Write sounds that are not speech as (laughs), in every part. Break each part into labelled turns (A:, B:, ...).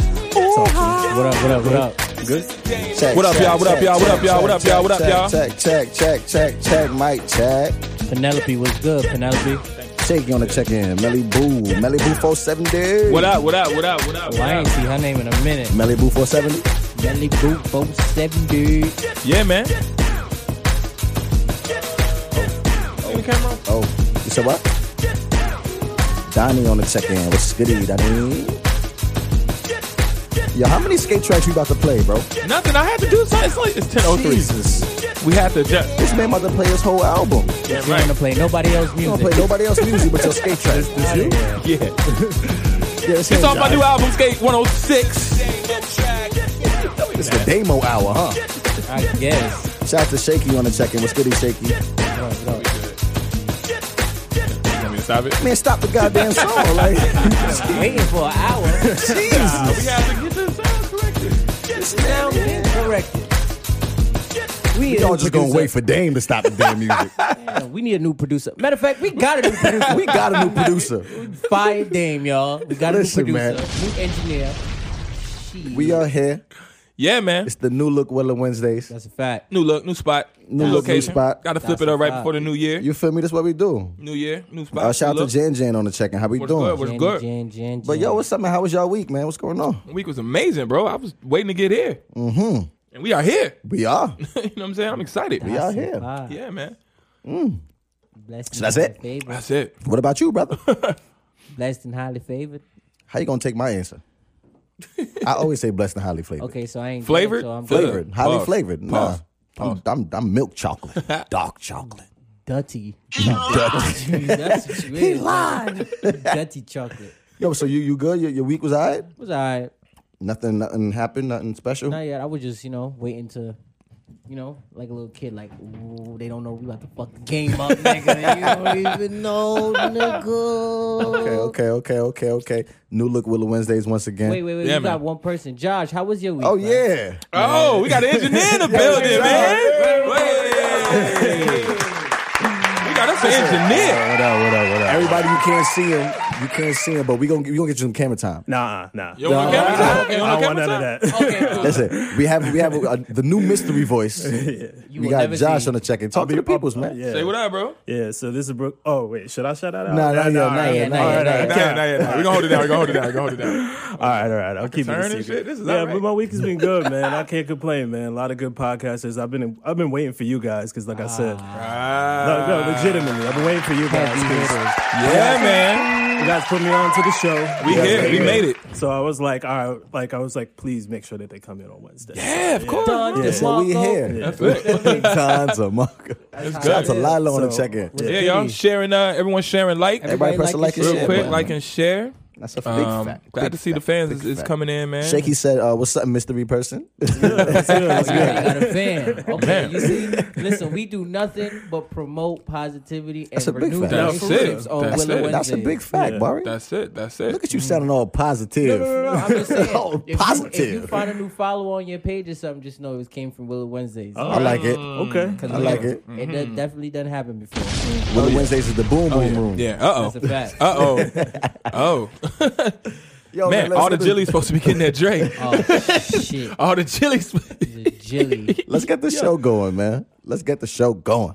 A: What up, what up, what up?
B: Good.
C: Check,
D: What up,
C: check,
D: y'all? What up,
C: check,
D: y'all? What
C: check,
D: up, y'all? What up,
C: check,
D: y'all? What up,
C: check,
D: y'all?
C: Check, check, check, check, check, mic check.
A: Penelope was good, Penelope.
C: Shake you on the check in. Melly Boo. Melly Boo 470.
D: What up? What up? What up? What up?
A: Well, I ain't see her name in a minute.
C: Melly Boo 470.
A: Bentley Boot 470.
D: Yeah, man. Oh. Camera? on?
C: Oh, you said what? Donnie on the check in. What's goody, Donnie? Yo, how many skate tracks you about to play, bro?
D: Nothing. I had to do something. It's like it's ten oh three.
C: Jesus.
D: We had to adjust.
C: This man about to play his whole album. You
D: Damn
A: You want to
D: right.
A: play nobody else
C: don't
A: music.
C: play nobody else music but your skate tracks. This you?
D: Yeah.
C: (laughs) Yeah, this
D: It's
C: ain't
D: off my
C: Johnny.
D: new album, Skate One Hundred Six.
C: It's the demo hour, huh?
A: I guess.
C: Shout out to Shaky on the check in. What's goody, Shaky?
D: Stop it.
C: Man, stop the (laughs) goddamn song. Like,
A: Waiting for an hour.
C: Jesus.
D: We have to get this sound corrected.
A: Sound incorrected. We,
C: Y'all just gonna wait for Dame to stop the damn (laughs) music.
A: for. We need a new producer. Matter of fact, we got a new producer.
C: we (laughs) got a new producer.
A: Fire Dame, y'all. We got
C: Listen,
A: a new
C: man.
A: producer, new engineer. Jeez.
C: We are here.
D: Yeah, man.
C: It's the new look Willa Wednesdays.
A: That's a fact.
D: New look, new spot,
C: look,
D: new
C: new
D: location.
C: spot.
D: Got to flip
A: That's
D: it up right
A: what's
D: before the new year.
C: You feel me? That's what we do.
D: New year, new spot.
C: Uh, shout
D: new
C: out to
D: look.
C: Jan Jan on the check in. How we
D: What's
C: doing?
D: good? What's good?
A: Jan, Jan, Jan.
C: But yo, what's up, man? How was y'all week, man? What's going on?
D: Week was amazing, bro. I was waiting to get here, mm-hmm. and we are here. (laughs)
C: We are.
D: you know what I'm saying? I'm excited.
C: We are here.
A: Ah,
D: Yeah, man.
A: blessed
C: So that's
A: and
C: it?
A: highly Favored.
D: That's it.
C: What about you,
D: (laughs)
C: brother?
A: Blessed and highly favored.
C: How you gonna take my answer? I always say blessed and highly flavored.
A: Okay, so I ain't
D: Flavored?
A: Good, so I'm
D: Flavored.
C: Flavored. Highly
D: Pause.
C: flavored. Nah.
D: Pause.
C: I'm, I'm, I'm milk chocolate.
D: (laughs)
C: Dark chocolate.
A: dirty. (laughs) Dirty. That's what you is.
C: lied.
A: Dirty chocolate.
C: Yo, so you you good? Your, your week was all right?
A: It was alright.
C: Nothing nothing happened, nothing special.
A: Not yet. I was just, you know, waiting to, you know, like a little kid, like, ooh, they don't know we about to fuck the game up, nigga. You don't even know,
C: (laughs)
A: nigga.
C: Okay, okay, okay, okay, okay. New look Willow Wednesdays once again.
A: Wait, wait, wait.
D: Yeah,
A: we got
D: man.
A: one person. Josh, how was your week?
C: Oh
A: man?
C: yeah.
D: Oh, we got an engineer in the building, man. Wait. We got us an engineer.
B: What up? What up? What up?
C: Everybody, you can't see him. You can't see him, but we gonna we gonna get you some camera time.
B: Nah, nah.
D: You don't want camera time? You
B: I
D: don't want
B: don't want
D: camera
B: none
D: time?
B: of that.
A: Okay,
C: (laughs)
A: cool.
C: Listen, we have we have uh the new
D: (laughs)
C: mystery voice.
A: You
C: We
A: will
C: got
A: never
C: Josh
A: see.
C: on the check-in. Talk to the peoples, man.
B: Yeah.
D: Say what up, bro.
B: Yeah. So this is Brooke. Oh wait, should I shout that out?
C: Nah, nah, yeah, nah,
A: yeah, nah, yeah, nah,
D: Nah, nah, yeah, nah. We gonna hold it down. We gonna hold it down. We gonna hold it
B: (laughs)
D: down.
B: All right, all right. I'll keep it
D: turn
B: a
D: and
B: secret.
D: shit. This is
B: yeah,
D: all right.
B: but my week has been good, man. I can't complain, man. A lot of good podcasters. I've been I've been waiting for you guys because,
D: Ah,
B: like I said, no, no, legitimately, I've been waiting for you guys.
A: Heavy
B: 'cause
A: hitters.
D: Yeah, man.
B: You guys put me on to the show.
D: We
B: You guys
D: here. We made it.
B: So I was like, all right, like I was like, please make sure that they come in on Wednesday.
D: Yeah, of course.
A: Dun,
C: Yeah, so we
A: DeMarco.
C: here.
D: That's it.
C: (laughs) Tons of Marco. Shout out to Lila on the
B: So-
C: check-in.
D: Yeah, y'all sharing. Uh, everyone sharing. Like
C: Everybody press the like and
A: and
D: real
C: share
D: quick.
C: button.
D: Like and share.
C: That's a big
D: Um,
C: fact.
D: glad
C: Big
D: to see the
C: fact.
D: fans
C: Big
D: is, is
C: fact.
D: coming in, man.
C: Shaky said, uh, "What's up, mystery person?"
D: (laughs)
B: That's
A: You
B: good.
A: already got a
C: (laughs)
A: fan. Okay, you see, listen, we do nothing but promote positivity and
C: That's a big
A: renew
C: fact.
D: That's it.
A: relationships on
D: That's
A: Willow
D: it.
C: That's a
A: Wednesdays.
C: big fact, Barry.
D: That's it. That's it.
C: Look at you sounding all positive.
A: No, I'm just saying.
C: (laughs) Oh,
A: if, You, if you
C: positive.
A: find a new follower on your page or something, just know it came from Willow Wednesdays.
C: I like it.
D: Mm.
B: Okay.
C: Oh, I like it.
A: It does,
D: Mm-hmm.
A: definitely doesn't happen before.
C: Willow Wednesdays is the boom boom room.
D: Yeah. Uh
A: That's a
C: (laughs)
D: oh.
A: fact.
D: Uh oh. Oh
C: Yo,
D: man,
C: let's
D: all the
C: get this-
D: jelly's supposed to be getting that drink.
A: Oh shit,
D: All Oh, the (laughs) jellies.
C: (laughs)
A: the jelly.
C: Let's get the show going, man. Let's get the show going.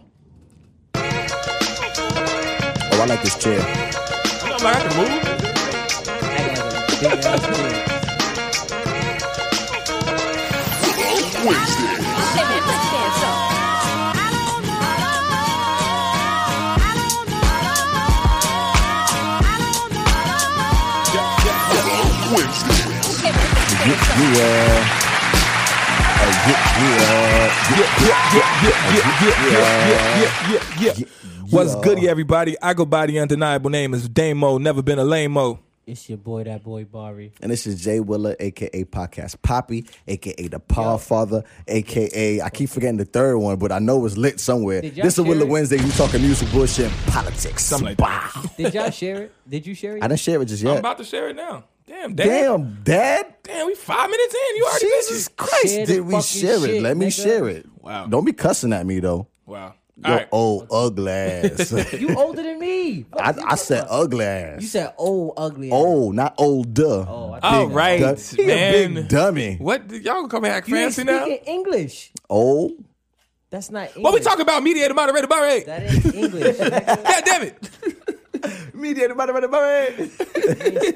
C: Oh, I like this chair.
D: I'm like, I can move.
A: I got a big ass dick.
C: You uh, Oh, uh, you, you, uh, you-
D: Yeah, yeah, yeah, yeah. What's goody, everybody? I go by the undeniable name is Damo. Never been a lameo.
A: It's your boy, that boy Barry.
C: and this is Jay Willer, aka Podcast Poppy, aka the Paw Father, aka I keep forgetting the third one, but I know it's lit somewhere.
A: Did y'all
C: This is Willa
A: share it?
C: Wednesday. You talking music, bullshit, and politics.
D: Something like
C: Bah.
A: Did y'all share it? Did you share it?
C: I didn't share it just
D: I'm
C: yet.
D: about to share it now. Damn, damn,
C: Damn, Dad.
D: damn. We five minutes in. You already
C: Jesus Christ,
A: Share the
C: did we
A: fucking
C: share it?
A: shit,
C: Let me
A: nigga.
C: share it.
D: Wow.
C: Don't be cussing at me though.
D: Wow.
C: Your
D: right.
C: old
D: (laughs)
C: ugly ass. I,
A: You older than me. Fuck you
C: (laughs) I
A: talking
C: said
A: about? You
C: ugly ass.
A: said old ugly. ass.
C: Old, not old duh.
A: Oh, I
D: All
A: think-
D: right,
C: He a
D: man.
C: big dummy.
D: What y'all gonna come act
A: You ain't
D: fancy now?
A: speaking English.
C: Old.
A: That's not English.
D: What we talking about? Mediator, moderator, barrage.
A: That ain't English.
C: (laughs)
A: nigga.
D: (laughs) God damn it! Mediator, moderator, barrage.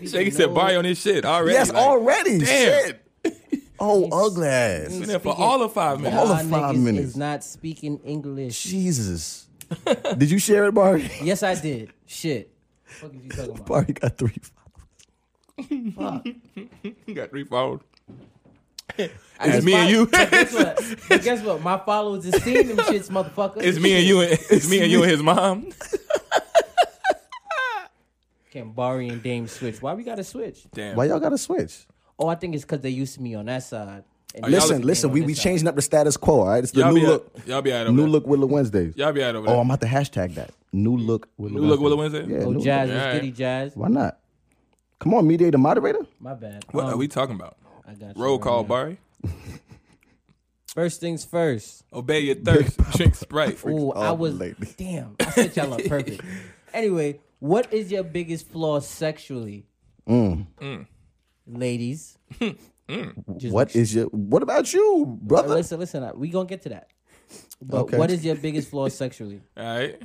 D: Shaky said
A: no-
D: barry on his shit already.
C: (laughs) Yes,
D: like,
C: already.
D: damn. (laughs) Mm.
C: Shit. Old ugly ass.
D: Been there for all of five minutes. (laughs)
C: All of
A: Y'all
C: five
A: niggas
C: minutes.
A: Is not speaking English.
D: (laughs)
C: Jesus. Did you share it, (laughs) Barry?
A: Yes, I did. Shit. Fuck is you talking about?
C: Barry got three.
D: You got three followers.
C: (laughs)
A: I just
D: It's me and
A: follow-
D: you. (laughs)
A: But guess what? But guess what? My followers is seeing them shits, motherfucker.
D: It's me and you. And, (laughs) it's me and you and his mom.
A: Kambari and Dame switch. Why we gotta switch?
D: Damn.
C: Why y'all got to switch?
A: Oh, I think it's because they used me on that side. And
D: Are y'all-
C: Oh, Listen, listen. We we changing up the status quo. All right, it's the
D: Y'all
C: new
D: be
C: look.
D: At, y'all be out over
C: New
D: there.
C: look Willow Wednesdays.
D: Y'all be out over
C: Oh,
D: there.
C: I'm about to hashtag that. New look Willow.
D: New look Willow Wednesday.
C: Yeah.
A: Oh,
C: new
A: jazz,
C: look.
A: it's
D: Alright.
A: Diddy jazz.
C: Why not? Come on, mediator, moderator.
A: My bad.
D: What
A: Um,
D: are we talking about?
A: I got you
D: Roll
A: right
D: call,
A: now.
D: Barry.
A: First things first.
D: Obey your thirst. Drink Sprite.
A: Ooh, I
C: up,
A: was
C: lady.
A: damn. I set y'all up
C: (laughs)
A: perfect. Anyway, what is your biggest flaw sexually,
C: Mm.
A: Mm.
D: (laughs)
A: ladies?
D: Mm.
A: Just
C: What is your? What about you,
A: Uh,
C: brother?
A: Listen, listen. uh, We gonna get to that. But
C: Okay.
A: what is your biggest flaw sexually?
D: All right.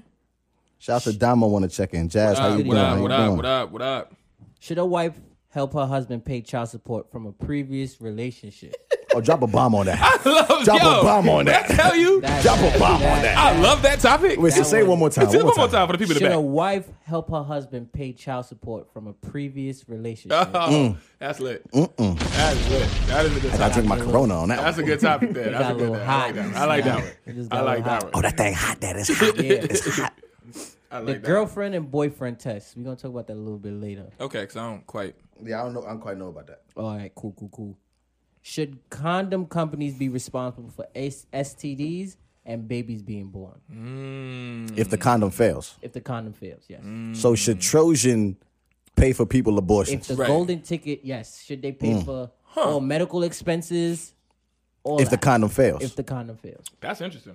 C: Shout out to Damo. Want to check in? Jazz,
D: What
C: how you
D: up?
C: doing?
D: What
C: How
D: up?
C: you
D: What up?
C: doing?
D: What up? What up? (laughs)
A: Should a wife help her husband pay child support from a previous
D: (laughs)
A: relationship?
C: Oh, drop a bomb on that.
D: Love,
C: Drop
D: yo,
C: a bomb on
D: did I
C: that.
D: tell you,
A: That-
C: Drop a bomb on that.
D: I love that topic.
C: Wait, so say it one more time.
D: Say it one more time for the people in
A: Should
D: the
A: a
D: back.
A: wife help her husband pay child support from a previous relationship?
D: (laughs)
C: Mm.
D: Oh, That's lit. That's lit. That is a good
C: I
D: topic.
C: drink my Corona on that.
D: That's a
C: one.
D: good topic there. Ah, That's
A: got
D: a
A: a
D: good
A: little
D: one. I like that
A: hot.
D: one. I like that
A: It
D: one.
A: just got
D: I
A: a
D: like
A: little
D: that
A: hot.
C: Oh,
D: one.
C: that thing hot. That is
D: (laughs)
A: Yeah.
C: hot.
D: I
A: the
D: like that.
A: girlfriend and boyfriend test. We're gonna talk about that a little bit later.
D: Okay, because I don't quite.
C: Yeah, I don't know. I don't quite know about that.
A: All right, cool, cool, cool. Should condom companies be responsible for S- STDs and babies being born
C: If the
D: Mm.
C: condom fails,
A: if the condom fails? Yes.
C: so should Trojan pay for people
A: If
C: abortions?
A: the
D: Right. Mm.
A: golden ticket, yes. Should they pay for all medical expenses? All
C: If the
A: that,
C: condom fails,
A: if the condom fails,
D: That's interesting.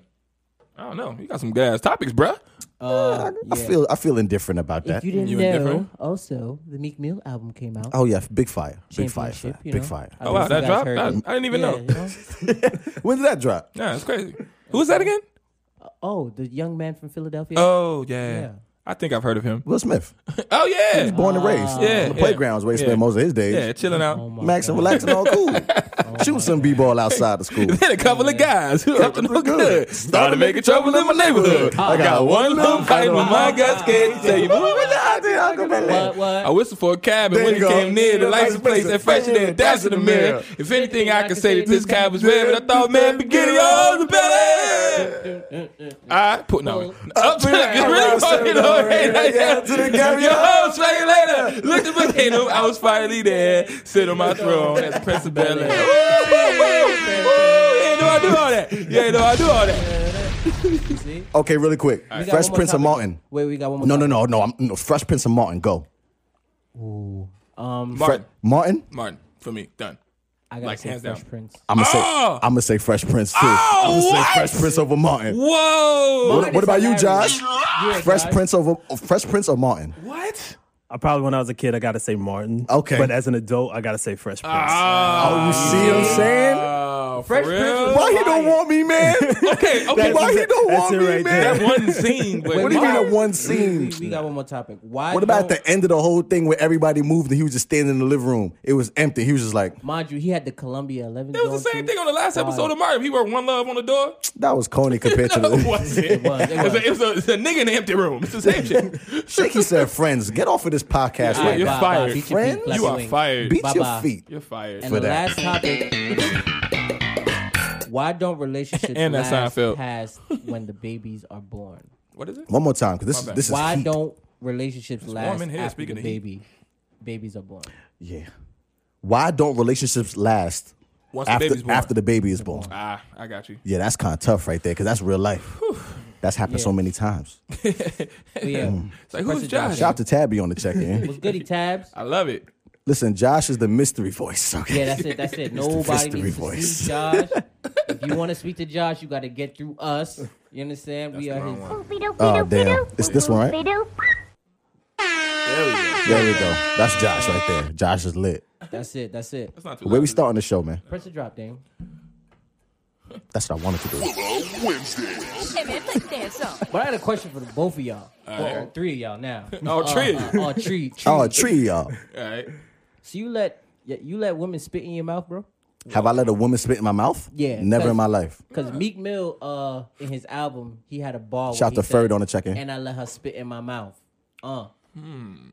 D: I don't know. You got some gas topics, bruh.
A: uh,
C: Ah, I feel I feel indifferent about that.
A: if you didn't
D: You
A: know,
D: indifferent?
A: also the Meek Mill album came out.
C: Oh yeah, big fire, big fire,
A: Championship, you
C: big
A: know.
C: fire.
A: I
D: Oh,
A: don't
D: wow,
A: know if
D: that
A: you guys
D: dropped?
A: heard
D: I-
A: it.
D: I didn't even
A: Yeah,
D: know.
A: you know?
C: When did that drop?
D: Yeah, that's crazy. Who was that again?
A: Oh, the young man from Philadelphia.
D: Oh, yeah.
A: Yeah.
D: I think I've heard of him.
C: Will Smith,
D: Oh, yeah.
C: born and raised.
D: Yeah,
C: on the
D: yeah.
C: playgrounds where he
D: Yeah.
C: spent most of his days.
D: Yeah, chilling out. (laughs)
A: Oh my
C: Max and
A: God.
C: relaxing all (laughs) cool. Shoot some b-ball outside the (laughs) school.
D: Then a couple of guys who up to no good started making trouble in my neighborhood. I got one little fight with my guy scared to tell you. boy, what the-
A: What?
D: I
A: What?
D: whistled for a cab, and when
C: There
D: it
C: you go.
D: came near, the license plate said fresher than dash in the mirror. If anything I could say that this cab was red, but I thought, man, beginning all the better. I put no up to the it's really fucking hard. To the cab, your hoes straight later. Looked at volcano, I was finally there. Sit on my throne as Prince of Bel Air. Yeah, no, I do all that. Yeah, no, I do all that.
A: See?
C: Okay, really quick.
A: We got
C: Fresh
A: one more
C: Prince of
A: topic.
C: Martin.
A: Wait, we got one more.
C: No, no,
A: topic.
C: no, no. I'm no, Fresh Prince of Martin. Go.
D: Martin,
C: Martin.
D: Martin, for me, done.
A: I gotta
D: Like,
A: say
D: hands
A: Fresh
D: down.
A: Prince.
C: I'm gonna say.
D: Oh!
C: I'm gonna say Fresh Prince too.
D: Oh,
C: I'm gonna
D: what?
C: say Fresh Prince over Martin.
D: Whoa!
C: What, what about you,
A: hilarious.
C: Josh?
A: Yeah,
C: Fresh
A: guys.
C: Prince over Fresh Prince or Martin?
D: What?
B: I probably when I was a kid, I gotta say Martin.
C: Okay.
B: but as an adult, I gotta say Fresh Prince.
D: Ah.
C: Oh, you see what I'm saying?
D: Oh, for
A: Fresh
D: real?
A: Prince was
C: Why he don't
A: lying.
C: want me, (laughs) man?
D: Okay, okay.
C: Why
D: Why
C: he don't
B: That's
C: want
B: it
C: me,
B: right there.
C: man?
D: that one scene? With
C: What do you mean
D: Martin?
C: that one
A: We,
C: scene?
A: we got one more topic. Why?
C: What about at
A: don't-
C: the end of the whole thing where everybody moved and he was just standing in the living room? It was empty. He was just like,
A: Mind you, he had the Columbia 11.
D: It was the same thing on the last episode of Mario. He wore one love on the door.
C: that was Coney
D: (laughs)
C: compared to
D: No, it
C: the.
D: wasn't.
A: It was, it
D: It's
A: was.
D: a- it's a- it's a nigga in the empty room. It's the
C: (laughs)
D: same shit.
C: Shaky said, friends, get off of this podcast
D: Yeah,
C: right
D: you're
C: now.
D: fired.
C: Friends?
D: You are fired.
C: Beat your
A: Bye-bye.
C: feet.
D: You're fired.
A: And
C: for
A: the
C: that.
A: last
D: (laughs)
A: topic. Why don't relationships
D: And that
A: last
D: Seinfeld.
A: past when the babies are
D: (laughs)
A: born?
D: What is it?
C: One more time, because this, is- this is
A: Why
C: heat.
A: don't relationships last
D: warm in here,
A: after
D: speaking
A: the
D: of heat.
A: baby babies are
D: (laughs)
A: born?
C: Yeah. Why don't relationships last
D: Once the
C: after
D: baby's born.
C: after the baby is born?
D: Ah, I got you.
C: Yeah, that's kind of tough right there, because that's real life. That's happened so
A: Yeah.
C: many times.
A: But yeah,
D: It's like, who's
A: Press it down,
D: Josh?
C: Shout out to Tabby on the check-in.
A: (laughs) was goody tabs.
D: I love it.
C: Listen, Josh is the mystery voice. Okay.
A: Yeah, that's it.
C: (laughs)
A: That's it. Nobody
C: mystery
A: needs
C: voice. (laughs)
A: to speak to Josh. if you want to speak to Josh, you got to get through us. You understand? we
D: the
A: are
D: wrong
A: his.
D: one.
C: Oh, damn. It's this one, right?
D: There we go.
C: There we go. That's Josh right there. Josh is lit.
A: That's it. That's it.
D: That's not too
C: Where we
D: loud.
C: starting the show, man?
A: Press the drop, Dame.
C: That's what I wanted to do.
A: But I had a question for the both of y'all. Well, all three of y'all
D: (laughs)
A: now.
D: All three of you.
A: All three. tree.
C: Oh, a tree, y'all.
D: Oh, All right.
A: So you let yeah, you let women spit in your mouth, bro?
C: Have I let a woman spit in my mouth?
A: Yeah,
C: Never in
A: cause-
C: my life.
A: Because Meek Mill, uh, in his album, he had a ball. where
C: Shout
A: he
C: to
A: said,
C: Ferg on the check-in.
A: And I let her spit in my mouth. Uh.
D: Hmm.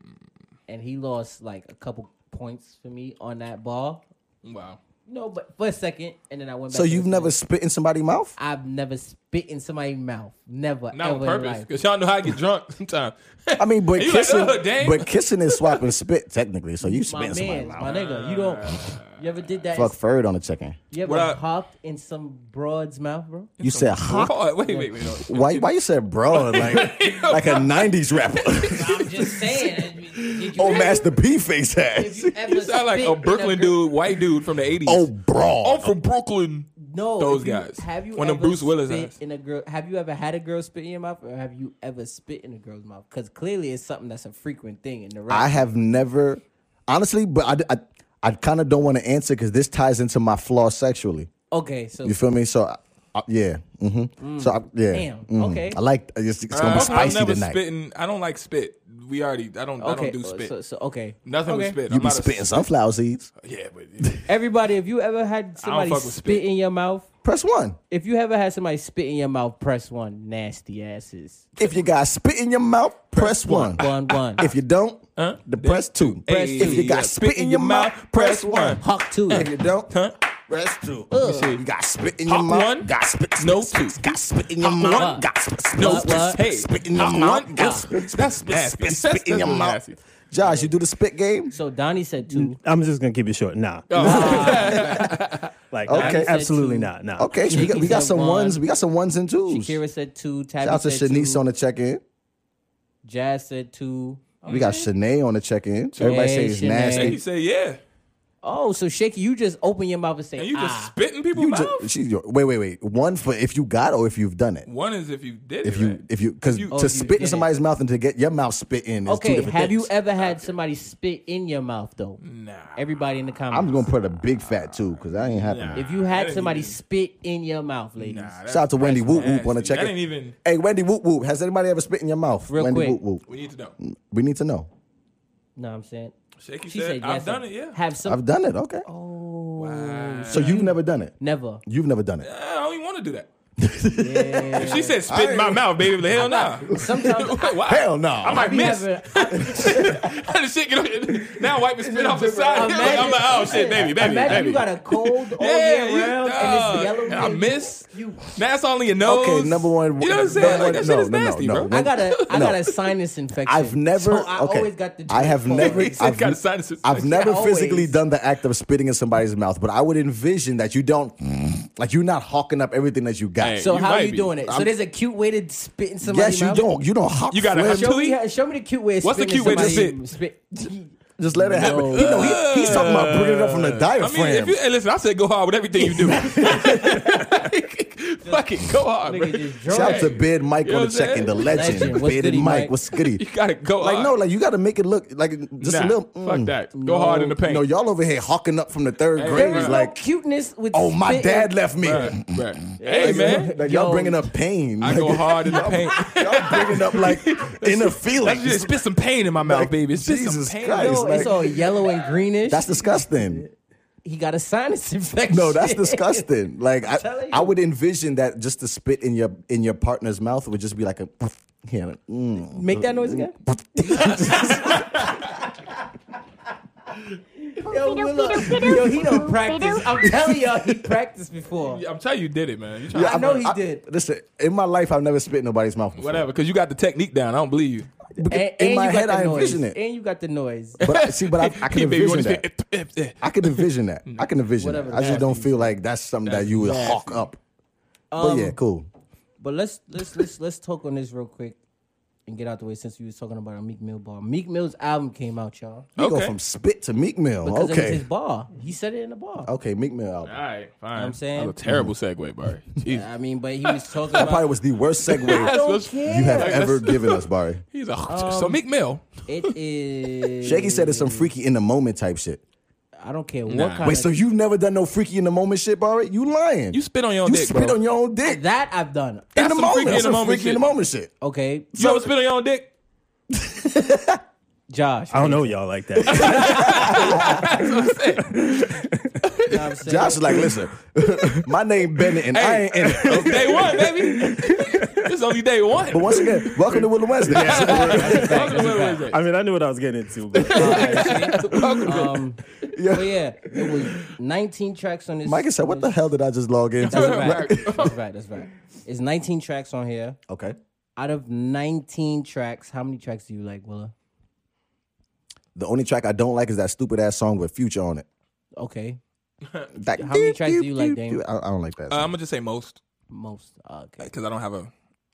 A: And he lost like a couple points for me on that ball.
D: Wow.
A: No, but for a second, and then I went. back
C: So
A: to
C: you've
A: the-
C: never spit in somebody's mouth?
A: I've never spit in somebody's mouth. Never.
D: Not on
A: ever in
D: purpose,
A: life.
D: because y'all know how I get drunk sometimes. (laughs)
C: I mean, but
D: You like,
C: kissing,
D: "Ugh, dang."
C: but kissing is
A: (laughs)
C: swapping spit technically. So you spit
A: My
C: in
A: man,
C: somebody's mouth.
A: my nigga, you don't.
D: (laughs)
A: You ever did that?
C: Fuck Ferg on the check-in.
A: you ever
D: What I-
A: hopped in some broad's mouth, bro?
C: You said hot.
D: Oh, wait, wait, wait. No.
C: Why? Why you said bro?
D: (laughs)
C: Like like a '90s rapper.
A: I'm just (laughs) saying. Did you
C: oh, Master P face ass.
A: ever
D: (laughs) You sound like a Brooklyn dude, white dude from the 80s.
C: Oh, bro.
D: I'm from Brooklyn.
A: No,
D: Those
A: if you-
D: guys.
A: Have you
D: One of
A: ever
D: them Bruce Willis
A: spit
D: eyes.
A: in a girl? Have you ever had a girl spit in your mouth, or have you ever spit in a girl's mouth? Because clearly, it's something that's a frequent thing in the rap.
C: I have never, honestly, but I, I, I kind of don't want to answer because this ties into my flaw sexually.
A: okay, so
C: You feel me? So, I, I, yeah. hmm So, I, yeah.
A: Damn,
C: mhm.
A: okay.
C: I like. It's, it's gonna
D: Uh,
C: be
D: I've
C: spicy
D: never
C: tonight.
D: spitting. I don't like spit. We already. I don't. I
A: okay,
D: don't do spit.
A: So, so- okay,
D: Nothing
A: okay.
D: with spit.
C: You
D: I'm
C: be
D: not a-
C: spitting sunflower seeds.
D: Yeah, (laughs) but
A: Everybody, if you ever had somebody
D: fuck
A: spit,
D: with spit.
A: in your mouth,
C: Press one.
A: if you ever had somebody spit in your mouth, press one. Nasty asses.
C: If you got spit in your mouth, press one.
A: One one.
C: If you don't, the press two.
D: Hey,
C: if you got spit in your mouth, press one.
A: Hawk two.
C: If you don't,
D: Huh?
C: press two.
D: see.
C: You got spit in your
D: Hop
C: mouth.
D: one,
C: got spit. spit,
D: no
C: spit,
D: two.
C: Got spit in your
D: Hop
A: one,
C: mouth. Got spit. spit,
D: no,
C: spit,
A: what?
D: hey,
C: spit, spit in your
D: hop
C: mouth.
D: one,
C: Got
D: ah,
C: spit.
D: that's
C: spit,
D: nasty.
C: Spit,
D: That's-
C: spit in
D: that's
C: your
D: really
C: mouth.
D: nasty.
C: Josh, you do the spit game.
A: So Donnie said two.
B: I'm just gonna keep it short. Nah,
D: Oh. (laughs)
B: like
C: Okay.
B: okay. absolutely not. Nah.
C: Okay, so we got, we got
A: said
C: some
A: one.
C: ones. We got some ones and twos.
A: Shakira said two. Tabby
C: Shout out to
A: said
C: Shanice
A: two.
C: on the check in.
A: Jazz said two.
C: We got Shanae on the check in. Everybody say it's
A: Shanae.
D: and
C: nasty.
D: you say yeah,
A: Oh, so Shaky, you just open your mouth and say,
D: and you just
A: ah.
D: spitting people
C: You
D: mouth.
C: ju- she- wait, wait, wait. One for if you got or if you've done it.
D: One is if you did
C: If
D: it.
C: you
D: right?
C: if you because
D: you-
C: to
D: Oh, if
C: spit
A: you
C: in
A: did it.
C: somebody's mouth and to get your mouth spit in is two
A: Okay,
C: different
A: have
C: things.
A: you ever had somebody spit in your mouth though? Nah. Everybody in the comments.
C: I'm gonna put a big fat two because that ain't happening.
A: if you had somebody spit in your mouth, ladies.
D: Nah, that's
C: Shout out to Wendy Whoop Whoop
D: nasty.
C: on the check
D: That ain't
C: in.
D: even.
C: Hey Wendy Whoop Whoop, has anybody ever spit in your mouth?
A: Real
C: Wendy
A: quick.
C: Whoop Whoop.
D: We need to know.
C: We need to know.
A: No, I'm saying.
D: Shaky
A: She
D: said,
A: said,
D: "I've
A: yes,
D: done
A: sir.
D: it, yeah."
A: Have some.
C: I've done it. Okay.
A: Oh.
D: Wow.
C: So you've never done it.
A: (laughs) Never.
C: You've never done it.
D: I don't even want to do that. If she said spit in my mouth, baby, like, hell nah.
A: Sometimes
D: Why?
C: Hell no.
D: I might
A: I
D: (laughs) miss.
A: never-
D: (laughs) the shit get on, now wipe and spit off the side.
A: Imagine-
D: (laughs) I'm like, oh shit, baby, baby,
A: Imagine
D: baby.
A: you got a cold all
D: Yeah, you-
A: year round and
D: dog.
A: it's yellow.
D: And I
A: man.
D: miss.
A: You,
D: That's only your nose.
C: Okay, number one.
D: Oh, You know what I'm saying? Like,
C: number one-
D: that shit is nasty, bro.
A: I got a, I
C: No.
A: got a sinus infection.
C: I've never.
A: So I
C: okay.
A: always got the.
C: I have
A: cold.
D: (laughs)
C: never.
D: said
C: I've,
D: got a sinus
C: I've
D: infection.
C: never
A: Yeah,
C: physically
A: always.
C: done the act of spitting in somebody's mouth, but I would envision that you don't. Like you're not hawking up everything that you got.
D: Hey.
A: So
D: You
A: how are
D: might
A: you
D: be.
A: doing it? so
D: I'm-
A: there's a cute way to spit in somebody's
C: yes, you
A: mouth.
C: don't. You don't hawk.
D: You gotta
C: flares.
D: have
A: Show
D: to-
A: me, how- show me the cute way. Of
D: What's the
A: spitting in
D: cute way to
A: somebody's spit?
C: Just let it happen.
A: No.
C: You know, he- he's talking about bringing it up from the
D: Uh, I
C: diaphragm.
D: mean, if you, hey, listen, I said go hard with everything you do. (laughs)
C: (laughs)
D: Fuck it, go hard, bro.
A: Nigga just drunk.
C: Shout out to Bid Mike
D: You know
C: on the
D: what I'm
C: check in, the
D: saying?
C: legend.
A: Legend. What's
C: Bid
A: goody,
C: and Mike,
A: Mike?
C: what's
D: (laughs)
C: goody?
D: You gotta go
C: Like
D: hard.
C: no, like you got to make it look like just
D: nah,
C: a little.
D: Fuck
C: mm.
D: that. Go hard in the paint.
C: No, y'all over here hawking up from the third
D: Hey, bruh.
C: grade.
A: There is
C: It's
A: no
C: like,
A: cuteness with.
C: oh, my
A: spitting.
C: dad left me.
D: Bruh, bruh. Hey
C: Like,
D: man,
C: (laughs)
A: (laughs)
C: like, y'all
A: Yo.
C: bringing up pain.
D: I
C: Like,
D: go hard in the paint.
C: (laughs) y'all bringing up like
D: (laughs)
C: inner
D: That's
C: feelings.
D: just spit some pain in my mouth,
C: Like,
D: baby. Spit
C: Jesus
D: some pain.
C: Christ.
A: No, it's
C: like-
A: all yellow and greenish.
C: (laughs)
A: (laughs)
C: That's disgusting.
A: he got a sinus infection.
C: No, that's disgusting. Like I,
A: telling
C: I
A: you.
C: would envision that just to spit in your in your partner's mouth would just be like a (laughs) yeah, like, mm.
A: (laughs) Make that noise
C: (laughs)
A: again. yo, Willa, (laughs) yo, he don't practice. I'm telling y'all, he practiced
C: (laughs)
A: before.
D: I'm telling you, you did it, man. You trying
A: Yeah, I
D: to,
A: know he did.
C: Listen, in my life I've never spit in nobody's mouth before.
D: whatever, because you got the technique down. I don't believe you.
A: And,
C: in
A: and
C: my
A: you got
C: head,
A: the
C: I
A: noise.
C: envision it.
A: And you got the noise.
C: But I, see,
D: (laughs)
C: but I, I can
D: Hey, baby, you eh,
C: envision
D: want to
C: that.
D: spit?
C: I can envision that. I can envision
A: Whatever.
C: that. I just don't feel like that's something that you would
D: Nasty.
C: hawk
A: Um,
C: up. But yeah, cool.
A: But let's let's let's let's talk on this real quick. and get out the way since you was talking about a Meek Mill bar. Meek Mill's album came out, y'all.
C: You go
D: Okay.
C: from spit to Meek Mill.
A: Because it was
C: okay.
A: his bar. He said it in the bar.
C: Okay, Meek Mill album.
D: All right, fine.
A: I'm saying?
D: That's a terrible segue,
A: (laughs)
D: Barry. Jesus.
A: I mean, but he was
C: (laughs)
A: talking
C: That probably
A: about
C: was the worst segue
D: That's
A: don't
D: what's-
A: care.
C: you have
D: Like,
C: ever
D: that's-
C: given us, Barry.
D: He's a
C: Um,
D: so Meek Mill.
A: it is
C: Shaky said it's some freaky in the moment type shit.
A: I don't care
D: Nah.
A: what kind
C: Wait,
A: of
C: so you've never done no freaky in the moment shit, Barry? You lying?
D: You spit on your own
C: You
D: dick,
C: spit
D: bro.
C: on your own dick
A: that I've done.
C: in
D: That's
C: the
D: some
C: moment.
D: freaky in
C: That's
D: the
C: some
D: moment
C: freaky in
D: shit.
C: the moment shit.
A: Okay,
D: You ever spit on your own dick?
A: Josh.
B: I don't know y'all like that.
C: (laughs)
A: You know what I'm saying?
C: Josh is like, listen, (laughs) my name Bennett and I ain't in it.
D: (laughs) It's day one, baby. (laughs) it's only day one.
C: (laughs) But once again, welcome to Willow Wednesday.
D: Welcome to Wednesday.
B: I mean, I knew what I was getting into, but
C: (laughs)
A: Um, But yeah, it was 19 tracks on this.
C: (laughs) Mike said, what the hell did I just log in? (laughs)
A: That's
C: to?"
A: right. (laughs) That's right. That's right. It's 19 tracks on here.
C: Okay.
A: Out of 19 tracks, how many tracks do you like, Willa?
C: The only track I don't like is that stupid ass song with Future on it.
A: Okay,
C: Like,
A: How many tracks do you like, Dame?
C: I, I don't like that.
D: Uh,
C: song.
D: I'm gonna just say most
A: most. Okay.
D: because I don't have a,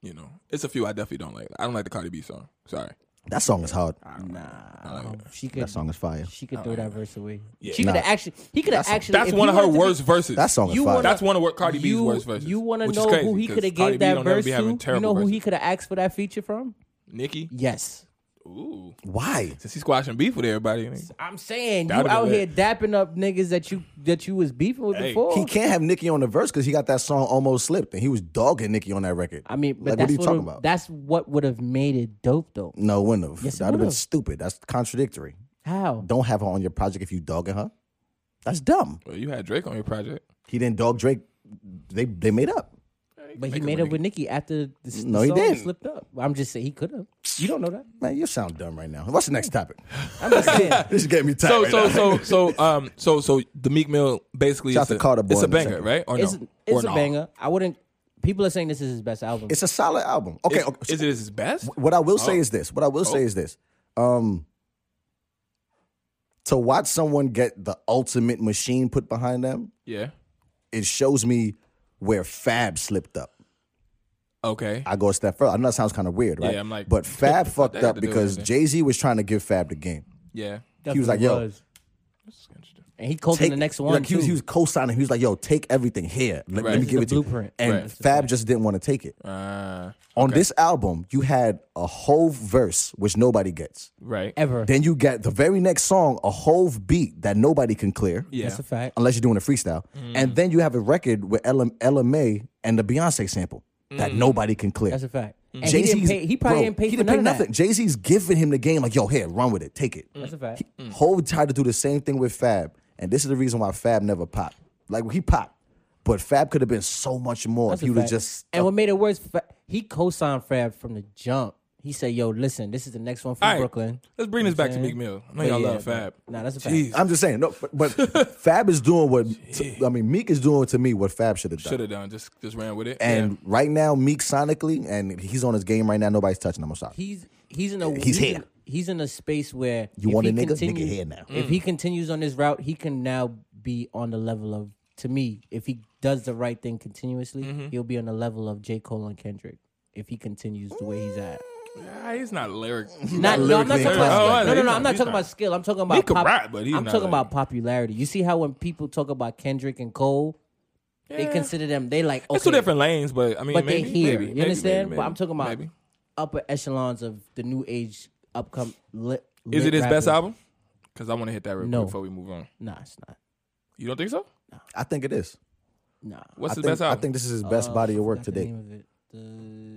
D: you know, it's a few I definitely don't like. I don't like the Cardi B song. Sorry.
C: that song is hard.
A: Nah, um, she could.
C: That song is fire.
A: She could throw that verse away.
D: Yeah.
A: She could have actually. He could have actually.
D: That's
A: if
D: one
A: he
D: of her
A: wanted to be-
D: worst verses.
C: That song is
A: You
C: fire.
A: wanna-
D: That's one of what Cardi B's
A: you,
D: worst verses.
A: You want to
D: which
A: know
D: is crazy
A: who he could have
D: 'cause Cardi
A: gave
D: B
A: that
D: don't ever
A: verse
D: be
A: to?
D: having
A: You
D: terrible
A: know who he
D: verses.
A: could have asked for that feature from?
D: Nicki.
A: Yes.
D: Ooh.
C: Why?
D: Since he's squashing beef with everybody.
A: I'm saying
D: That'd
A: you
D: have
A: out
D: been
A: here dapping up niggas that you that you was beefing with
D: Hey.
A: before.
C: He can't have Nicki on the verse because he got that song almost slipped and he was dogging Nicki on that record.
A: I mean, but
C: like,
A: that's
C: what are you talking
A: would've-
C: about?
A: That's what would have made it dope though.
C: no, wouldn't have.
A: Yes, it
C: That'd have been
A: would've.
C: stupid. That's contradictory.
A: How?
C: Don't have her on your project if you dogging her. That's dumb.
D: Well, you had Drake on your project.
C: He didn't dog Drake. They they made up.
A: But he
D: Make
A: made
D: a
A: up with Nicki after the, s- the
C: No, he
A: song
C: didn't.
A: slipped up. I'm just saying he could have. You don't know that.
C: Man, you sound dumb right now. What's the next topic? (laughs)
A: I'm just
D: (laughs)
A: saying.
C: This is getting me tired.
D: So
C: right
D: so
C: now.
D: so so um so so the Meek Mill basically
C: Shout
D: is
C: out
D: a,
C: to Carter Boy
D: it's a
C: in a
D: banger,
C: second.
D: right? Or
A: It's
D: no?
A: it's
D: or
A: a
D: no?
A: banger. I wouldn't. People are saying this is his best album.
C: It's a solid album. Okay.
D: Is,
C: okay.
D: is it his best?
C: what I will
D: Oh.
C: say is this. What I will say is this. Um, to watch someone get the ultimate machine put behind them,
D: Yeah.
C: it shows me where Fab slipped up.
D: Okay.
C: I go a step further. I know that sounds kind of weird, right?
D: Yeah, I'm like, (laughs)
C: but Fab fucked
D: had
C: up
D: to do with
C: because
D: it.
C: Jay Z was trying to give Fab the game.
D: yeah.
C: he was like,
A: Definitely
C: yo,
D: That's interesting.
A: and he called in the next one
C: Like, he, was,
A: too.
C: he was co-signing. He was like, "Yo, take everything here. Let, let
D: Right.
C: me
D: This
C: give
A: is
C: it
A: the
C: to you."
A: blueprint.
C: And
D: Right.
C: Fab just didn't want to take it.
D: Uh,
C: On this album, you had a whole verse which nobody gets.
D: right.
A: ever.
C: Then you get the very next song, a whole beat that nobody can clear.
D: yeah.
A: That's a fact.
C: Unless you're doing a freestyle.
D: Mm.
C: And then you have a record with Ella, Ella May and the Beyonce sample that
D: Mm.
C: nobody can clear.
A: That's a fact. And he
C: Jay-Z's-
A: didn't pay. He probably
C: bro,
A: didn't pay for
C: he didn't pay
A: none of
C: nothing.
A: that.
C: Jay Z's giving him the game, like, yo, here, run with it, take it.
A: That's a fact.
C: Hove tried to do the same thing with Fab, and this is the reason why Fab never popped. Like he popped, but Fab could have been so much more
A: That's
C: if
A: a
C: he would have
A: fact.
C: just.
A: And what made it worse, fa- he co-signed Fab from the jump. He said, "Yo, listen, this is the next one from
D: All right.
A: Brooklyn."
D: Let's bring this back to
A: saying?
D: Meek Mill. I know
A: But
D: y'all
A: yeah,
D: love Fab.
A: nah, that's a fact.
D: Jeez,
C: I'm just saying, no, but, but
A: (laughs)
C: Fab is doing what I mean. Meek is doing to me what Fab should have done.
D: should have done. Just just ran with it.
C: And
D: Yeah.
C: right now, Meek sonically, and he's on his game right now. Nobody's touching him. I'm sorry.
A: He's he's in a
C: He's
A: in-
C: here.
A: he's in a space where
C: You
A: if
C: want
A: he
C: a nigga? Nigga
A: continues-
C: here now.
A: If
D: Mm.
A: he continues on this route, he can now be on the level of to me. If he does the right thing continuously,
D: Mm-hmm.
A: he'll be on the level of J Cole and Kendrick. If he continues the way he's at.
D: Ah, he's not lyric.
A: Not, no, I'm not
C: lyrically
A: talking
D: inclined.
A: about
D: Oh,
A: no, no,
D: he's
A: no.
D: not-
A: I'm not
D: he's
A: talking
D: not.
A: about skill. I'm talking about
D: can rap, but he's
A: I'm
D: not
A: talking
D: like-
A: about popularity. You see how when people talk about Kendrick and Cole, they
D: Yeah.
A: consider them. They like okay,
D: It's two different lanes, but I mean,
A: but
D: maybe,
A: they're here.
D: Maybe,
A: you
D: maybe,
A: understand?
D: maybe,
A: but I'm talking about
D: maybe.
A: upper echelons of the new age upcoming. Lit,
D: Is
A: lit
D: it his
A: rappers.
D: best album? Because I want to hit that real
A: No.
D: quick before we move on.
A: Nah, it's not.
D: You don't think so?
C: I think it is.
A: Nah.
D: What's his
C: I think,
D: best
C: I
D: album?
C: think this is his best body of work
A: Oh, Forgot the
C: today.
A: name of it. The-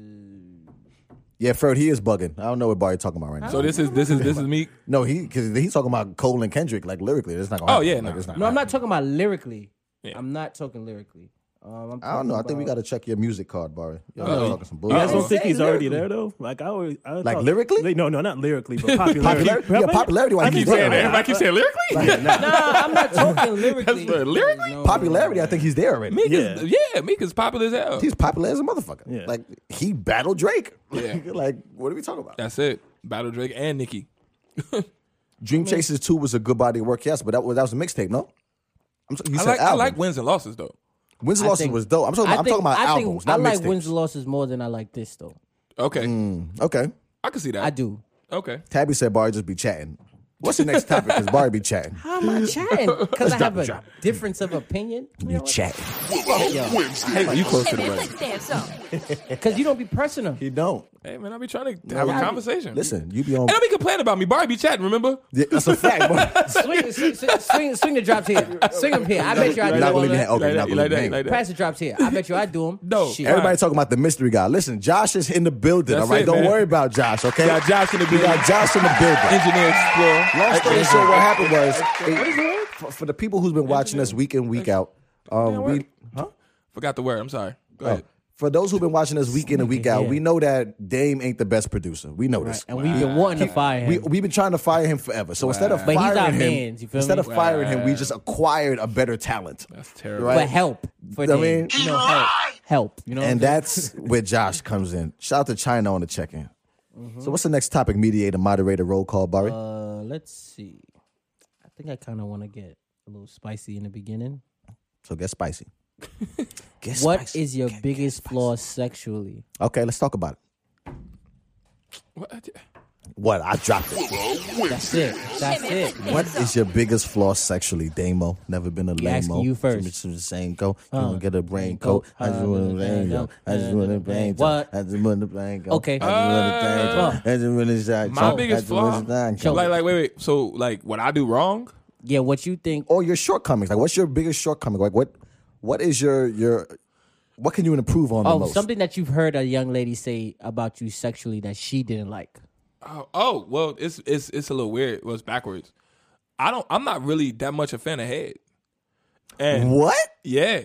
C: Yeah, Fred, he is bugging. I don't know what Barry talking about right now.
D: so this is this is this is Meek.
C: no, he because he's talking about Cole and Kendrick like lyrically. That's not. Gonna
D: Oh,
C: happen.
D: yeah,
C: like,
D: no.
C: it's not
A: No, I'm
C: gonna
A: not talking about lyrically.
D: Yeah.
A: I'm not talking lyrically. Um, I'm
C: I don't know. I
A: talking
C: think we
A: about-
C: got to check your music card, Barry. Y'all
D: Uh-oh.
C: talking some
B: you
C: bullshit.
B: guys don't think
A: Say
B: he's already
A: lyrically.
B: there though? Like I always, I
C: Oh. Like
B: thought-
C: lyrically?
B: Like, No, no, not
C: (laughs)
B: lyrically, but popularity.
C: yeah, popularity, why
B: I
C: you (laughs)
B: keep
C: keep
B: saying
C: saying
B: that.
D: Everybody keeps saying lyrically.
A: Nah, I'm not
D: (laughs)
A: talking lyrically.
D: That's what, lyrically?
A: No,
C: Popularity, I think he's there already.
D: Meek is yeah, Meek is popular as hell.
C: He's popular as a motherfucker.
B: Yeah.
C: Like he battled Drake.
D: Yeah.
C: (laughs) like what are we talking about?
D: That's it. Battle Drake and Nicki.
C: Dream Chasers Two was a good body of work, yes, but that was that was a mixtape, no? I'm so, you
D: I
C: said
D: like I
C: album.
D: like wins and losses though.
C: Wins and
A: I
C: Losses
A: think-
C: was dope. I'm talking
A: I
C: about, I'm
A: think-
C: talking about
A: I think
C: albums, not
A: I like
C: mixtapes. Mm.
A: wins and losses more than I like this though.
D: Okay.
C: Okay,
D: I can see that.
A: I do.
D: Okay.
C: Tabby said Barry just be chatting. What's the next topic? Because Barry be chatting.
A: How am (laughs) I chatting? Because I
C: drop
A: have
C: it,
A: a
C: drop
A: difference of opinion.
C: You chatting.
D: Hey, you close to the mic.
A: Because you don't be pressing
C: (laughs)
A: them.
C: You don't.
D: Hey, man, I be trying to have a
C: I-
D: conversation.
C: Listen, you be on.
D: And I be complaining about me. Barry be chatting, remember?
C: Yeah, That's a fact,
D: (laughs)
C: bro.
A: Swing, swing, swing, swing the drops here. Swing them here. I bet you I
C: You're
A: do all
C: not gonna leave me
A: that.
C: hang-
D: Like
C: okay, you're
D: that, like
C: not gonna
D: that,
C: leave me
D: like
C: hang.
D: that.
A: Pass the drops here. I bet you I do them.
D: No.
A: Shit.
C: Everybody talking about the mystery guy. Listen, Josh is in the building.
D: That's
C: all right,
D: it,
C: don't
D: man.
C: worry about Josh. Okay,
D: We got Josh in the
C: We
D: building.
C: got Josh in the building.
D: (laughs) Engineer Explorer.
C: Long story short, what happened was
D: word?
C: for, for the people who's been watching us week in week out, um, we
D: word. Forgot the word. I'm sorry. Go
C: oh,
D: ahead.
C: for those who've been watching us week in and week out,
A: Yeah.
C: we know that Dame ain't the best producer. We know this.
A: And we've been wanting to fire him.
C: We we've been trying to fire him forever. So instead of
A: But he's our
C: firing him,
A: mans, you feel
C: instead
A: me?
C: of firing him, we just acquired a better talent.
D: That's terrible.
A: but help. For
C: I
A: them.
C: mean-
A: you know, help. Help. You know
C: And
A: what I'm
C: that's where Josh comes in. Shout out to China on the check in. So, what's the next topic? Mediator, moderator, roll call, Barry.
A: saying? Uh, let's see. I think I kind of want to get a little spicy in the beginning.
C: so,
A: (laughs)
C: get spicy. get
A: What is
C: spicy.
A: your biggest flaw sexually?
C: Okay, let's talk about it.
D: What?
C: What? I dropped it.
A: That's it. That's it.
C: What is your biggest flaw sexually, Damo? Never been a lame
A: asking you first. Uh,
C: Just the same go. You don't get a brain coat. I just want a brain coat. I just want a brain coat.
A: What?
C: I just want a brain coat.
A: Okay. Uh,
C: I just want a thing. I just want a shot.
D: My biggest flaw. Like, like, wait, wait. So, like, what I do wrong?
A: Yeah, what you think?
C: or your shortcomings. Like, what's your biggest shortcoming? Like, what what is your your what can you improve on the
A: Oh,
C: most?
A: something that you've heard a young lady say about you sexually that she didn't like.
D: Oh, oh, well, it's it's it's a little weird. Well, it's backwards. I don't. I'm not really that much a fan of head. And
C: What?
D: yeah,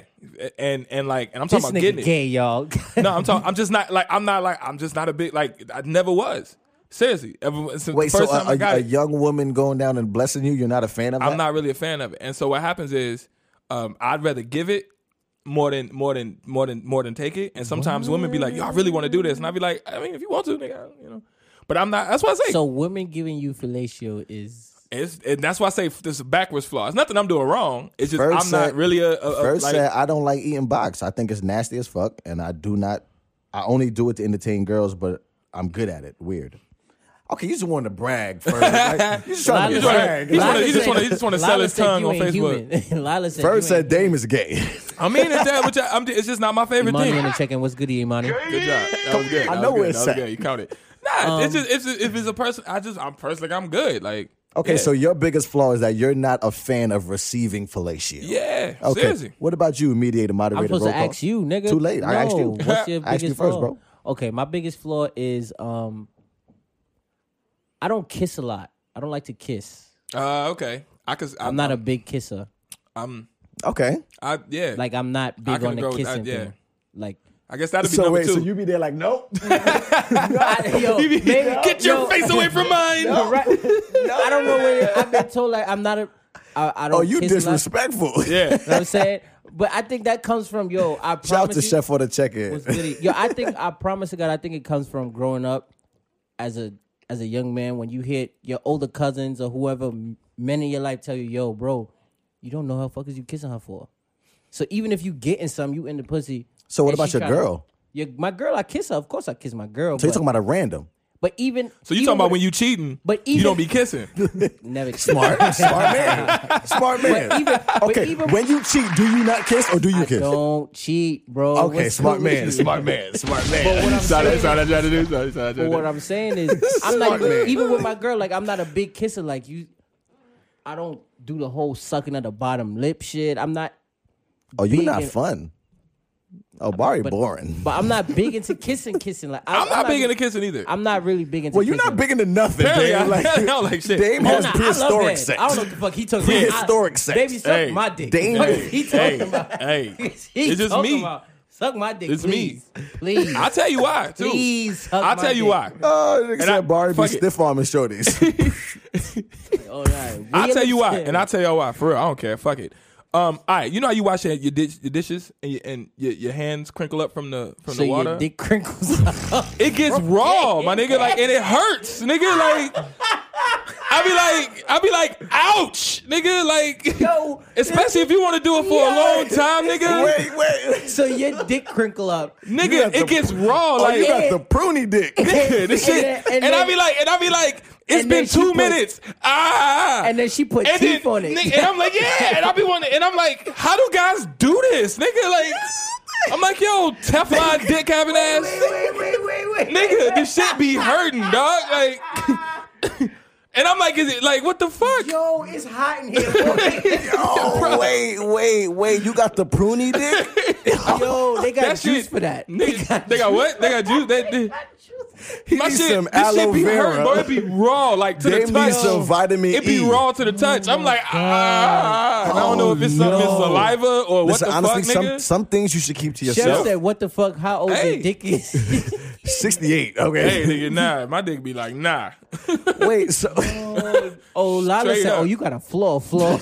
D: and and like, and I'm
A: This
D: talking about getting
A: nigga
D: it.
A: gay,
D: (laughs)
A: y'all.
D: No, I'm talking. I'm just not like. I'm not like. I'm just not a big like. I never was. Seriously, ever since
C: Wait,
D: the
C: so
D: first
C: a,
D: time I got
C: a, a
D: it,
C: young woman going down and blessing you, you're not a fan of that?
D: I'm not really a fan of it. And so what happens is, um, I'd rather give it more than more than more than more than take it. And sometimes women be like, "Yo, I really want to do this," and I'd be like, "I mean, if you want to, nigga, you know." But I'm not. That's why I say.
A: so women giving you fellatio is
D: it's, and that's why I say this is a backwards flaw. It's nothing I'm doing wrong. It's just
C: Ferg
D: I'm
C: said-
D: not really a, a, a
C: First
D: uh, like.
C: said, I don't like eating box. I think it's nasty as fuck, and I do not. I only do it to entertain girls, but I'm good at it. Weird. Okay, you just want to brag. First,
D: (laughs)
C: you just trying to
D: Lila said-
C: brag.
D: He just wanna-
A: Lila
D: he just
A: said-
D: wanna- he just wanna sell
A: Lila
D: his
A: said
D: tongue
A: you
D: on
A: ain't
D: Facebook.
A: human. (laughs) Lila said,
C: First
A: you
C: said
A: ain't
C: Dame is gay. (laughs)
D: I mean, it's that. Which I, I'm, it's just not my favorite
A: Imani
D: thing.
A: on the check-in. What's good, Imani?
D: (laughs) Good job. That was good.
C: I
D: That
C: know
D: was
C: where
D: good. That
C: it's
D: was
C: at.
D: good. You count it. Nah,
A: Um,
D: it's just it's just, if it's a person, I just I'm personally like, I'm good. Like
C: okay,
D: yeah.
C: so your biggest flaw is that you're not a fan of receiving fellatio.
D: yeah,
C: Okay.
D: seriously.
C: What about you, mediator, moderator?
A: I'm supposed
C: roll
A: to
C: call?
A: ask you, nigga.
C: Too late. I asked
A: No.
C: you.
A: (laughs) What's your
C: I asked you
A: biggest
C: first,
A: flaw?
C: bro.
A: Okay, my biggest flaw is um, I don't kiss a lot. I don't like to kiss.
D: Uh, okay. I cause I'm,
A: I'm not a big kisser.
D: I'm
C: Okay.
D: I yeah. Like
A: Like I'm not big
D: can
A: on the
D: agree with
A: kissing
D: that, yeah.
A: thing. Like
D: I guess that'd be
C: So
D: number
C: wait,
D: two.
C: so you be there like, nope.
A: (laughs)
D: (laughs)
A: I, yo, maybe,
D: Get
A: (laughs)
D: your
A: yo,
D: face away from mine.
C: (laughs)
A: Right. I don't know where I've been told like I'm not a. I, I don't.
C: Oh, you
A: kiss a lot.
C: disrespectful. (laughs)
D: Yeah.
A: You know what I'm saying? But I think that comes from yo. I promise
C: Shout out to
A: you,
C: Chef for the check in.
A: was
C: (laughs)
A: really- yo, I think I promise to God, I think it comes from growing up as a as a young man when you hit your older cousins or whoever m- men in your life tell you, yo, bro, you don't know how fuckers you kissing her for. So even if you getting some, you in the pussy.
C: So what
A: and
C: about
A: she
C: your
A: tryna-
C: girl?
A: Your, my girl, I kiss her. Of course, I kiss my girl.
C: So
A: but,
C: you're talking about a random.
A: but even
D: So you talking about when you cheating,
A: but
D: you
A: even-
D: don't
A: (laughs)
D: be kissing.
C: (laughs)
A: never
C: Smart. Smart man. Smart man.
A: But even- but
C: okay.
A: even-
C: when you cheat, do you not kiss or do you
A: I
C: kiss?
A: don't cheat, bro.
C: Okay,
A: What's
C: smart
A: good with
C: man.
A: you?
C: Smart man. Smart man.
A: But what I'm saying-
D: I tried to do. Sorry, sorry, I tried to
A: But
D: do.
A: what I'm saying
C: (laughs)
A: is, I'm
C: Smart
A: not
C: man.
A: even, even with my girl. Like I'm not a big kisser. Like you, I don't do the whole sucking of the bottom lip shit. I'm not,
C: Oh, you're
A: Big
C: not
A: and-
C: fun. Oh, Barry
A: but-
C: boring.
A: but I'm not big into kissing, kissing.
C: (laughs)
A: Like I,
D: I'm not big into kissing either.
A: I'm not really big into.
C: well, you're
A: kissing.
C: not big into nothing,
D: Apparently,
C: Dame.
D: I- (laughs) I don't like shit.
C: Dame
A: No,
C: has
A: nah, I love
C: prehistoric
A: that.
C: sex.
A: I don't know what the fuck he talking about.
C: Prehistoric
A: I-
C: sex.
A: Baby, suck
D: Hey,
A: my dick. (laughs)
C: Dame.
A: Fuck he talking
D: Hey,
A: about. (laughs)
D: hey.
A: He
D: It's just
A: talking
D: me.
A: about, Suck my dick,
D: It's me.
A: please. Please.
D: (laughs) I'll tell you why too.
A: Please suck
D: I'll
A: my
D: tell you
A: dick.
D: why.
C: Oh, except
D: I-
C: Barry be
D: fuck it.
C: stiff
D: (laughs)
C: arming shorties.
A: All right.
D: I'll tell you why,
A: Realistic.
D: and I'll tell y'all why. For real, I don't care. Fuck it. Um, all right, you know how you wash your your, dish, your dishes and your, and your, your hands crinkle up from the from
A: So
D: the
A: your
D: water.
A: dick crinkles. up.
D: it gets raw, my nigga. Like and it hurts, nigga. Like I be like, I be like, ouch, nigga.
A: (laughs)
D: Like,
A: Yo,
D: (laughs) especially if you want to do it for a long time, nigga.
A: (laughs)
C: Wait, wait.
A: So your dick crinkle up.
D: Nigga, it gets raw.
A: Oh,
D: Like,
C: You got the pruny (laughs)
D: (laughs)
C: dick.
D: nigga,
A: (laughs)
D: this
A: And
D: shit.
A: then-
D: And,
A: and
D: I
A: then-
D: be like, and I be like, it's
A: and then
D: been
A: she
D: two
A: put-
D: minutes. Ah.
A: And then she put
D: And
A: teeth
D: then-
A: on it.
D: nigga, and I'm like, yeah. And I be wondering, and I'm like, how do guys do this, nigga? Like, I'm like, yo, Teflon dick having ass,
A: wait, wait, wait, wait.
D: nigga. This shit be hurting, dog. Like, (laughs) and I'm like, is it like what the fuck?
A: Yo, it's hot in here.
C: Oh, wait, wait, wait. You got the pruny dick?
A: boy. Yo, they got
D: That
A: juice
D: shit-
A: for that.
D: Nigga, they got what? They got juice. They, they,
C: He
D: my
C: needs
D: shit,
C: some
D: this
C: aloe
D: shit be
C: vera.
D: hurt, bro. It be raw, like to
C: They
D: the
C: need
D: touch.
C: some vitamin
D: It be
C: E.
D: raw to the touch. I'm like, ah, and I don't know if it's something
C: Oh, no.
D: it's saliva or
C: Listen,
D: (laughs) what the
C: honestly,
D: fuck,
C: some,
D: nigga.
C: some things you should keep to
A: Chef
C: yourself.
A: said, "What the fuck? How old
D: Hey.
A: your dick
D: (laughs)
A: is?"
C: 68. Okay.
D: hey, nigga, nah. My dick be like, nah.
C: (laughs) Wait,
D: (laughs)
C: so
A: oh, Lala
D: Straight
A: said,
D: up.
A: "Oh, you got a flaw, flaw."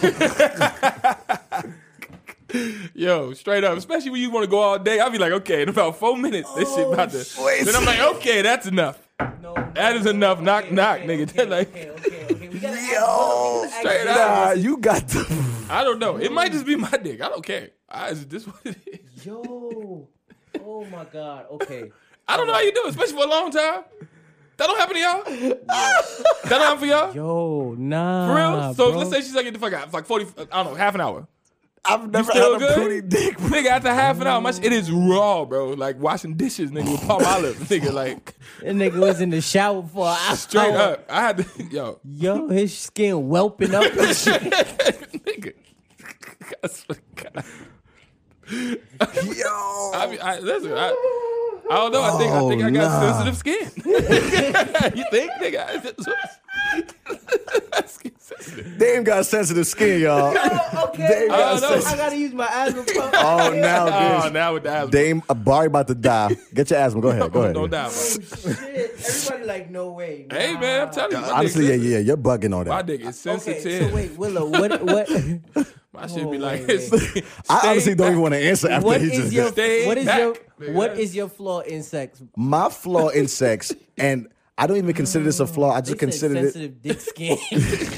D: Yo, straight up. Especially when you want to go all day. I'll be like, okay, in about four minutes, this shit about to.
C: wait.
D: Then I'm like, okay, that's enough.
A: no,
D: (laughs) That is enough.
A: (laughs)
D: knock, knock, nigga. (laughs) like,
A: okay, okay. We gotta
C: yo,
D: Straight
C: nah,
D: up.
C: you got the
D: I don't know. It might just be my dick. I don't care. I, is (laughs) this what it is?
A: Yo. Oh my God. Okay.
D: I don't know how you do it, especially for a long time. That don't happen to y'all. that don't happen for y'all.
A: Yo, nah.
D: For real? so
A: bro.
D: let's say she's like, get the fuck out. It's like 40, I don't know, half an hour.
C: I've never
D: still
C: had a
D: good? (laughs)
C: pruny dick.
D: Nigga, after half an hour, my shit, it is raw, bro. Like washing dishes, nigga, with palm olive, (laughs) nigga. Like,
A: that nigga was in the shower for an hour.
D: straight up. I had to, (laughs) yo,
A: Yo, his skin whelping up. (laughs) and shit.
D: nigga. (laughs) I swear to God.
C: Yo. (laughs)
D: I, mean, I listen. I, I don't know. I think I think I got
C: Oh, nah.
D: sensitive skin. (laughs) you think, nigga? (laughs) Skin sensitive.
C: They ain't got sensitive
D: (laughs)
C: skin, y'all.
A: Oh, okay.
C: They got
D: I don't know.
A: I
C: sensitive.
A: gotta use my
C: (laughs)
A: asthma pump.
C: Oh, now
D: Oh,
C: this.
D: now with the asthma.
C: Dame Barry about to die. Get your asthma. Go
D: (laughs)
C: ahead. Go ahead.
D: Don't die. bro.
A: Oh, shit. Everybody like, no way. Nah.
D: Hey man, I'm telling you. my dick
C: Honestly, yeah,
D: sensitive.
C: yeah, you're bugging on
D: My
C: that.
D: dick is
A: Okay,
D: sensitive.
A: so wait, Willow, what
D: (laughs)
A: what
D: I should
A: Oh,
D: be like,
A: wait,
D: stay
C: I honestly don't even want to answer after
A: what
C: he
A: is
C: just
A: your
D: Stay
A: what is
D: back,
A: your
D: nigga.
A: what is your flaw in sex?
C: my flaw
A: (laughs)
C: in sex, and I don't even consider this a flaw. I
A: They
C: just
A: said
C: considered it.
A: sensitive dick
C: (laughs)
A: skin.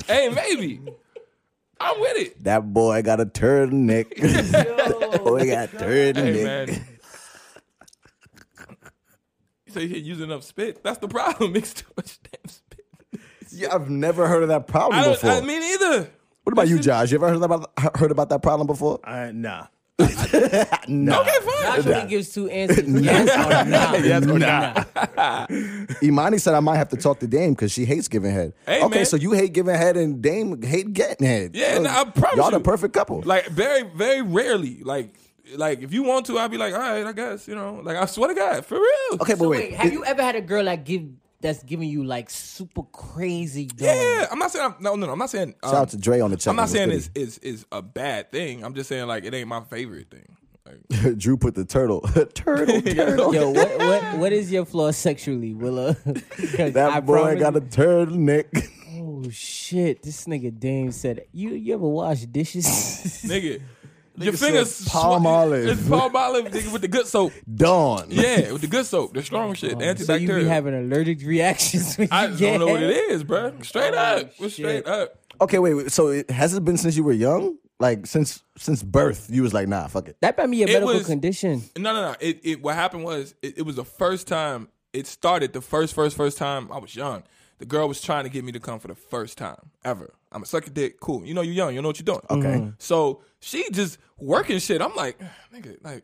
D: Hey, maybe. I'm with it.
C: That boy got
A: (laughs)
C: a turtleneck. (laughs)
A: Yo,
C: boy got
D: Hey
C: turtleneck.
D: man. (laughs) You say you're using enough spit. That's the problem. (laughs) Mix too much damn spit.
C: Yeah, I've never heard of that problem
D: I don't.
C: before.
D: I mean either.
C: what about you, Josh? You ever heard about heard about that problem before?
B: I, nah.
D: Okay, fine.
A: Josh only gives two
C: (laughs)
A: answers. yes or no.
C: Yes (laughs) or (laughs) Imani said I might have to talk to Dame because she hates giving head.
D: Hey,
C: okay,
D: man.
C: so you hate giving head and Dame hate getting head.
D: Yeah,
C: So
D: nah, I promise
C: y'all the
D: you.
C: perfect couple.
D: Like very, very rarely. Like, like if you want to, I'd be like, all right, I guess. You know, like I swear to God, for real.
C: okay, but
A: So
C: wait,
A: wait, have you ever had a girl like give that's giving you like super crazy? Dog?
D: Yeah, I'm not saying. I'm, no, no, no, I'm not saying. Um,
C: shout out to Dre on the chat.
D: I'm not saying
C: this.
D: it's is is a bad thing. I'm just saying like it ain't my favorite thing. Like,
C: (laughs) Drew put the turtle,
D: (laughs)
C: turtle, turtle.
A: Yo, what, what what is your flaw sexually, Willow? (laughs) that
C: that boy got a turtleneck. (laughs)
A: Oh shit! This nigga Dame said, "You you ever wash
D: (laughs)
A: dishes?" (laughs)
C: (laughs)
D: nigga, your
C: said
D: fingers sw-
C: palm olive.
D: It's palm olive, nigga, with the good soap.
C: Dawn.
D: Yeah, with the good soap, the strong shit, the
A: Oh, so you be
D: antibacterial.
A: having allergic reactions when you (laughs)
D: I
A: get
D: don't know what
A: head?
D: it is, bro. Straight
A: Oh,
D: up,
A: shit.
D: straight up.
C: Okay, wait, wait. So it has it been since you were young? Like since since birth, you was like, nah, fuck it.
A: That might be a medical
D: was-
A: condition.
D: No, no, no. It, it what happened was it, it was the first time it started. The first, first, first time I was young. The girl was trying to get me to come for the first time ever. I'm a sucker dick. Cool. You know you're young. You know what you're doing. Okay.
C: Mm-hmm.
D: So she just working shit. I'm like, (sighs) nigga, like,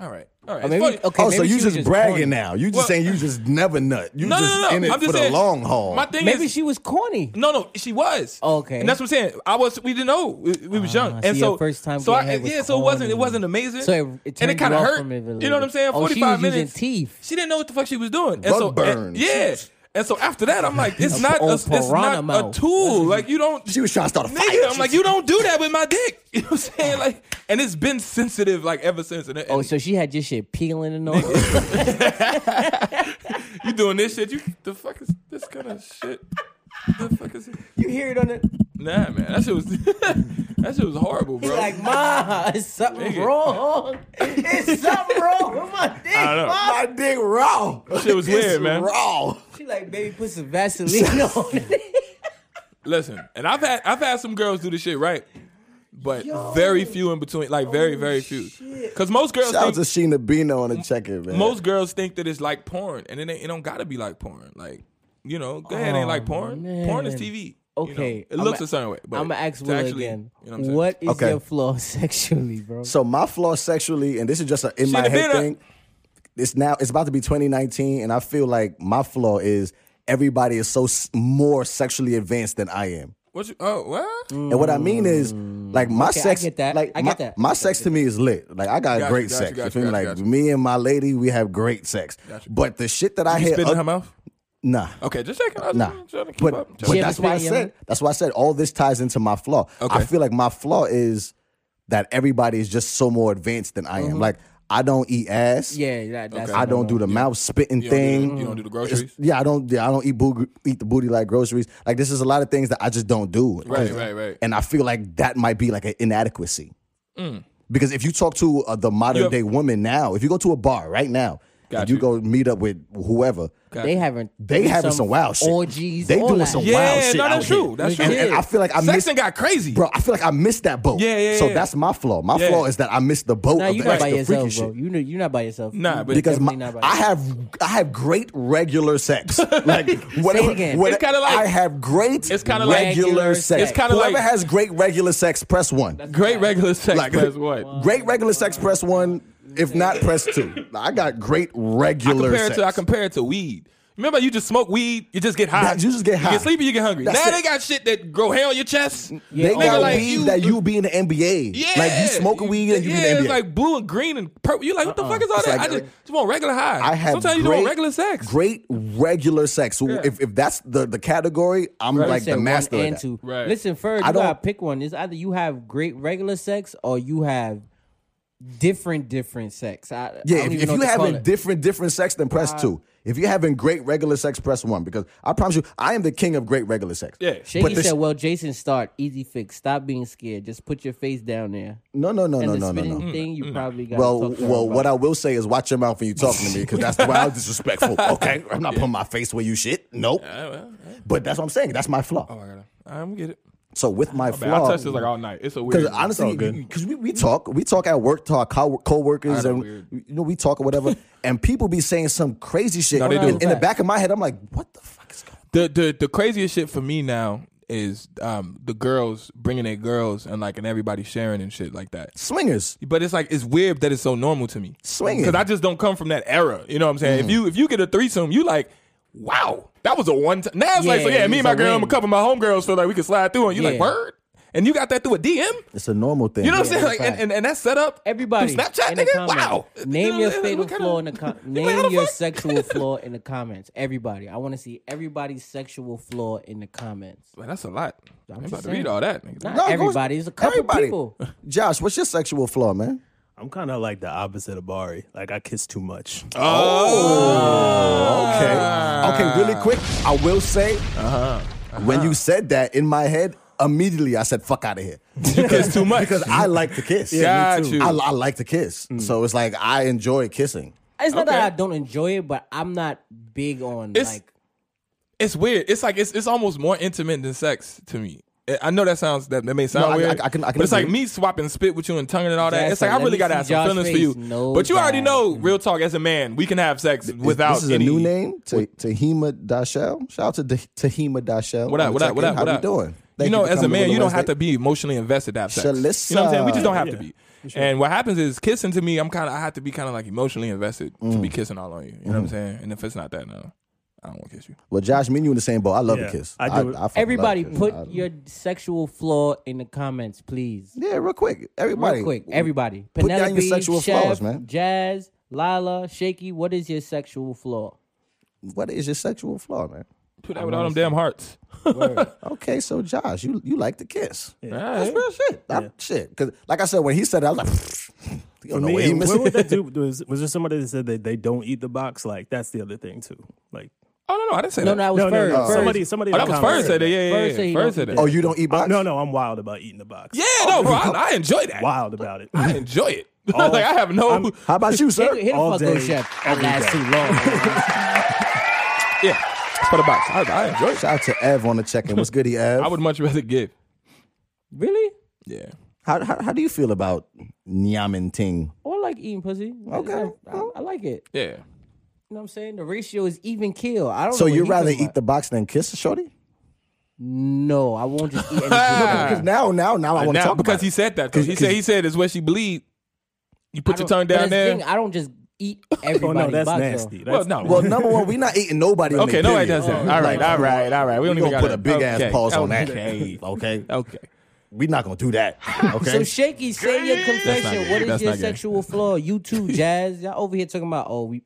D: all right, all right. It's
A: maybe-
D: funny.
A: okay,
C: oh,
A: maybe
C: so
A: she
C: you
A: was
C: just,
A: just
C: bragging
A: corny.
C: now? You just
D: Well-
C: saying you just never nut. You
D: (laughs) No, no,
C: just
D: no, no.
C: in it
D: I'm just
C: for
D: saying,
C: the long haul.
D: My thing
A: Maybe
D: is,
A: she was corny.
D: No, no, she was.
A: Okay.
D: and that's what I'm saying. I was. We didn't know. We, we was young,
A: Ah,
D: and
A: so
D: so
A: your first time
D: So
A: getting
D: I,
A: head was
D: yeah, so it wasn't. It
A: corny.
D: wasn't amazing.
A: So it- it
D: and
A: turned
D: it
A: you
D: kind of
A: off
D: hurt.
A: from it a little
D: you know what I'm
A: bit.
D: saying?
A: Oh, she
D: Forty five
A: was using
D: minutes.
A: teeth.
D: She didn't know what the fuck she was doing. And
C: Rug
D: so and-
C: burn.
D: yeah. And so after that, I'm like, it's not.
A: on
D: A, it's not
A: piranha
D: a
A: mouth.
D: tool. Like you don't.
C: (laughs) she was trying to start a fight.
D: Nigga, I'm like, you don't do that with my dick. (laughs) You know what I'm saying? Like, and it's been sensitive like ever since. And, and
A: Oh, so she had your shit peeling and all.
D: you doing this shit? You the fuck is this kind of shit? The fuck is it?
A: (laughs) you hear it on it?
D: Nah, man, that shit was (laughs) that shit was horrible, bro.
A: Like, ma, (laughs) it's something
D: Nigga.
A: wrong. It's something wrong with my dick.
D: I don't know.
A: Ma.
C: (laughs) my dick raw.
D: shit was
C: (laughs)
D: (laughs)
C: It's
D: weird, man.
C: Raw.
D: (laughs)
A: She like, baby, put some Vaseline on it.
D: Listen, and I've had I've had some girls do this shit right, but very few in between. Like
A: Oh,
D: very very few. Because most girls
C: Shout out
D: think,
C: to Sheena Bino on the check-in, man.
D: most girls think that it's like porn, and it ain't, it don't gotta be like porn. Like you know, go ahead, ain't like porn. Porn is
A: Oh, man.
D: TV. you know.
A: Okay,
D: it looks
A: I'ma-
D: a certain way. But
A: I'm gonna ask
D: to
A: Will
D: actually-
A: again.
D: You know what I'm saying?
A: what is
C: Okay.
A: your flaw (laughs) sexually, bro?
C: So my flaw sexually, and this is just an in my
D: Sheena
C: head
D: Bino.
C: thing. It's now it's about to be 2019, and I feel like my flaw is everybody is so s- more sexually advanced than I am.
D: What you? Oh, what?
A: Mm.
C: And what I mean is, like my
A: Okay, I
C: sex,
A: get that.
C: like
A: I
C: my,
A: get that.
C: my sex to me is lit. Like I got
D: Got you,
C: great
D: got you,
C: sex.
D: got
C: You
D: you,
C: feel
D: got
C: me?
D: you,
C: Like
D: got you.
C: me and my lady, we have great sex. But the shit that I
D: You
C: hear,
D: spit in
C: oth-
D: her mouth?
C: nah,
D: Okay, just checking. I was
C: uh, Nah,
D: just trying to keep
C: but,
D: up.
C: but
A: She
C: that's
A: ever
C: why I
A: spit in your
C: said
A: mouth?
C: that's why I said all this ties into my flaw. I
D: Okay.
C: feel like my flaw is that everybody is just so more advanced than I am.
D: Mm-hmm.
C: Like I don't eat ass.
A: yeah, that, that's
D: Okay.
C: I don't do the mouth spitting
D: You don't do the-
C: thing.
D: you don't do the
C: It's-
D: groceries.
C: yeah, I don't. Yeah, I don't eat boo- eat the booty like groceries. Like this is a lot of things that I just don't do.
D: Right, right, right.
C: And I feel like that might be like an inadequacy.
D: Mm.
C: Because if you talk to uh, the modern
D: Yep.
C: day woman now, if you go to a bar right now,
D: Got
C: and you,
D: you.
C: go meet up with whoever,
A: They haven't.
C: they having some, wild shit.
A: Orgies.
C: They
A: all
C: doing
A: that.
C: some wild
D: Yeah,
C: shit.
D: no,
C: out
D: that's
C: here.
D: true. That's
C: And,
D: true.
C: and I feel like I
D: Sexing
C: missed,
D: got crazy.
C: bro. I feel like I missed that boat.
D: Yeah, yeah,
C: So
D: yeah.
C: that's my flaw. My
D: Yeah.
C: flaw is that I missed the boat
A: Nah,
C: of
A: you
C: the
A: not by
C: extra freaky
A: yourself,
C: shit
A: bro. You know, you're not by yourself.
D: Nah,
A: You
D: but-
C: because my,
A: definitely not by
C: I
A: yourself.
C: have I have great
D: (laughs)
C: regular sex. Like whatever,
A: again.
C: what-
D: It's kinda like-
C: I have great
D: It's kinda like-
C: regular
A: Regular
C: sex.
A: sex.
D: It's kinda
C: whoever
D: like-
C: has great regular sex, press one.
D: Great regular sex
C: Like-
D: press what?
C: great regular sex, press one. If not, press
D: (laughs)
C: two. I got great
D: I
C: regular
D: compare it
C: sex.
D: to I compare it to weed. Remember, you just smoke weed, you just get high.
C: Nah, you just get high.
D: You get sleepy, you get hungry.
C: That's
D: now
C: it.
D: they got shit that grow hair on your chest.
C: they
D: Nigga,
C: got
D: like,
C: weed
D: you-
C: that you be in the NBA.
D: Yeah,
C: Like you smoking weed and you
D: yeah,
C: be in the NBA.
D: it's like blue and green and purple. You're like, what the fuck is all that?
C: like-
D: I just, just want regular high.
C: I have
D: sometimes you
C: great,
D: don't want regular sex.
C: Great regular sex. So
D: Yeah.
C: if, if that's the, the category, I'm
A: You
C: like
A: said
C: the
A: one
C: master of
A: and
C: that.
A: two.
D: Right.
A: Listen, first
C: I
A: you gotta
C: don't-
A: pick one. It's either you have great regular sex or you have different different sex. I, I
C: Yeah,
A: don't
C: if,
A: even
C: if
A: know
C: you
A: what to call
C: having
A: it.
C: different different sex, then press two. If you're having great regular sex, press one. Because I promise you, I am the king of great regular sex.
D: Yeah.
A: Shaky
C: the sh-
A: said, "Well, Jason, start easy fix. Stop being scared. Just put your face down there."
C: No, no, no,
A: And
C: no,
A: the
C: no, no,
A: spinning
D: Mm.
C: no.
A: thing, you probably got.
C: Well, well, what I will say is watch your mouth when you talking to me because
A: (laughs)
C: that's wild disrespectful. Okay, I'm not putting my face where you shit. Nope. But that's what I'm saying. That's my
D: Oh
C: flaw.
D: I'm get it.
C: So with my
D: Oh, Man, I
C: flaw,
D: touched this like all night. It's a weird.
C: Because honestly,
B: all good.
C: because we, we talk, we talk at work to our co-
D: Alright,
C: coworkers, and
D: weird.
C: you know we talk
D: (laughs)
C: or whatever, and people be saying some crazy shit.
D: No, they
C: And
D: do.
C: In the back of my head, I'm like, what the fuck is going? on?
D: the the the craziest shit for me now is um the girls bringing their girls and like and everybody sharing and shit like that.
C: Swingers.
D: But it's like it's weird that it's so normal to me.
C: Swinging.
D: Because I just don't come from that era. You know what I'm saying? If you if you get a threesome, you like, wow, that was a one time. Now it's like, so
A: Yeah,
D: yeah, me
A: it's
D: and my
A: a
D: girl and a
A: win.
D: couple of my homegirls feel like we can slide through and you
A: Yeah.
D: like, word? And you got that through a DM?
C: It's a normal thing.
D: You know what I'm saying?
A: that's
D: Like,
A: right.
D: and, and, and that's set up. through
A: Everybody,
D: Snapchat,
A: in the
D: nigga?
A: comments,
D: Wow.
A: Name your
D: (laughs) What
A: fatal
D: kinda-
A: flaw in the com-
D: You like, how
A: name
D: the
A: your
D: fuck? (laughs)
A: sexual flaw in the comments. Everybody, I want to see everybody's sexual flaw in the comments.
D: Well, that's a lot. I'm,
A: just
D: about to
A: saying.
D: read all that. Nigga.
A: Not
C: (laughs) No, go-
A: everybody. It's a couple
C: everybody.
A: people.
C: (laughs) Josh, what's your sexual flaw, man?
B: I'm kind of like the opposite of Bari. Like I kiss too much.
C: Okay, okay. Really quick, I will say,
D: Uh-huh.
C: when you said that in my head, immediately I said, "Fuck out of here,"
D: You kiss too much.
C: because
D: (laughs)
C: I like to kiss.
D: Yeah, me Got too. Mm. you.
C: I, I like to kiss. So it's like I enjoy kissing.
A: It's not
D: Okay.
A: that I don't enjoy it, but I'm not big on
D: It's-
A: like.
D: it's weird. It's like it's it's almost more intimate than sex to me. I- I know that sounds that, that may sound
C: I-
D: weird.
C: I- I can- I can
D: but it's like
C: agree.
D: me swapping spit with you and tonguing and all that.
A: Yes,
D: it's like
A: sir.
D: I
A: Let
D: really
A: me
D: gotta
A: see
D: have
A: Josh's
D: some
A: face.
D: feelings for you.
A: No
D: but you already
A: doubt.
D: know, real talk, as a man, we can have sex without
C: this is
D: any
C: a new name to Tahima Dashell. Shout out to De- Tahima Dashell.
D: What up? What up? What up?
C: How
D: What
C: you
D: up?
C: doing? Thank
D: you know,
C: for
D: as a
C: coming to
D: man, you
C: Willow
D: don't have
C: Wednesday.
D: to be emotionally invested to have sex. You know what I'm saying? We just don't have to be. And what happens is kissing to me, I'm kind of I have to be kind of like emotionally invested to
C: Mm.
D: be kissing all on you. You know what I'm saying? And if it's not that, no, I don't want to kiss you.
C: Well, Josh, me and you in the same boat. I love
B: Yeah,
C: a kiss.
B: I do it.
C: fucking love a
A: Everybody,
C: kiss.
A: put
C: I-
A: your sexual flaw in the comments, please.
C: yeah, real quick. Everybody,
A: Real quick, everybody.
C: Put down your
A: Penelope,
C: sexual
A: Chef,
C: flaws, man.
A: Jazz, Lila, Shaky. What is your sexual flaw?
C: What is your sexual flaw, man?
D: Put that with all them damn hearts.
C: Okay, so Josh, you you like to kiss?
D: All right.
C: That's real shit. That shit. Because like I said, when he said it, I was like, you
B: For
C: don't know
B: me,
C: what he
B: and what
C: missing.
B: would that do? Was, was there somebody that said that they don't eat the box? Like that's the other thing too. Like
D: Oh no, no, I didn't say
A: No,
D: that.
A: no, that was
B: no, no,
A: first.
B: no.
A: first.
B: Somebody, somebody.
D: Oh,
B: in
D: that
B: the
D: was
B: comments
D: first said that. Yeah, yeah,
A: First
D: yeah.
A: said he
D: First
A: don't
D: said that.
C: Oh, you don't eat box?
B: Uh, No, no, I'm wild about eating the box.
D: Yeah, no, bro. I, I enjoy that.
B: wild about
A: (laughs)
B: it.
D: I enjoy it. (laughs)
C: Oh.
D: like I have no.
B: I'm-
C: How about you,
A: Hit,
C: sir?
A: hit the
B: All
A: fuck up,
B: (laughs) day,
A: Chef. That
B: every
A: lasts
B: day.
A: too long.
D: (laughs) yeah. for the box.
C: Oh,
D: I, I enjoy it.
C: Shout out to Ev on the check-in. What's good, Ev?
D: I would much rather give.
A: Really?
D: Yeah.
C: how, how how do you feel about Nyamen Ting?
A: Or like eating pussy.
C: Okay.
A: I, I, I like it.
D: Yeah.
A: You know what I'm saying? The ratio is even kill. I don't
C: So
A: know what
C: you'd
A: he
C: rather
A: talking about.
C: eat the box than kiss a shorty?
A: No, I won't just eat anything.
C: Because now, now, now I want to
D: Uh, Now,
C: talk
D: because
C: about
D: he
C: it.
D: said that. Though. He said he said it's what she believed. You put your tongue
A: But
D: down
A: that's the
D: there.
A: thing, I don't just eat
B: Oh
A: everybody's
B: no, that's
A: box,
B: nasty.
A: though.
B: That's
D: well, no.
C: Well, number one, we not eating nobody. on
D: okay,
C: their
D: no, it
C: period.
D: doesn't. All right, all right, all right. We don't
C: We
D: even
C: Oh, gonna
D: got
C: put a big ass pause on that.
D: Okay.
C: Okay,
D: (laughs) Okay.
C: we not gonna
D: (laughs)
C: do that.
A: So
C: Okay,
A: shaky, say your
D: That's not
A: confession.
D: gay.
A: What is
D: That's
A: your
D: not gay.
A: sexual flaw? You too, Jazz. Y'all over here talking about oh we.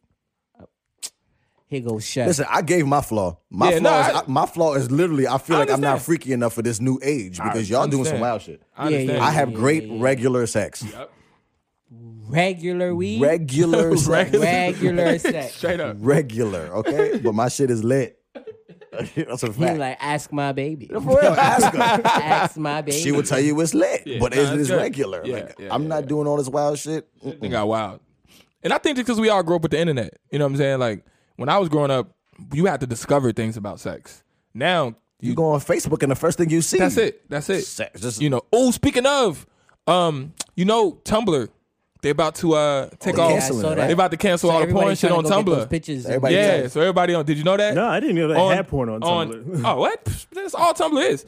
A: Here goes Chef.
C: listen, I gave my flaw. My
D: Yeah,
C: flaw,
D: no,
C: is,
D: I-
C: I- my flaw is literally. I feel
D: I
C: like I'm not
D: understand.
C: freaky enough for this new age because y'all doing
D: understand.
C: some wild shit.
D: I understand.
A: yeah,
C: I
A: yeah.
C: have great regular sex.
A: regular weed,
D: (laughs)
C: Regular, sex.
D: Regular.
A: regular sex.
D: Straight up.
C: (laughs) regular. Okay, but my shit is lit. (laughs) That's a
A: He
C: fact.
A: like ask my baby.
C: Ask her.
A: (laughs) ask my baby.
C: She would tell you it's lit, but
D: nah,
C: it's,
D: that's
C: it's
D: good.
C: regular.
D: Yeah,
C: like
D: yeah,
C: I'm
D: yeah, Mm-hmm.
C: not doing all this wild shit. Mm.
D: It got wild. And I think it's because we all grew up with the internet. You know what I'm saying? Like when I was growing up, you had to discover things about sex. Now you,
C: You go on Facebook and the first thing you see.
A: Hmm.
D: that's it. That's it.
C: Sex. Just,
D: You know. Oh, speaking of, um, you know Tumblr, they about to uh take
C: they
A: Oh,
D: off.
C: canceling it, right?
D: They about to cancel all the porn shit on Tumblr.
A: Pictures.
C: Everybody-
D: yeah.
C: Yeah.
D: So everybody on. Did you know that?
B: No, I didn't know they had porn
D: (laughs)
B: on Tumblr. (laughs) Uh,
D: oh, what? Psh, That's all Tumblr is.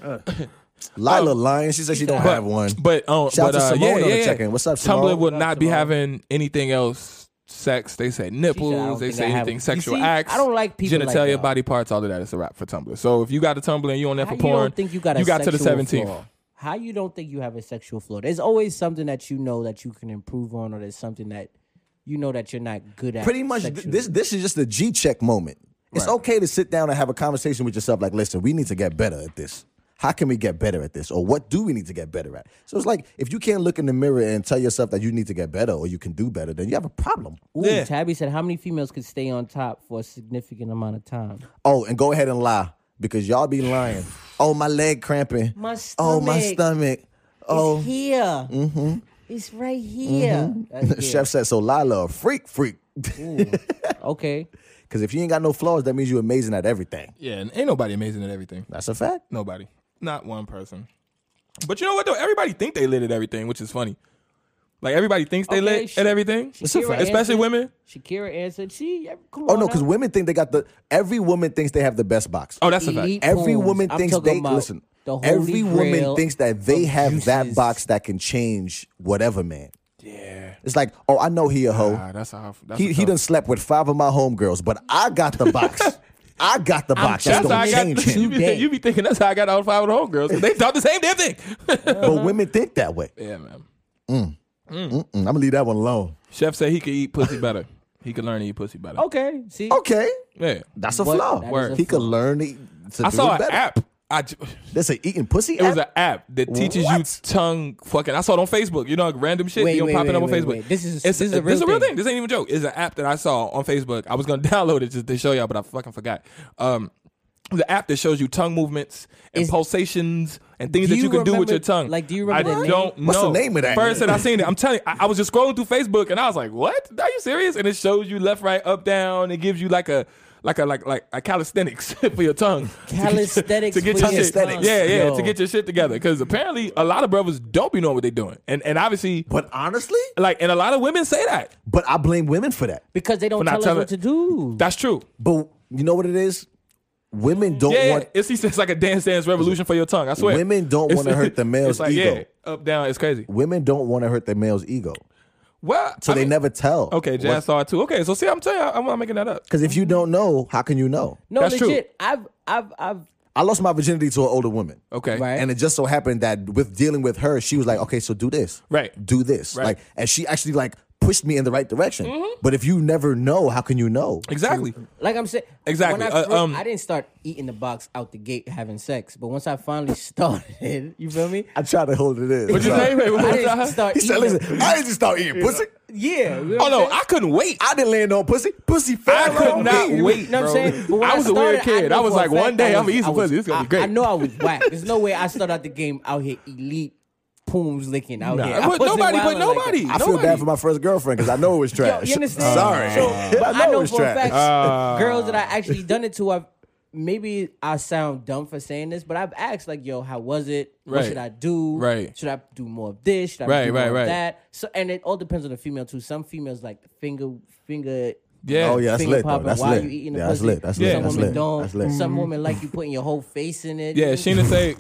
C: Lila lying. She said she don't
D: But-
C: have one.
D: But um,
C: Shout out
D: but,
C: to
D: uh,
C: Simone
D: yeah,
C: on the
D: yeah, yeah.
C: check-in. What's up,
D: Tumblr
C: Simone?
D: will not be having anything else. Sex. They say nipples.
A: don't
D: They
A: think
D: say
A: I have-
D: anything
A: You
D: sexual
A: see,
D: acts.
A: I don't like people like
D: Genitalia,
A: that.
D: body parts. All of that is a wrap for Tumblr. So if you got a Tumblr and you on there
A: How
D: for
A: you
D: porn,
A: don't think you got a
D: to the
A: sexual
D: 17th.
A: flaw? How you don't think you have a sexual flaw? There's always something that you know that you can improve on, or there's something that you know that you're not good at.
C: Pretty much, th-
A: sexually.
C: this this is just a G check moment. It's okay to sit down and have a conversation with yourself. Like, listen, we need to get better at this. How can we get better at this? Or what do we need to get better at? So it's like if you can't look in the mirror and tell yourself that you need to get better or you can do better, then you have a problem.
A: Ooh,
D: Yeah.
A: Tabby said, "How many females could stay on top for a significant amount of time?"
C: Oh, and go ahead and lie because y'all be
D: (sighs)
C: lying. Oh, my leg cramping.
A: My
C: Oh, my
A: stomach.
C: stomach. Oh,
A: It's here. Mm-hmm. It's right here.
C: (laughs)
A: That's it.
C: Chef said, so Lila, a freak, freak. (laughs)
A: Okay.
C: Because if you ain't got no flaws, that means you're amazing at everything.
D: Yeah, and ain't nobody amazing at everything.
C: That's a fact.
D: Nobody. Not one person. But you know what though? Everybody think they lit at everything, which is funny. Like everybody thinks they
A: Okay,
D: lit
A: sh-
D: at everything,
A: Shakira
D: especially
A: answered-
D: women.
A: Shakira answered, "She, come on
C: Oh no, because
A: now.
C: women think they got the. Every woman thinks they have the best box.
D: Oh, that's a fact.
A: Elite
C: every
A: forms.
C: woman
A: I'm
C: thinks
A: talking
C: they
A: about
C: listen.
A: the holy
C: Every woman
A: grail
C: thinks that they
A: of
C: have that
A: juices.
C: box that can change whatever man.
D: Yeah,
C: It's like, oh, I know he a hoe.
D: Ah, that's a how. That's
C: he
D: a
C: he
D: tough-
C: done slept with five of my homegirls, but I got the
A: (laughs)
C: box. I got the box.
D: That's
C: That's
D: how I
C: gonna
D: got.
C: change
D: (laughs) You
C: him.
D: be, you be thinking that's how I got all five of the
A: (laughs)
D: homegirls. 'cause They thought the same damn thing.
C: but women think that way.
D: yeah, man.
C: I'm
A: Mm,
C: gonna leave that one alone.
D: Chef said he could eat pussy better. He could learn to eat pussy better.
A: Okay. See,
C: Okay,
D: Yeah.
C: that's a
A: What?
C: flaw.
A: That is a
C: he
A: flaw.
C: could learn to, to
D: I
C: do
D: saw
C: it
D: an
C: better.
D: app. I j-
C: That's an eating pussy.
D: it was an
C: app?
D: app that teaches you
C: What?
D: tongue fucking. I saw it on Facebook. You know, like random shit
A: Wait,
D: you know,
A: wait,
D: popping
A: wait,
D: up on
A: wait,
D: Facebook.
A: wait. This is-
D: It's-
A: this is a
D: this
A: real
D: real
A: thing.
D: thing. This ain't even a joke. It's an app that I saw on Facebook. I was gonna (laughs) download it just to show y'all, but I fucking forgot. Um, the app that shows you tongue movements and
A: Is-
D: pulsations and things
A: Do
D: that you,
A: you
D: can do with
A: remember-
D: your tongue.
A: like, do you remember
D: I
A: the name?
D: don't know.
C: What's the name of that?
D: First that I seen it, I'm telling you, I, I was just scrolling through Facebook and I was like, "What? Are you serious?" And it shows you left, right, up, down. It gives you like a like a like like a calisthenics (laughs) for your tongue.
A: (laughs) Calisthenics
D: (laughs) to get
A: for
D: your
A: your
D: shit.
A: tongue.
D: Yeah, yeah,
A: Yo.
D: to get your shit together. Because apparently a lot of brothers don't be knowing what they're doing, and and obviously,
C: But honestly,
D: like, and a lot of women say that.
C: but I blame women for that.
A: because they don't
D: not
A: tell us
D: telling-
A: what to do.
D: That's true.
C: But you know what it is? Women don't
D: Mm-hmm. Yeah,
C: want
D: it's, it's like a dance dance revolution for your tongue. I swear.
C: Women don't
D: It's-
C: wanna hurt the male's
D: it's like,
C: ego.
D: Yeah, up down, it's crazy.
C: women don't want to hurt their male's ego.
D: Well,
C: So
D: I
C: they
D: mean-
C: never tell.
D: Okay, Jazz saw it too. Okay, so see, I'm telling you, I'm not making that up.
C: Because if you don't know, how can you know?
A: No,
D: That's true.
A: legit. I've, I've, I've.
C: I lost my virginity to an older woman.
D: Okay,
A: Right.
C: And it just so happened that with dealing with her, she was like, okay, so do this.
D: Right.
C: Do this.
D: Right. Mm-hmm.
C: Like, and she actually like pushed me in the right direction. But if you never know, how can you know?
D: exactly.
A: Like I'm saying,
D: Exactly.
A: When I,
D: Uh,
A: first-
D: um,
A: I didn't start eating the box out the gate having sex, but once I finally (laughs) started, you feel me?
C: I try to hold it in.
D: What you say? Wait, what
A: I
D: was
A: didn't
D: that?
A: start.
C: He said,
A: eating
C: listen, I didn't just start eating pussy.
A: the- yeah. you know
D: Oh
A: what I'm
D: no,
A: saying?
D: I couldn't wait.
C: I didn't land on pussy. Pussy fell
D: I could
C: on
D: not
C: me.
D: wait.
A: You know what I'm
D: bro.
A: saying? But when
D: I was a
A: started,
D: weird kid.
A: knew
D: I was
A: for a
D: like, one
A: fact
D: day
A: I
D: I'm gonna
A: was-
D: eat
A: I
D: some
A: was-
D: pussy. It's gonna be
A: I-
D: great.
A: I know I was whack. There's no way I started out the game out here elite, pooms licking out here.
D: Nah,
A: I
D: but
A: wasn't
D: nobody, but
A: wilding like
D: nobody.
A: that.
C: I feel bad for my first girlfriend because I know it was
A: Yo,
C: trash.
A: you understand?
C: Sorry.
A: So, but
C: I
A: I
C: know
A: know
C: it's
A: for a
D: Ah.
C: trash. Uh,
A: fact, girls that I actually done it to, I've maybe I sound dumb for saying this, but I've asked like, "Yo, how was it? What
D: Right.
A: should I do?
D: Right.
A: Should I do more of this? Should I
D: Right,
A: do
D: right,
A: more
D: right.
A: of that?" So, and it all depends on the female too. Some females like finger, finger.
D: Yeah.
C: Oh yeah, that's
A: finger
C: lit. Though.
A: popping
C: That's
A: while
C: lit.
A: you eating the
C: yeah, that's
A: pussy.
C: lit. That's
A: Some
C: lit.
D: Yeah.
C: That's
A: women
C: lit.
A: don't.
C: That's lit.
A: Some women like you putting your whole face in it.
D: Mm-hmm. Yeah, Sheena say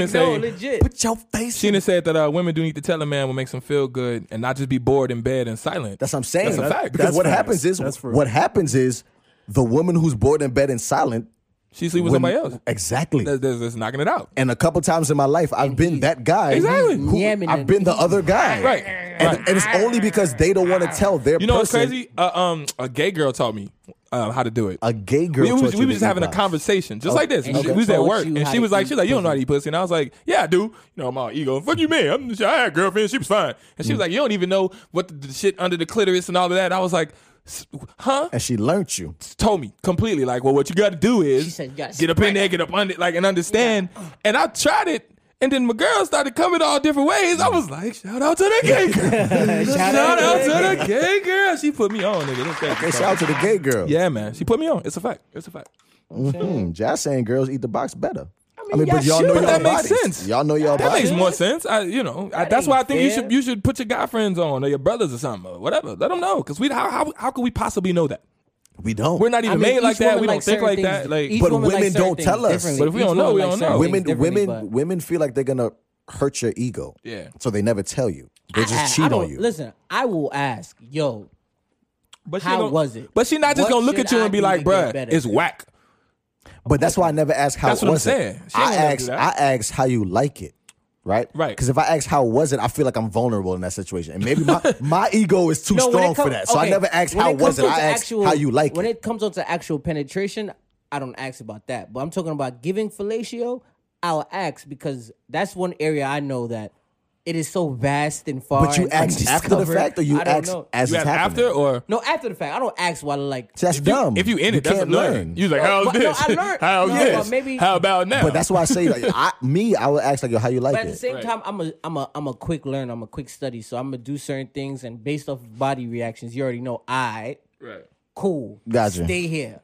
A: (laughs) like,
D: say
A: no, legit.
C: Put your face. in
D: Sheena said that uh, women do need to tell a man what makes them feel good and not just be bored in bed and silent.
C: That's what I'm saying.
D: That's a fact.
C: Because
B: That's
C: what
B: facts.
C: happens is
B: That's for real.
C: what happens is the woman who's bored in bed and silent.
D: she sleep with
C: when-
D: somebody else.
C: Exactly.
D: That's, that's, that's knocking it out.
C: and a couple times in my life, I've been that guy.
D: Exactly.
C: who-
A: Yamming
C: I've
A: and-
C: been the other guy.
D: Right.
C: And, and it's only because they don't want to tell their
D: You know what's
C: person
D: crazy? Uh, um, a gay girl taught me uh, how to do it.
C: a gay girl.
D: we, we, was,
C: taught
D: we
C: you
D: was
C: to
D: just having
C: eat
D: a
C: live.
D: conversation, just like this.
A: And
D: And
A: she
D: she was at
A: taught
D: work,
A: you
D: and
A: how
D: she
A: to
D: was like,
A: eat
D: "She's like, you don't know how to eat pussy," and I was like, "Yeah, I do." You know, my ego. Fuck you, man. I'm, I had a girlfriend. She was fine, and
C: Hmm.
D: she was like, "You don't even know what the, the shit under the clitoris and all of that." I was like, "S- "Huh?"
C: And she learned you.
D: told me completely like well what you got to do
A: She
D: is
A: said, "You gotta
D: get up in there get up under like and understand
A: Uh-huh.
D: and i tried it and then my girl started coming all different ways i was like shout out to the
A: (laughs)
D: gay girl shout,
A: out to
D: out
A: the
D: to the gay girl she put me on nigga That's crazy.
C: Hey, shout out to the gay girl.
D: yeah man she put me on it's a fact it's a fact
C: Mm, just saying girls eat the box better. I mean,
A: mean, yeah,
C: but y'all
A: sure,
C: know
A: but
C: y'all
D: that makes
C: bodies.
D: sense.
C: Y'all know y'all
D: that
C: bodies.
D: makes more sense i you know I, that's
A: ain't
D: why i think you
A: fair.
D: should you should put your guy friends on or your brothers or something or whatever let them know because we how, how how could we possibly know that
C: we don't.
D: we're not
A: I
D: even
A: mean,
D: made like
A: each
D: that
A: woman
D: we don't
A: likes
D: think
A: certain
D: like
A: things-
D: that like
A: each
C: But
A: woman likes
C: women
A: certain
C: don't
A: things
C: tell us.
A: differently.
D: But if we
A: Each
D: don't know,
A: woman
D: we
A: likes
D: don't
A: certain
D: know.
A: things
C: women
A: differently,
C: women
A: Oh, but-
C: women feel like they're gonna hurt your ego.
D: Yeah.
C: So they never tell you. They just
A: I- I- I
C: cheat on
A: don't-
C: you.
A: Listen, I will ask, yo,
D: But she
A: How
D: gonna-
A: was it?
D: But she not just
A: What
D: gonna look
A: should
D: at you
A: I
D: and be
A: do to
D: like,
A: get
D: bruh,
A: better?"
D: it's whack.
C: But that's why I never ask how
D: That's
C: it
D: what I'm
C: was
D: saying.
C: it.
D: She ain't
C: I
D: gonna do
C: asked I
D: that.
C: asked how you like it. Right?
D: Right.
C: Because if I ask how was it, I feel like I'm vulnerable in that situation. And
A: (laughs)
C: maybe my, my ego is too strong for that. So I never ask
A: asked
C: how was it. I ask how you like
A: When
C: it.
A: it comes on to actual penetration, I don't ask about that. But I'm talking about giving fellatio. I'll ask because that's one area I know that it is so vast and far.
C: But you
A: and
C: ask after the
A: undiscovered.
C: fact or you
A: I don't
C: ask
A: know.
C: as
D: You
C: it's
D: have
C: happening?
D: after or
A: no after the fact. I don't ask while like
C: See, that's
D: if you,
C: dumb.
D: if you in it, that's
C: can't
D: annoying.
C: learn.
D: You was like, how's
A: but no,
D: this?
A: I learned.
D: how's
A: No,
D: this?
A: but maybe-
D: How about now?
C: But that's why I
D: (laughs)
C: say, like, I, me, I would ask like, yo, how you like
A: But at
C: it?
A: the same
D: Right.
A: time, I'm a I'm a I'm a quick learner. I'm a quick study. So I'm gonna do certain things, and based off body reactions, you already know. I
D: right.
A: cool.
C: Gotcha.
A: Stay
C: (laughs)
A: here.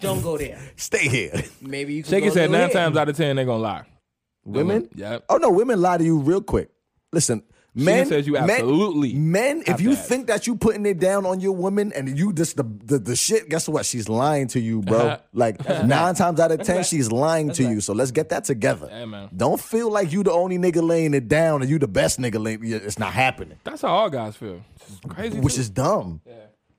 A: Don't go there.
C: Stay here,
A: Maybe you. Can
D: Shake
A: go
D: it said
A: a
D: nine
A: little here.
D: times out of ten they gonna lie.
C: (laughs) women.
D: Yep.
C: Oh no, women lie to you real quick. Listen, men
D: says you
C: men-
D: absolutely
C: men.
D: have
C: If you
D: to ask.
C: think that you putting it down on your woman and you just the the, the shit, guess what? She's lying to
D: (laughs)
C: you, bro. like nine times out of ten, she's lying to you. So let's get that together.
D: Yeah, man.
C: Don't feel like you the only nigga laying it down and you the best nigga laying. yeah, It's not happening,
D: That's how all guys feel. It's crazy.
C: which
D: too.
C: is dumb.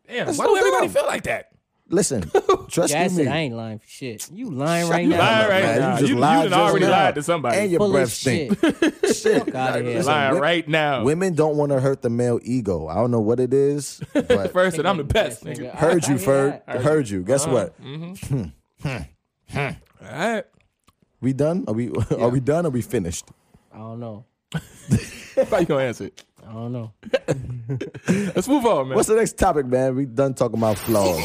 D: damn. Why
C: so
D: do everybody
C: dumb.
D: feel like that? (laughs)
C: Listen, trust
A: Yeah, I
C: me.
A: said I ain't lying for shit. You lying
C: Shut
A: right
C: you
A: now.
D: lying right
C: man.
D: now.
C: You just
D: You- you
C: lied
D: done
C: just
D: already
C: now.
D: lied to somebody.
C: And your
A: Full
C: breath
A: of
C: stink.
A: shit.
C: shit.
A: outta here.
C: Listen,
D: Lying
C: wo-
D: right now.
C: Women don't want to hurt the male ego. I don't know what
D: (laughs)
C: it is, but
D: First, and I'm the best,
A: Yes,
D: nigga.
A: nigga.
C: heard
A: I-
D: (laughs)
C: you,
A: I hear
C: Ferg.
A: that.
C: Heard you.
D: Uh-huh.
C: Guess what?
D: Mm-hmm. All right.
C: We done? Are we (laughs) are we done? Are we finished?
A: I don't know.
D: How you gonna answer it?
A: I don't know.
D: Let's move on, man.
C: What's the next topic, man? We done talking
D: (laughs)
C: about flaws.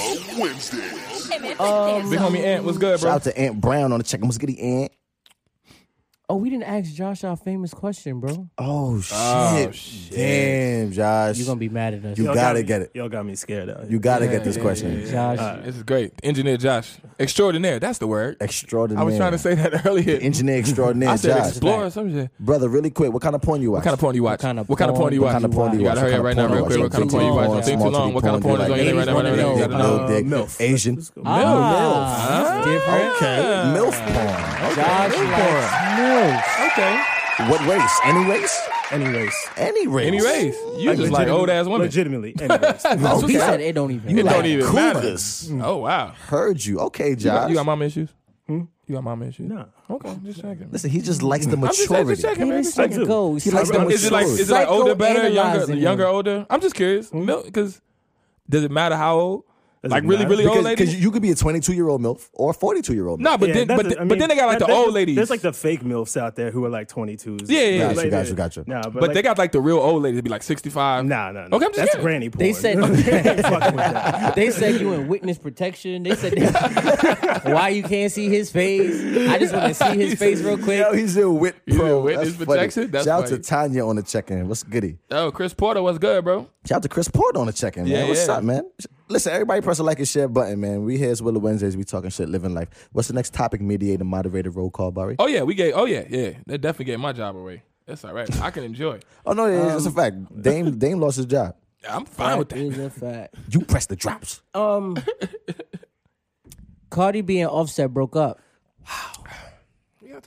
A: Oh,
D: Big homie Ant, what's good,
C: Shout
D: bro?
C: out to Aunt Brown on the check. Let's get the Aunt.
A: Oh, we didn't ask Josh our famous question, bro.
C: Oh shit!
D: shit.
C: Damn, Josh.
A: You're gonna be mad at us.
C: You
B: Y'all
C: gotta
B: me-
C: get it.
B: Y'all got me scared out.
C: you
B: You
C: gotta get this question.
A: Josh.
C: Uh,
D: This is great. Engineer Josh. Extraordinaire, that's the word.
C: Extraordinary.
D: I was trying to say that (laughs) earlier.
C: engineer extraordinaire.
D: I said
C: Josh.
D: explore or some shit.
C: Brother, really quick, what kind of porn you watch?
D: What kind of porn do you watch?
A: kind of
D: what kind of porn do you
A: porn- what
D: watch?
A: kind of porn do
D: you
A: you
D: gotta
C: watch?
D: hurry up
C: What
D: right
C: kind
D: now,
C: of
D: real
C: porn do
D: quick.
C: you
D: What kind
A: Big porn,
D: of porn you watch?
C: watch?
D: Don't think too
C: small
D: long. What kind of
C: porn,
D: porn is on your
C: like
D: there right now? Right now, right
A: ladies wanna
D: now. You gotta
C: Little
B: Uh,
D: know.
C: dick, Asian.
A: Ah,
D: Ah,
A: that's different.
C: MILF porn.
A: Josh
D: Big
A: likes milfs.
D: Okay.
C: What race? Any race?
B: anyways.
C: Any race.
D: Any race. You just like
B: legitimately-
D: old ass women. (laughs)
B: Legitimately, anyways.
A: Oh, he
C: Okay.
A: said it don't even.
D: It
A: matter.
D: don't even matter.
C: Cougars.
D: Oh wow.
C: Heard you. Okay,
D: You got-
C: Josh.
D: You got mama issues? You got mama issues?
B: Nah.
D: Okay, just checking.
C: Listen, he just likes the
D: I'm just, I'm
C: maturity.
D: just checking,
A: He
D: man.
A: just
D: Just
A: like
D: checking.
B: do.
A: goes.
C: He likes the
D: Is it like
C: maturity.
D: is it like older, better, younger,
A: Psychoanalyzing him.
D: younger, older? I'm just curious. Milk, because does it matter how old?
B: Does
D: like
B: it
D: really,
B: matter?
D: really old
C: Because
D: lady?
C: 'cause you could be a 22 year old MILF or a 42 year old
D: No, but
B: Yeah,
D: then,
B: that's
D: but,
B: a-
D: th-
B: I mean,
D: but then they got like
B: that-
D: the
B: there's-
D: old ladies.
B: There's like the fake milfs out there who are like 22s.
D: Yeah, yeah,
B: Like,
D: yeah.
C: Gotcha, gotcha, gotcha.
B: Nah, but,
D: but they
B: like,
D: got like the real old ladies, be like sixty five.
B: nah, nah, nah.
D: Okay, I'm just
B: that's
D: kidding.
B: granny porn.
A: They said-
B: (laughs)
A: (laughs)
B: Ain't fucking with that.
A: They said you in witness protection. They said (laughs) why you can't see his face. I just want to see his face real quick.
C: (laughs) Yo, he's in wit
D: in
C: pro.
D: witness
C: That's funny.
D: protection? That's
C: Shout out to
D: funny.
C: Tanya on the check in. What's goody?
D: Oh, Chris Porter, what's good, bro?
C: Shout out to Chris Porter on the check in, man.
D: Yeah,
C: What's
D: yeah.
C: up, man? Listen, everybody press the like and share button, man. We here as Willow Wednesdays. We talking shit, living life. What's the next topic? Mediator, moderator, roll call, Barry.
D: Oh yeah, we gave. Oh yeah, yeah. They definitely gave my job away. That's all right. I can enjoy. it.
C: Oh no, yeah,
D: Um,
C: it's a fact. Dame Dame lost his job.
D: (laughs) I'm fine with that.
A: Is a fact.
C: You press the drops.
A: Um, Cardi B and Offset broke up,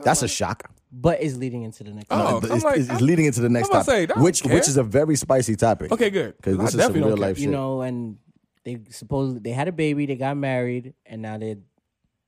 C: That's
D: Um,
C: a shock.
A: but is leading into the next.
D: Oh,
A: one.
D: I'm
C: But it's,
D: like-
C: it's- it's
D: I'm-
C: leading into the next
D: I'm about to
C: topic,
D: say, I don't
C: which
D: care.
C: which is a very spicy topic.
D: Okay, good.
C: Because
D: I
C: this is some
D: definitely don't
C: real life
A: you
C: shit.
A: know, and they supposedly they had a baby, they got married, and now they're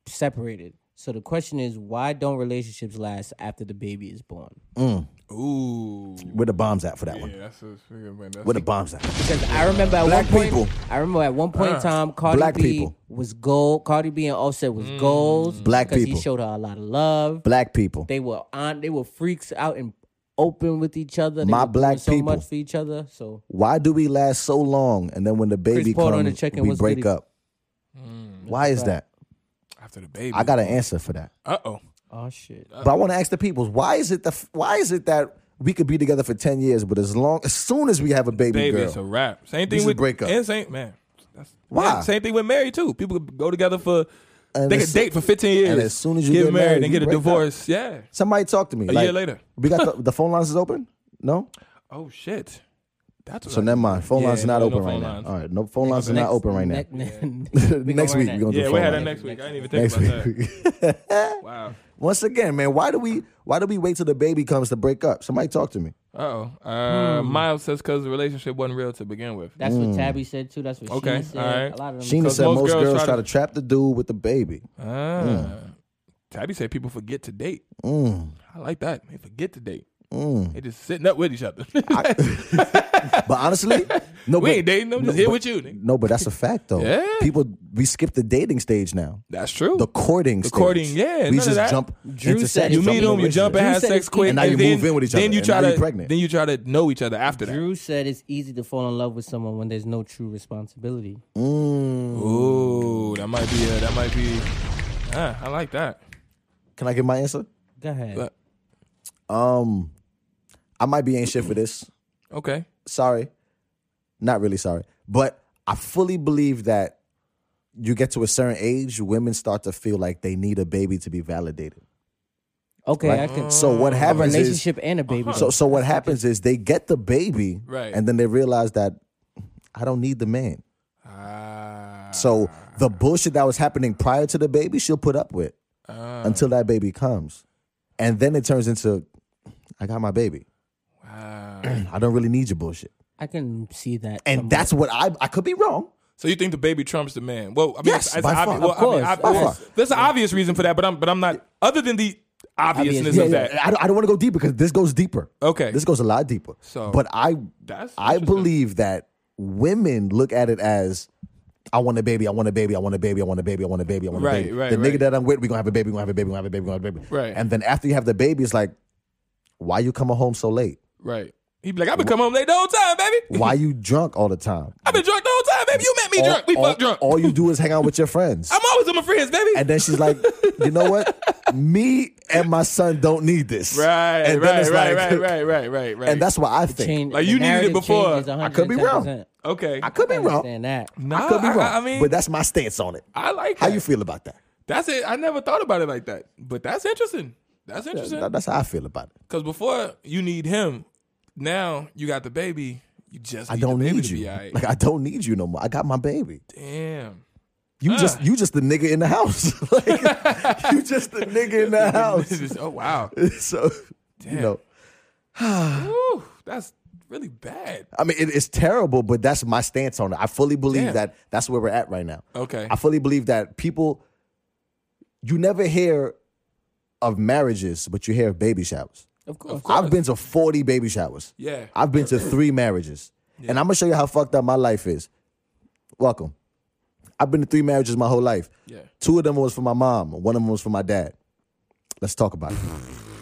A: separated. So the question is, why don't relationships last after the baby is born?
D: Ooh.
C: Where the bombs at for that
D: Yeah,
C: one?
D: that's a freaking man.
C: Where
D: That's
C: the bombs at?
A: Because I remember at
C: Black
A: one point,
C: people. Uh-huh.
A: I remember at one point in time, Cardi
C: Black
A: B
C: people.
A: was gold. Cardi B and Offset was gold.
C: Black
A: because
C: people.
A: he showed her a lot of love.
C: Black people.
A: They were on. They were freaks out and open with each other. They
C: My
A: were doing
C: black
A: so
C: people.
A: much for each other. So
C: Why do we last so long and then when the baby
A: Paul on the
C: comes,
A: chicken
C: we
A: was Mm,
C: break
A: goody.
C: up? Why is that?
D: after the baby.
C: I got an answer for that.
D: Uh oh.
A: oh shit,
C: But I want to ask the peoples, why is it the f- why is it that we could be together for ten years, but as long as soon as we have a baby,
D: Baby,
C: girl,
D: it's a wrap. Same
C: This
D: thing
C: is
D: with
C: breakup.
D: And same man. That's,
C: Why?
D: and same thing with married too. People could go together for
C: And
D: they
C: as-
D: could date for 15 years.
C: and as soon as you get married,
D: married and
C: you
D: get a
C: break up.
D: divorce, yeah.
C: somebody talk to me.
D: A year later.
C: we
D: (laughs)
C: got the, the phone lines is open. No,
D: Oh shit. That's what
C: so
D: I-
C: never mind. Phone
D: Yeah,
C: lines are not
D: no
C: open
D: phone
C: right
D: lines.
C: now. All right, no phone lines are not open right now.
D: (laughs)
C: next
A: gonna
C: week
A: run
C: we're gonna do
D: Yeah,
C: phone
D: we had that
C: lines.
D: next week. I didn't even think
C: Next
D: about that.
C: week. (laughs)
D: Wow.
C: Once again, man, why do we why do we wait till the baby comes to break up? Somebody talk to me.
D: Uh oh. Uh,
C: Hmm.
D: Miles says because the relationship wasn't real to begin with.
A: (laughs) That's
C: Mm.
A: what Tabby said too. That's what
D: Okay,
A: she said.
D: alright.
A: A lot of them.
C: Sheena
D: 'Cause
C: said most, girls, try, to...
D: to
C: trap the dude with the baby.
D: Ah.
C: Hmm.
D: Tabby said people forget to date.
C: Mm.
D: I like that. They forget to date.
C: Hmm.
D: They just sitting up with each
C: (laughs)
D: other. (laughs)
C: But honestly, no,
D: we
C: but,
D: ain't dating. I'm just
C: no,
D: here
C: but-
D: with you. nigga.
C: No, but that's a fact though.
D: Yeah.
C: People we skip the dating stage now.
D: (laughs) That's true.
C: The courting
D: The
C: stage.
D: courting, yeah, none
C: We
D: of
C: just
D: that.
C: jump
A: Drew
C: into
A: said
C: sex,
D: you
A: It's
D: meet
A: something
D: them, you
A: with
D: jump
A: it.
D: and
A: You
D: have
A: said
D: sex
A: it's
D: quick,
A: easy.
C: And now you
D: then-
C: move in with each
D: Then
C: other,
D: you
C: and
D: try
C: now
D: to
C: you pregnant.
D: Then you try to know each other after that.
A: Drew said it's easy to fall in love with someone when there's no true responsibility.
D: Ooh, that might be. A, that might be. Ah, I like that.
C: Can I give my answer?
A: Go ahead.
D: But-
C: Um, I might be ain't shit for this.
D: Okay.
C: Sorry, not really sorry, but I fully believe that you get to a certain age, women start to feel like they need a baby to be validated.
A: okay,
C: Right?
A: I
D: uh,
A: can.
C: so what
A: Mm. a
C: happens is
A: relationship and a baby.
D: uh-huh.
C: so
A: though.
C: so what happens is they get the baby,
D: Right.
C: and then they realize that I don't need the man.
D: Ah.
C: So the bullshit that was happening prior to the baby, she'll put up with
D: Ah.
C: until that baby comes, and then it turns into, I got my baby.
D: ah.
C: I don't really need your bullshit.
A: I can see that.
C: And
A: somewhat.
C: that's what I I could be wrong.
D: So you think the baby trumps the man? Well, I mean,
C: Yes,
D: it's, it's
C: by far.
D: obvious. Well,
A: Of
D: I mean,
A: course,
D: ob-
A: by
D: there's-
A: far.
D: there's an obvious reason for that, but I'm but I'm not. Other than the obviousness
A: Yeah,
D: of that,
C: I don't, I don't want to go deep because this goes deeper.
D: Okay.
C: This goes a lot deeper.
D: So-
C: but I
D: That's
C: I
D: interesting.
C: believe that women look at it as I want a baby, I want a baby, I want a baby, I want a baby, I want a baby, I want a
D: Right,
C: baby.
D: right,
C: the nigga
D: right.
C: that I'm with, we're gonna have a baby, we're gonna have a baby, we're gonna have a baby, we're gonna have a baby.
D: Right.
C: And then after you have the baby, it's like, why you coming home so late?
D: right? He'd be like, I've been coming home late the whole time, baby. (laughs)
C: Why you drunk all the time?
D: I've been drunk the whole time, baby. You met me drunk. We
C: all,
D: fucked drunk.
C: All you do is hang out with your friends.
D: (laughs) I'm always with my friends, baby.
C: oh. And then she's like, you know what? Me and my son don't need
D: (laughs)
C: this.
D: right,
C: And then
D: right,
C: it's
D: right,
C: like-
D: right, right, right, right, right.
C: (laughs) And that's what I think.
A: Change-
D: Like,
A: the
D: you needed it
A: narrative
D: before.
A: changes
D: I
C: could be wrong.
A: 110%.
D: okay.
C: I could be
A: I
C: wrong.
A: understand that.
D: Nah,
C: I could be wrong.
D: I, mean,
C: but that's my stance on it.
D: I like
C: How
D: that.
C: you feel about that?
D: That's it. I never thought about it like that, but that's interesting. That's interesting.
C: That- That's how I feel about it.
D: Because before you need him, now you got the baby. You just
C: I
D: need
C: don't
D: the baby
C: need
D: to
C: you.
D: be all right.
C: (laughs) Like I don't need you no more. I got my baby.
D: Damn.
C: You just you just the nigga in the house. (laughs) like
D: (laughs)
C: you just the nigga in the house.
D: This is- oh
C: (laughs)
D: wow.
C: so you know,
D: Whew, that's really bad.
C: I mean, it, it's terrible, but that's my stance on it. I fully believe
D: Damn.
C: that that's where we're at right now.
D: Okay.
C: I fully believe that people. You never hear of marriages, but you hear of baby showers.
A: Of course.
C: I've been to 40 baby showers.
D: Yeah.
C: I've been to three marriages. And I'm gonna show you how fucked up my life is. Welcome. I've been to three marriages my whole life.
D: Yeah.
C: Two of them was for my mom, one of them was for my dad. Let's talk
D: (laughs)
C: about it.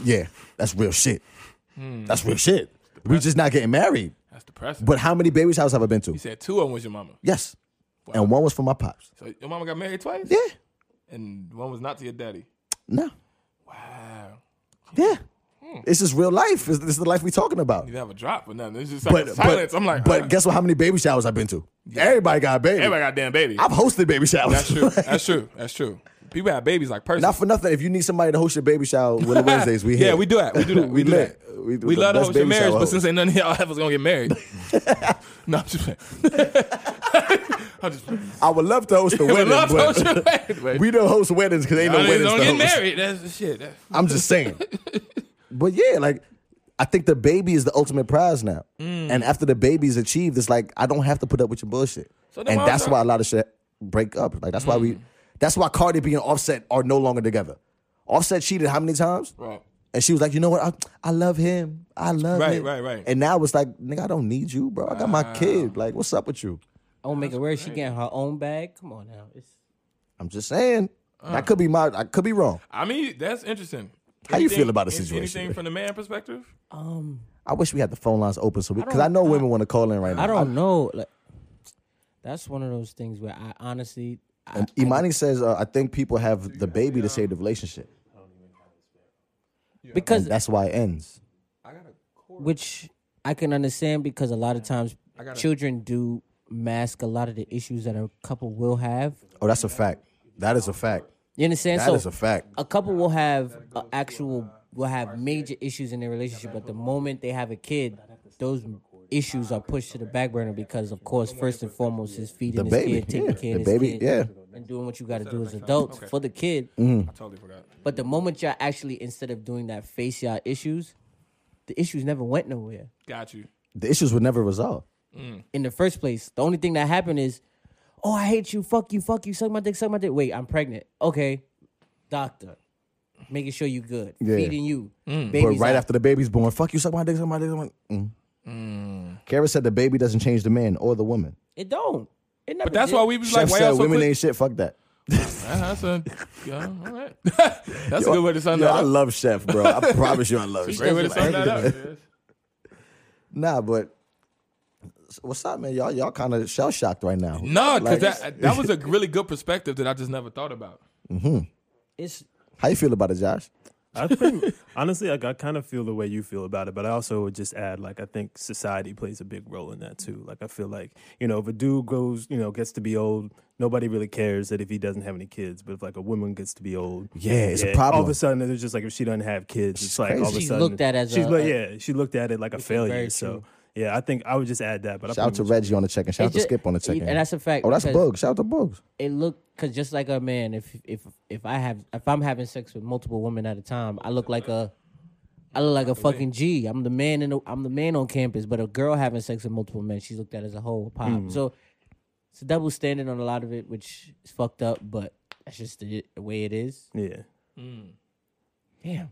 C: yeah, that's real shit.
D: Hmm.
C: That's real shit. We just not getting married.
D: That's depressing.
C: But how many baby showers have I been to?
D: you said two of them was your mama.
C: Yes. And one was for my pops.
D: So your mama got married twice?
C: Yeah.
D: And one was not to your daddy.
C: No.
D: Wow.
C: Yeah.
D: Hmm.
C: This is real life. This this is the life we talking about.
D: You didn't have a drop or nothing. It's just like silence. I'm like,
C: but
D: ah.
C: guess what? How many baby showers I've been to? Everybody got a baby.
D: Everybody got a damn baby.
C: I've hosted baby showers.
D: That's
C: (laughs)
D: true. That's true. That's true. People have babies like persons.
C: Not for nothing. If you need somebody to host your
D: (laughs)
C: baby shower, Willow Wednesdays, we
D: yeah,
C: here.
D: we do that. We
C: (laughs)
D: do that. We,
C: We
D: do that.
C: lit. We
D: We,
C: the
D: love to
C: best
D: host your
C: baby shower
D: marriage, but
C: host.
D: since ain't none of y'all ever gonna get
C: (laughs)
D: married, no, I'm just playing. (laughs) I'm just playing.
C: I would love to host
D: (laughs)
C: a
D: We
C: wedding,
D: love to host your
C: but
D: marriage.
C: (laughs) we don't host weddings because ain't no
D: Y'all niggas
C: weddings
D: don't
C: to
D: get
C: host.
D: married. That's the shit. That-
C: I'm just
D: (laughs)
C: saying. but yeah, like I think the baby is the ultimate prize now.
D: Mm.
C: And after the baby is achieved, it's like I don't have to put up with your bullshit.
D: So then
C: and
D: why Mm.
C: that's
D: I'm
C: why a lot of shit break up. Like that's why we that's why Cardi B and Offset are no longer together. Offset cheated how many times?
D: Right.
C: And she was like, you know what? I, I love him. I love
D: Right,
C: him.
D: right, right.
C: And now it's like, nigga, I don't need you, bro. I got my kid. Like, what's up with you?
A: I won't make it where she getting her own bag. Come on now. It's
C: I'm just saying. that could be my. I could be wrong.
D: I mean, that's interesting.
C: How you
D: Anything-
C: feel about the
D: an-
C: situation?
D: Anything from the man perspective?
A: um
C: I wish we had the phone lines open so because
A: don't-
C: I, know women want to call in right now.
A: I don't know. Like that's one of those things where I honestly I,
C: And Imani says, uh, I think people have the baby to save the relationship.
A: because
C: That's why it ends.
A: which I can understand because a lot of times children do mask a lot of the issues that a couple will have.
C: Oh, that's a fact. That is a fact.
A: You understand?
C: That
A: so
C: is a fact.
A: a couple will have a
C: uh,
A: actual will have major issues in their relationship, but the moment they have a kid, those issues are pushed to the back burner because, of course, first and foremost is feeding
C: The
A: his
C: baby,
A: kid, taking
C: yeah.
A: care of
C: The
A: his
C: baby,
A: kid,
C: yeah.
A: and doing what you got to do as adults for the kid.
D: I totally forgot.
A: But the moment y'all actually, instead of doing that, face y'all issues, the issues never went nowhere
D: Got you.
C: The issues were never resolved.
A: in the first place. The only thing that happened is, oh, I hate you, fuck you, fuck you, suck my dick, suck my dick. Wait, I'm pregnant. Okay, doctor, making sure you good,
C: Yeah.
A: feeding you,
D: Mm.
C: But
A: babies
C: right
A: out.
C: after the baby's born, fuck you, suck my dick, suck my dick. Suck my... Mm.
A: Mm.
C: Kara said the baby doesn't change the man or the woman.
A: It don't. It never
D: But that's
A: did.
D: why we was
C: Chef
D: like, why
C: said
D: y'all so
C: women
D: quick?
C: ain't shit. Fuck
D: Uh,
C: that.
D: that's
C: (laughs)
D: a, yeah, all right. (laughs) that's a good way to sum
C: Yo, I
D: that up.
C: love Chef, bro. I
D: (laughs)
C: promise you, I love Chef.
D: Great way to sum that
C: (laughs)
D: up.
C: Nah, but what's up, man? Y'all, y'all kind of shell shocked right now.
D: No, because
C: Like-
D: that that was a really good perspective that I just never thought about.
A: It's
C: How you feel about it, Josh?
B: I think (laughs) honestly, like, I kind of feel the way you feel about it, but I also would just add, like, I think society plays a big role in that too. Like, I feel like you know, if a dude goes, you know, gets to be old, nobody really cares that if he doesn't have any kids. But if like a woman gets to be old,
C: Yeah, it's a
B: All of
C: problem.
B: a sudden, it's just like if she doesn't have kids, it's like all of a
A: She's
B: sudden
A: looked at as
B: she's
A: a-
B: like,
A: a-
B: yeah, she looked at it like a failure.
A: very
B: So
A: true.
B: yeah, I think I would just add that. But I
C: Shout out to
B: pretty
C: Reggie on the check and shout
A: it
C: out to
A: ju-
C: Skip on the check.
A: and that's a fact.
C: Oh, that's
A: because
C: Bugs. Shout out to Bugs.
A: It look because just like a man, if if if I have if I'm having sex with multiple women at a time, I look like a I look like a fucking G. I'm the man in the, I'm the man on campus, but a girl having sex with multiple men, she's looked at as a whole pop. So it's a double standard on a lot of it, which is fucked up, but that's just the, the way it is.
B: much- yeah.
A: Damn.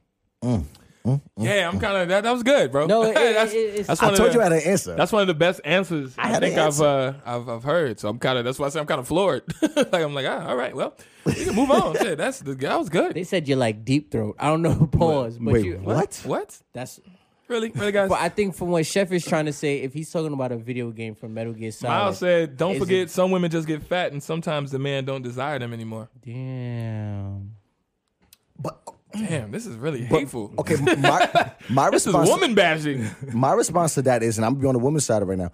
D: Yeah, I'm kind of that. That was good, bro. (laughs)
A: No, it- it-
D: that's,
A: it- it's-
D: that's
C: Mm. I
D: one
C: told
D: of
C: you I
D: the,
C: had an answer.
D: that's one of the best answers I,
C: had an
D: think
C: answer.
D: I've, uh, I've I've heard. So I'm kind of that's why I say I'm kind of floored. (laughs) like I'm like, ah, all right, well, we can move
C: (laughs)
D: on. Shit, that's that was
A: They
D: good.
A: said you're like deep throat. I don't know. (laughs) Pause. But
C: Wait,
A: you,
C: what?
D: What?
A: That's.
D: Really, really, guys.
A: But I think from what Chef is trying to say, if he's talking about a video game from Metal Gear Solid,
D: Miles said, "Don't
A: Is
D: forget,
A: it-
D: some women just get fat, and sometimes the man don't desire them anymore."
A: "Damn."
C: But
D: Damn, this is really hateful.
C: okay, my
D: (laughs)
C: my
D: this is
C: response
D: woman bashing.
C: my response to that is, and I'm gonna be on the woman's side right now.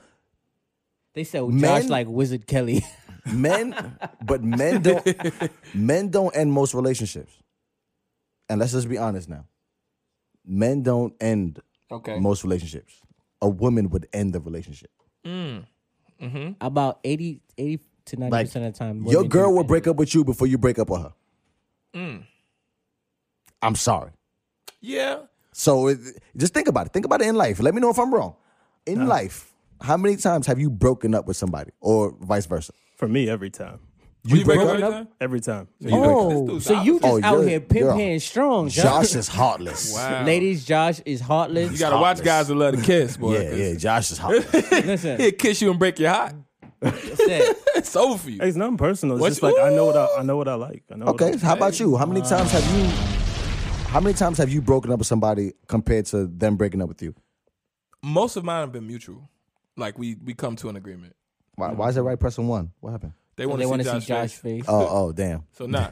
A: They said
C: Men-
A: Josh like Wizard Kelly. (laughs)
C: Men, but men don't men don't end most relationships. And let's just be honest now. Men don't end
D: Okay.
C: most relationships. A woman would end the relationship.
A: About 80, 80 to ninety
C: Like,
A: percent of the time,
C: Your
A: women
C: girl
A: do
C: will
A: that.
C: break up with you before you break up with her.
D: Mm.
C: I'm sorry.
D: Yeah,
C: So it, just think about it. Think about it in life. Let me know if I'm wrong. In life, how many times have you broken up with somebody or vice versa?
B: For me, every time,
D: you, break up
C: broke
D: with
C: up?
D: her?
B: every time.
D: You break up. This
A: Oh,
D: dude's
A: so you
D: opposite.
A: just
C: Oh,
A: out
C: you're-
A: here
C: you're-
A: pimping strong, Josh.
C: Josh is heartless.
D: Wow.
A: Ladies, Josh is heartless.
D: You gotta watch
C: Heartless.
D: guys that love to kiss, boy.
C: Yeah,
D: 'cause
C: yeah, Josh is heartless.
A: Listen,
D: He'll kiss you and break your heart. (laughs)
A: listen.
D: It's over for you.
B: Hey, It's nothing personal. It's
D: What's-
B: just like I know what I, I know what I like. I know what I
C: okay,
B: like.
C: how about you? How many times have you how many times have you broken up with somebody compared to them breaking up with you?
D: Most of mine have been mutual. Like we we come to an agreement.
C: Why, why is that right pressing one? What happened?
D: They
A: They
D: want
A: want
D: to
A: to see Josh's face.
C: Oh, oh, damn.
D: So nah,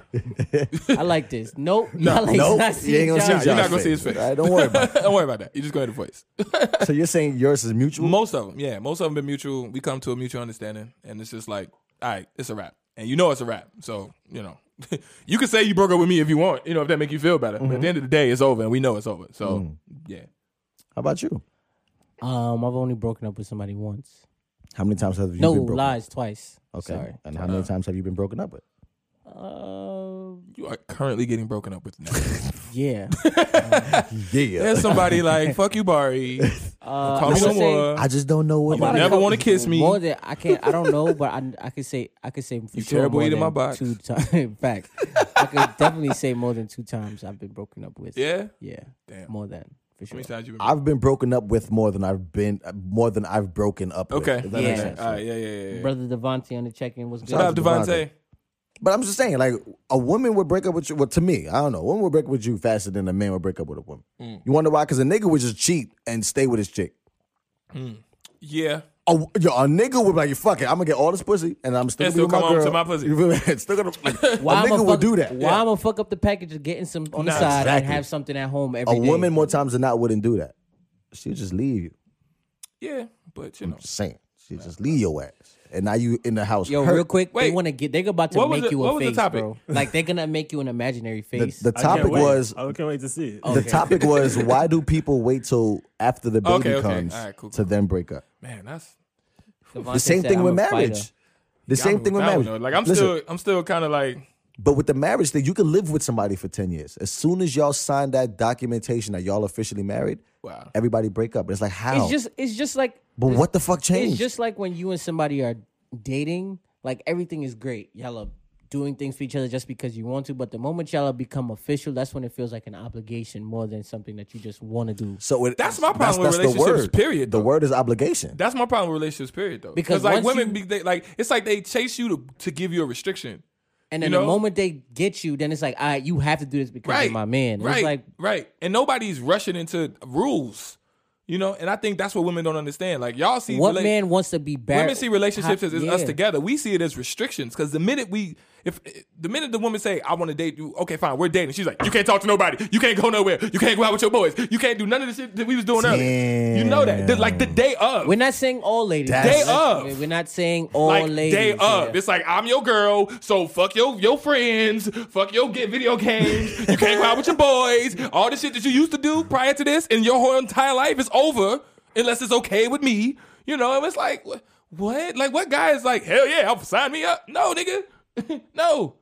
A: I like this.
C: (laughs)
A: Nope. I like not
C: Nope, you ain't
A: seeing
C: gonna see
A: Josh.
C: Josh.
D: you're not gonna see his
C: face.
D: face.
C: All right, don't worry
D: (laughs)
C: about
D: don't worry about that. You just go ahead and voice.
C: So you're saying yours is mutual?
D: Most of them, yeah. Most of them been mutual. We come to a mutual understanding, and it's just like, all right, it's a wrap, and you know it's a wrap. So you know, (laughs) you can say you broke up with me if you want, you know, if that make you feel better. But at the end of the day, it's over, and we know it's over. So yeah,
C: How about you?
A: Um, I've only broken up with somebody once.
C: How many times have you
A: No
C: been broken?
A: lies, twice.
C: Okay.
A: Sorry.
C: And how many times have you been broken up with?
A: Uh,
D: you are currently getting broken up with. Now. (laughs)
A: yeah.
C: Yeah.
D: There's somebody like, fuck you, Bari.
A: Uh,
D: Call
A: I
D: me no
A: would say
D: more.
C: I just don't know what.
A: about
D: You
A: a
D: never
A: couple-
D: wanna kiss me.
A: More than I can't. I don't know, but I, I could say I could say for
D: You
A: sure
D: terrible
A: more
D: eating my
A: than
D: box.
A: Two (laughs) times. Fact. I could definitely say more than two times I've been broken up with.
D: Yeah.
A: Yeah.
D: Damn.
A: More than for
D: How
A: sure.
D: many times you been?
C: I've been broken up with more than I've been more than I've broken up. with,
D: okay.
C: if that makes
A: Yeah.
C: sense.
D: All right. Yeah. Yeah. Yeah. yeah.
A: Brother Devontae on the check in was good.
D: What up,
C: Devontae.
D: Devontae?
C: But I'm just saying, like a woman would break up with you. Well, to me, I don't know. A woman would break up with you faster than a man would break up with a woman.
A: Mm.
C: You wonder why? Because a nigga would just cheat and stay with his chick.
D: Yeah.
C: Oh, yo, a nigga would be like, fuck it, I'm gonna get all this pussy and I'm still
D: And
C: gonna
D: still
C: be with
D: come
C: my
D: home
C: girl.
D: to my pussy.
C: You feel me? (laughs) It's
D: (laughs)
C: still gonna, like, a
A: Why I'ma
C: nigga
A: fuck-
C: would do that.
A: Why I'm gonna fuck up the package of getting some on the
D: Nah,
A: side and
C: exactly.
A: have something at home every
C: A
A: day?
C: woman more times than not wouldn't do that. She'd just leave you.
D: Yeah. But you know.
C: Just saying. She'd just leave your ass. And now you in the house.
A: Yo,
C: hurt.
A: real quick,
D: Wait.
A: they want to get. They're about to
D: What was
A: make
D: it-
A: you
D: what
A: a
D: was the
A: face,
D: topic?
C: (laughs)
A: bro. Like they're gonna make you an imaginary
C: The,
A: face.
C: the
B: I can't
C: topic
B: wait. Oh,
C: was
B: I can't wait to see it.
A: Oh,
C: the
B: (laughs)
C: topic was why do people wait till after the baby
D: Okay, okay.
C: comes
D: All right, cool,
C: to then break up?
D: Man, that's
C: The same thing with marriage. The
D: I
C: same
D: don't-
C: thing with
D: I don't
C: marriage.
D: know. Like I'm
C: Listen,
D: still, I'm still kind of like,
C: But with the marriage thing, you can live with somebody for 10 years. As soon as y'all sign that documentation that y'all officially married,
D: wow.
C: everybody break up. It's like, how?
A: It's just. It's just like.
C: but what the fuck
A: It's
C: changed?
A: just like when you and somebody are dating. Like everything is great. Y'all are doing things for each other just because you want to. But the moment y'all have become official, that's when it feels like an obligation more than something that you just want to do.
C: so it,
D: That's my problem with
C: the
D: relationships,
C: word.
D: period,
C: The
D: though.
C: word is obligation.
D: That's my problem with relationships, period, though.
A: Because
D: Because like
A: once
D: women,
A: you-
D: be they, like it's like they chase you to, to give you a restriction,
A: And then
D: You know?
A: the moment they get you, then it's like, all right, you have to do this because
D: right?
A: you're my man. And
D: right?
A: It's like
D: right. And nobody's rushing into rules, you know. And I think that's what women don't understand. Like y'all see
A: what
D: rela-
A: man wants to be back?
D: Women see relationships as, as us
A: Yeah.
D: together. We see it as restrictions because the minute we, if the minute the woman say, "I want to date you," okay, fine, we're dating. She's like, "You can't talk to nobody. You can't go nowhere. You can't go out with your boys. You can't do none of the shit that we was doing earlier." You know that, The- like the day of,
A: We're not saying all ladies.
C: Day
A: Let's-
D: of.
A: We're not saying all
D: like
A: ladies.
D: day of.
A: yeah.
D: It's like I'm your girl, so fuck your your friends, fuck your get video games. you can't go out with your boys. All the shit that you used to do prior to this, and your whole entire life is over unless it's okay with me. You know, and it's like wh- what? Like what guy is like hell yeah, I'll sign me up? No, nigga, (laughs) no.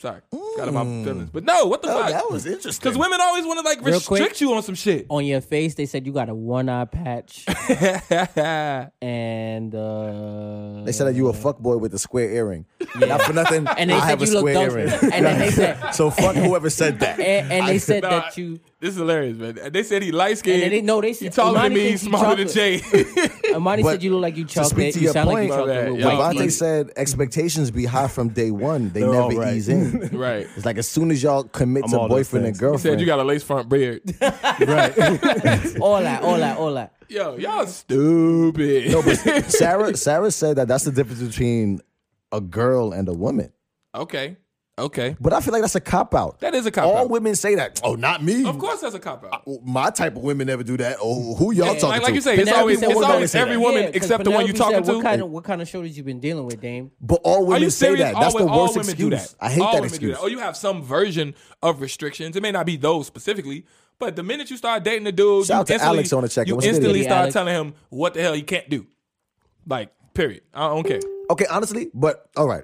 D: Sorry, got about
A: Mm.
D: my feelings, but no, what the
C: Oh,
D: fuck?
C: that was interesting.
D: because women always want to like
A: Real quick.
D: restrict you on some shit.
A: on your face, they said you got a one eye
D: (laughs)
A: patch Oh. and uh,
C: They said that you a fuck boy with a square earring. Not for nothing.
A: And they
C: I
A: said
C: have a
A: you look
C: square
A: dumb.
C: earring.
A: And then they said-
C: (laughs)
A: Eh,
C: so fuck whoever said that.
A: and, and they said
D: Nah,
A: that you.
D: This is hilarious, man. They said he light
A: And
D: skinned.
A: then they- no, they
D: he
A: said-
D: taller than
A: Imani
D: me,
A: thinks he
D: smaller than Jay.
A: chocolate. (laughs) Amani
C: But
A: said you look like you
C: to speak
A: chocolate.
C: to
A: You
C: your
A: sound
C: point,
A: like you chocolate with
D: yeah,
A: white
D: Devontae
C: Devontae
A: meat.
C: said expectations be high from day one. They
B: They're all
C: never
B: right.
D: (laughs)
C: ease in.
D: right.
C: It's like as soon as y'all commit
B: I'm
C: to
B: all those
C: boyfriend and
B: things. You
C: girlfriend,
D: Said you got a lace
A: (laughs)
D: front beard.
A: all that, all that, all that.
D: Yo, y'all stupid. (laughs)
C: No, but Sarah Sarah said that that's the difference between a girl and a woman.
D: okay. Okay.
C: But I feel like that's a cop out.
D: That is a cop
C: All
D: out.
C: women say that. Oh, not me.
D: Of course that's a cop out.
C: My type of women never do that. Oh, who y'all
A: Yeah.
C: talking
D: Like,
C: to?
D: like you say, it's
A: Penelope
D: always,
A: said
D: it's
A: what-
D: always
C: Penelope
D: every
C: said.
D: woman
A: 'cause
D: except the one you
A: Penelope
D: talking
A: said,
D: to.
A: What kind of what kind of shoulders you been dealing with, Dame?
C: But all
D: Are you
C: women say
D: serious?
C: that. That's
D: all,
C: the
D: all
C: worst
D: women
C: excuse.
D: do that.
C: I hate
D: all
C: that
D: women
C: excuse.
D: Do that. Or you have some version of restrictions. It may not be those specifically, but the minute you start dating a dude,
C: Shout
D: you
C: out to
D: instantly-
C: Alex on the check-in.
D: You
C: What's good,
D: instantly
A: Diddy?
D: start
A: Alex.
D: telling him what the hell he can't do. Like, period. I don't care.
C: Okay, honestly, but all right.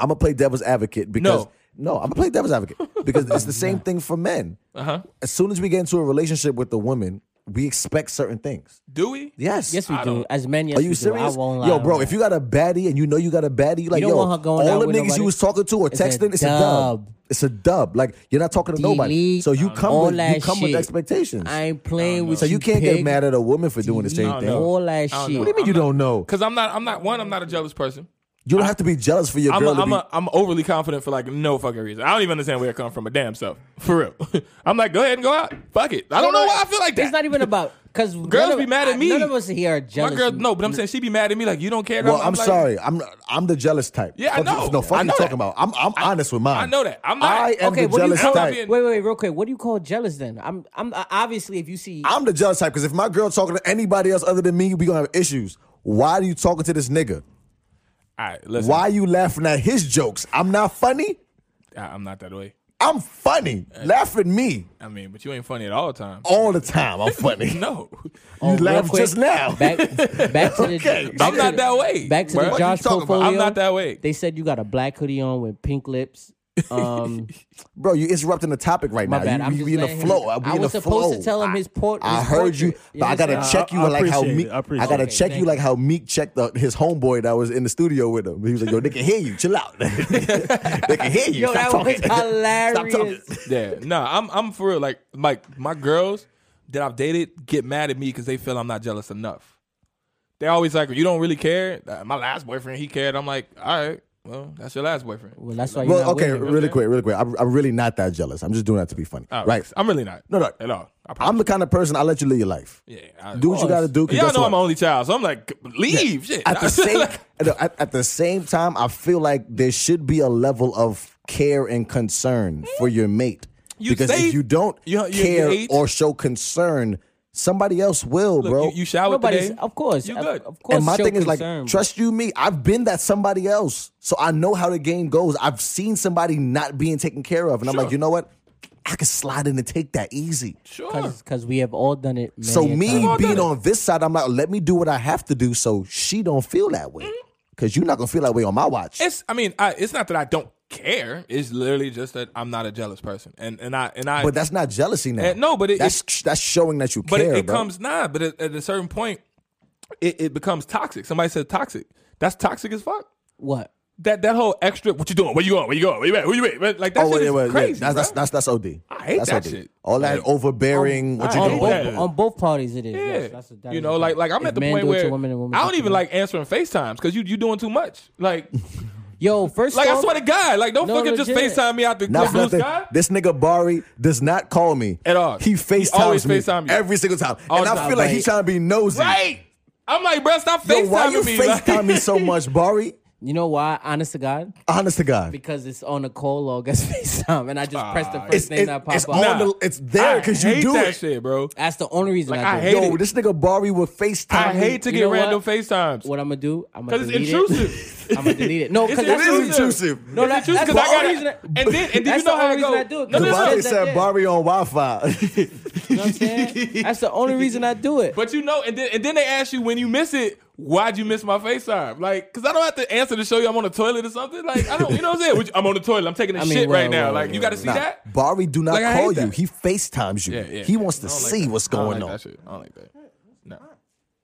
C: I'm gonna play devil's advocate because no, I'm gonna play devil's advocate because
D: (laughs)
C: it's the same thing for men.
D: Uh-huh.
C: As soon as we get into a relationship with a woman, we expect certain things.
D: Do we?
C: Yes.
A: Yes, we
D: I
A: do.
D: don't-
A: As men, yes,
C: Are you
A: we
C: serious?
A: Do. I won't lie.
C: yo, bro, if you got a baddie and you know you got a baddie, you like,
A: don't
C: yo,
A: want her going
C: all
A: out
C: the niggas
A: with nobody?
C: you was talking to or
A: a
C: texting, it's a dub.
A: dub.
C: It's a dub. Like you're not talking to nobody.
A: Delete uh,
C: So you come
A: all
C: with you
A: that
C: come with
A: shit.
C: expectations.
A: I ain't playing with
C: so you can't
A: pig.
C: get mad at a woman for doing the
A: Delete
C: same thing.
D: know.
C: What
A: All that
D: I don't know.
A: shit.
C: do you mean you don't know?
D: Because I'm not. I'm not. One. I'm not a jealous person.
C: You don't have to be jealous for your
D: I'm
C: girl
D: a,
C: to
D: I'm,
C: be.
D: a, I'm overly confident for like no fucking reason. I don't even understand where it (laughs) come from. A damn self, for real. I'm like, go ahead and go out. Fuck it. I don't know why I feel like that.
A: It's not even about
C: (laughs)
A: Because
D: Girls be mad at me.
A: None of us here are
D: My
A: jealous.
D: girl, no, but I'm saying she be mad at me like you don't care.
C: Well,
D: about-
C: I'm
D: like,
C: sorry. I'm I'm the jealous type.
D: Yeah, I
C: Fuck you-
D: know.
C: No, fuck
D: I
C: you
D: know
C: talking
D: that.
C: about. I'm I'm honest with mine.
D: I know that. I'm not-
C: I am
A: Okay,
C: the
A: what do you
C: jealous
A: call
D: I'm
C: type.
D: being-
A: Wait, wait, wait, real quick. What do you call jealous then? I'm, I'm uh, obviously if you see,
C: I'm the jealous type because if my girl talking to anybody else other than me, we gonna have issues. Why are you talking to this nigga?
D: All right, listen.
C: Why you laughing at his jokes? I'm not funny.
D: I- I'm not that way.
C: I'm funny. Laugh at me
D: I mean, but you ain't funny at all times.
C: all the
A: (laughs)
C: time. I'm funny.
D: (laughs) No,
A: oh,
C: you
A: real
C: laughed
A: quick,
C: just now.
A: Back,
C: (laughs)
A: back to the.
C: Okay,
A: back
D: I'm
A: to
D: not
A: the-
D: that way.
A: Back to
D: bruh.
A: the Josh
C: talking about?
A: portfolio.
D: I'm not that way.
A: They said you got a black hoodie on with pink lips.
C: (laughs)
A: Um,
C: Bro, you interrupting the topic right
A: my
C: now.
A: bad.
C: You,
A: I'm
C: you
A: just
C: be in the
A: letting
C: flow.
A: him-
C: I, we
A: I
C: in
A: was
C: the
A: supposed
C: flow.
A: to tell him his port-
C: I
A: his
C: heard you,
A: portrait.
C: but I
A: His,
C: gotta
A: uh,
C: check you
B: I- I
C: like how
B: appreciate
C: Meek.
B: it. I
C: I,
B: appreciate
C: gotta
A: it.
C: check
A: Thank
C: you like how Meek checked the, his homeboy that was in the studio with him. He was like, "Yo, they can hear you. Chill out. (laughs) they can hear you.
A: Yo,
C: Stop
A: that
C: talking. (laughs)
A: was hilarious.
C: Stop talking.
D: Yeah, no, I'm I'm for real. Like like my girls that I've dated get mad at me because they feel I'm not jealous enough. They always like, you don't really care. Uh, My last boyfriend, he cared. I'm like, all right, well, that's your last boyfriend.
A: well, that's why. You're
C: Well,
A: not
C: okay,
A: with him.
C: really quick, really quick. I'm, I'm really not that jealous. I'm just doing that to be funny.
D: All
C: right.
D: Oh. I'm really not.
C: No, no.
D: at all. I
C: I'm
D: promise.
C: the kind of person I let you live your life.
D: yeah, I,
C: Do what you got to do. 'cause
D: Y'all
C: guess
D: know
C: what?
D: I'm an only child, so I'm like, leave. Shit. (laughs)
C: at the same at, at the same time, I feel like there should be a level of care and concern for your mate.
D: You
C: because
D: say-
C: if you don't
D: you- you
C: care
D: hate-
C: or show concern, somebody else will,
D: Look,
C: bro.
D: you, you showered
A: Nobody's.
D: today.
A: Of course.
D: You
A: of-
D: good.
A: Of course.
C: and my
A: show
C: thing is
A: concern,
C: like, trust you me. I've been that somebody else, so I know how the game goes. I've seen somebody not being taken care of, and I'm like,
D: Sure.
C: you know what? I can slide in and take that easy.
D: Sure.
A: because we have all done it.
C: So
A: many a
C: me
A: time.
D: Well,
C: being
D: done.
C: on this side, I'm like, let me do what I have to do, so she don't feel that way. Cause you're not gonna feel that way on my watch.
D: Mm-hmm. It's. I mean, I, it's not that I don't care. It's literally just that I'm not a jealous person, and and I and I.
C: But that's not jealousy now.
D: Eh, no, but it-
C: that's that's showing that you
D: But
C: care.
D: it, it
C: bro.
D: comes nah. But at, at a certain point, it, it becomes toxic. Somebody says toxic. That's toxic as fuck.
A: what?
D: That that whole extra. What you doing? Where you going? Where you going? Where you at? Where you at? But, Like that
C: Oh,
D: shit
C: wait,
D: is
C: wait, wait.
D: crazy.
C: that's, that's
D: bruh.
C: that's that's OD.
D: I hate
C: that's
D: that shit. oh,
C: All that overbearing. what you
D: I
A: On
C: doing?
D: hate
A: both,
D: that.
A: on both parties, it is.
D: yeah.
A: Yes, that's, that
D: you
A: is
D: know,
A: the
D: like
A: fact.
D: like I'm
A: If
D: at the
A: men
D: point
A: do it to
D: where
A: women and women
D: I
A: do
D: don't
A: it to men.
D: even like answering Facetimes because you you doing too much.
A: (laughs)
D: Like
A: Yo, first
D: like I
A: off,
D: swear to God, like don't
A: No,
D: fucking just
A: legit.
D: Facetime me out the
C: Not
D: the
C: for
D: blue
C: nothing.
D: sky.
C: This nigga Bari does not call me
D: At all.
C: He
D: He
C: FaceTimes
D: always
C: me
D: FaceTime you.
C: every single time,
D: All
C: and I
D: the time,
C: feel like
A: right.
C: he's trying to be nosy.
D: Right. I'm like, bruh, stop
C: Yo, why you
D: FaceTiming me. like-
C: FaceTime me so much, Bari?
A: you know why? Honest to God,
C: Honest to
A: (laughs)
C: God,
A: because it's on a call log as (laughs) FaceTime, and I just press the first
C: it's
A: name
C: it-
A: that
C: it's
A: pops
C: on
A: up.
D: Nah.
C: the it's there
D: I
C: because you
D: hate
C: do
D: that
C: it.
D: shit, bro.
A: That's the only reason
D: Like,
A: I,
D: I
A: do it.
D: hate
C: Yo,
D: it.
C: this nigga Bari would FaceTime.
D: I
C: me.
D: hate to
A: You
D: get
A: know what?
D: random Facetimes.
A: what I'm gonna do? I'm gonna
D: Because
A: delete (laughs)
D: it's intrusive.
A: it. I'm gonna delete it. No,
D: It's
A: (laughs) because that's the
C: It
A: reason.
C: is intrusive.
A: No, that,
D: It's intrusive
A: that's
D: 'cause
A: the
D: I
A: only
D: got
A: reason.
D: it. And then, and
A: (laughs)
D: then
A: That's
D: you know
A: the
D: how
A: only
D: I go.
A: reason I do it,
D: No, no,
A: because
D: no.
A: I
C: Devontae
A: said that,
C: said
A: yeah.
C: Bari on Wi-Fi.
D: (laughs)
A: You know what I'm
C: (laughs)
A: saying? That's the only reason I do it.
D: But you know, and then and then they ask you when you miss it, why'd you miss my FaceTime? Like, cause I don't have to answer to show you I'm on the toilet or something. Like, I don't, you know what I'm saying? Would you- I'm on the toilet. I'm taking a
A: I mean,
D: shit
A: well,
D: right now.
A: well,
D: like, you got to
A: well,
D: see
C: Nah,
D: that.
C: Bari do not
D: Like, I hate
C: call you.
D: that.
C: He FaceTimes you.
D: Yeah, yeah,
C: he
D: yeah.
C: wants to
D: I don't like
C: see
D: that.
C: what's
D: I don't
C: going
D: like
C: on.
D: that shit. I don't like that. No.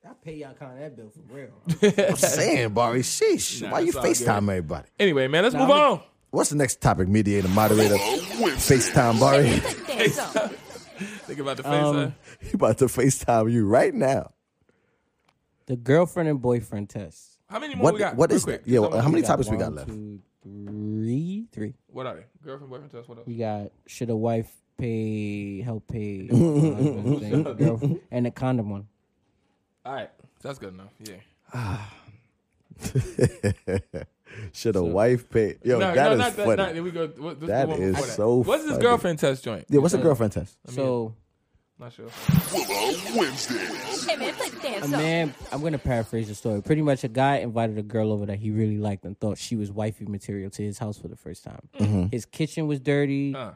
A: I pay y'all kind of that bill for real.
C: I'm saying, Bari, sheesh.
D: Nah,
C: why you
D: it's all good.
C: FaceTime everybody?
D: Anyway, man, let's move
A: I'm a-
D: on.
C: What's the next topic, mediator, moderator? FaceTime Bari. (laughs)
D: Think about the
A: Um,
D: FaceTime.
C: he about to FaceTime you right now.
A: The girlfriend and boyfriend test.
D: how many more we
C: What
D: got?
C: what
D: Real
C: is
D: quick.
C: that? Yeah,
D: Cause I'm
C: how many
D: gonna-
C: topics we got left?
A: Two, three, three.
D: What are they? Girlfriend, boyfriend test. What else?
A: We got should a wife pay help
C: (laughs)
A: pay husband thing, girlfriend, and the condom one.
D: All right, that's good enough. Yeah.
C: Should a wife pay? Yo,
D: No,
C: that
D: no,
C: is
D: not that.
C: funny.
D: Not, we go. What, this
C: That
D: the one
C: is
D: before that.
C: so
D: What's this
C: funny.
D: girlfriend test joint?
C: yeah, what's a girlfriend test?
A: So
D: Not sure.
A: a man, I'm gonna paraphrase the story. Pretty much, a guy invited a girl over that he really liked and thought she was wifey material to his house for the first time.
C: Mm-hmm.
A: His kitchen was dirty,
D: Uh,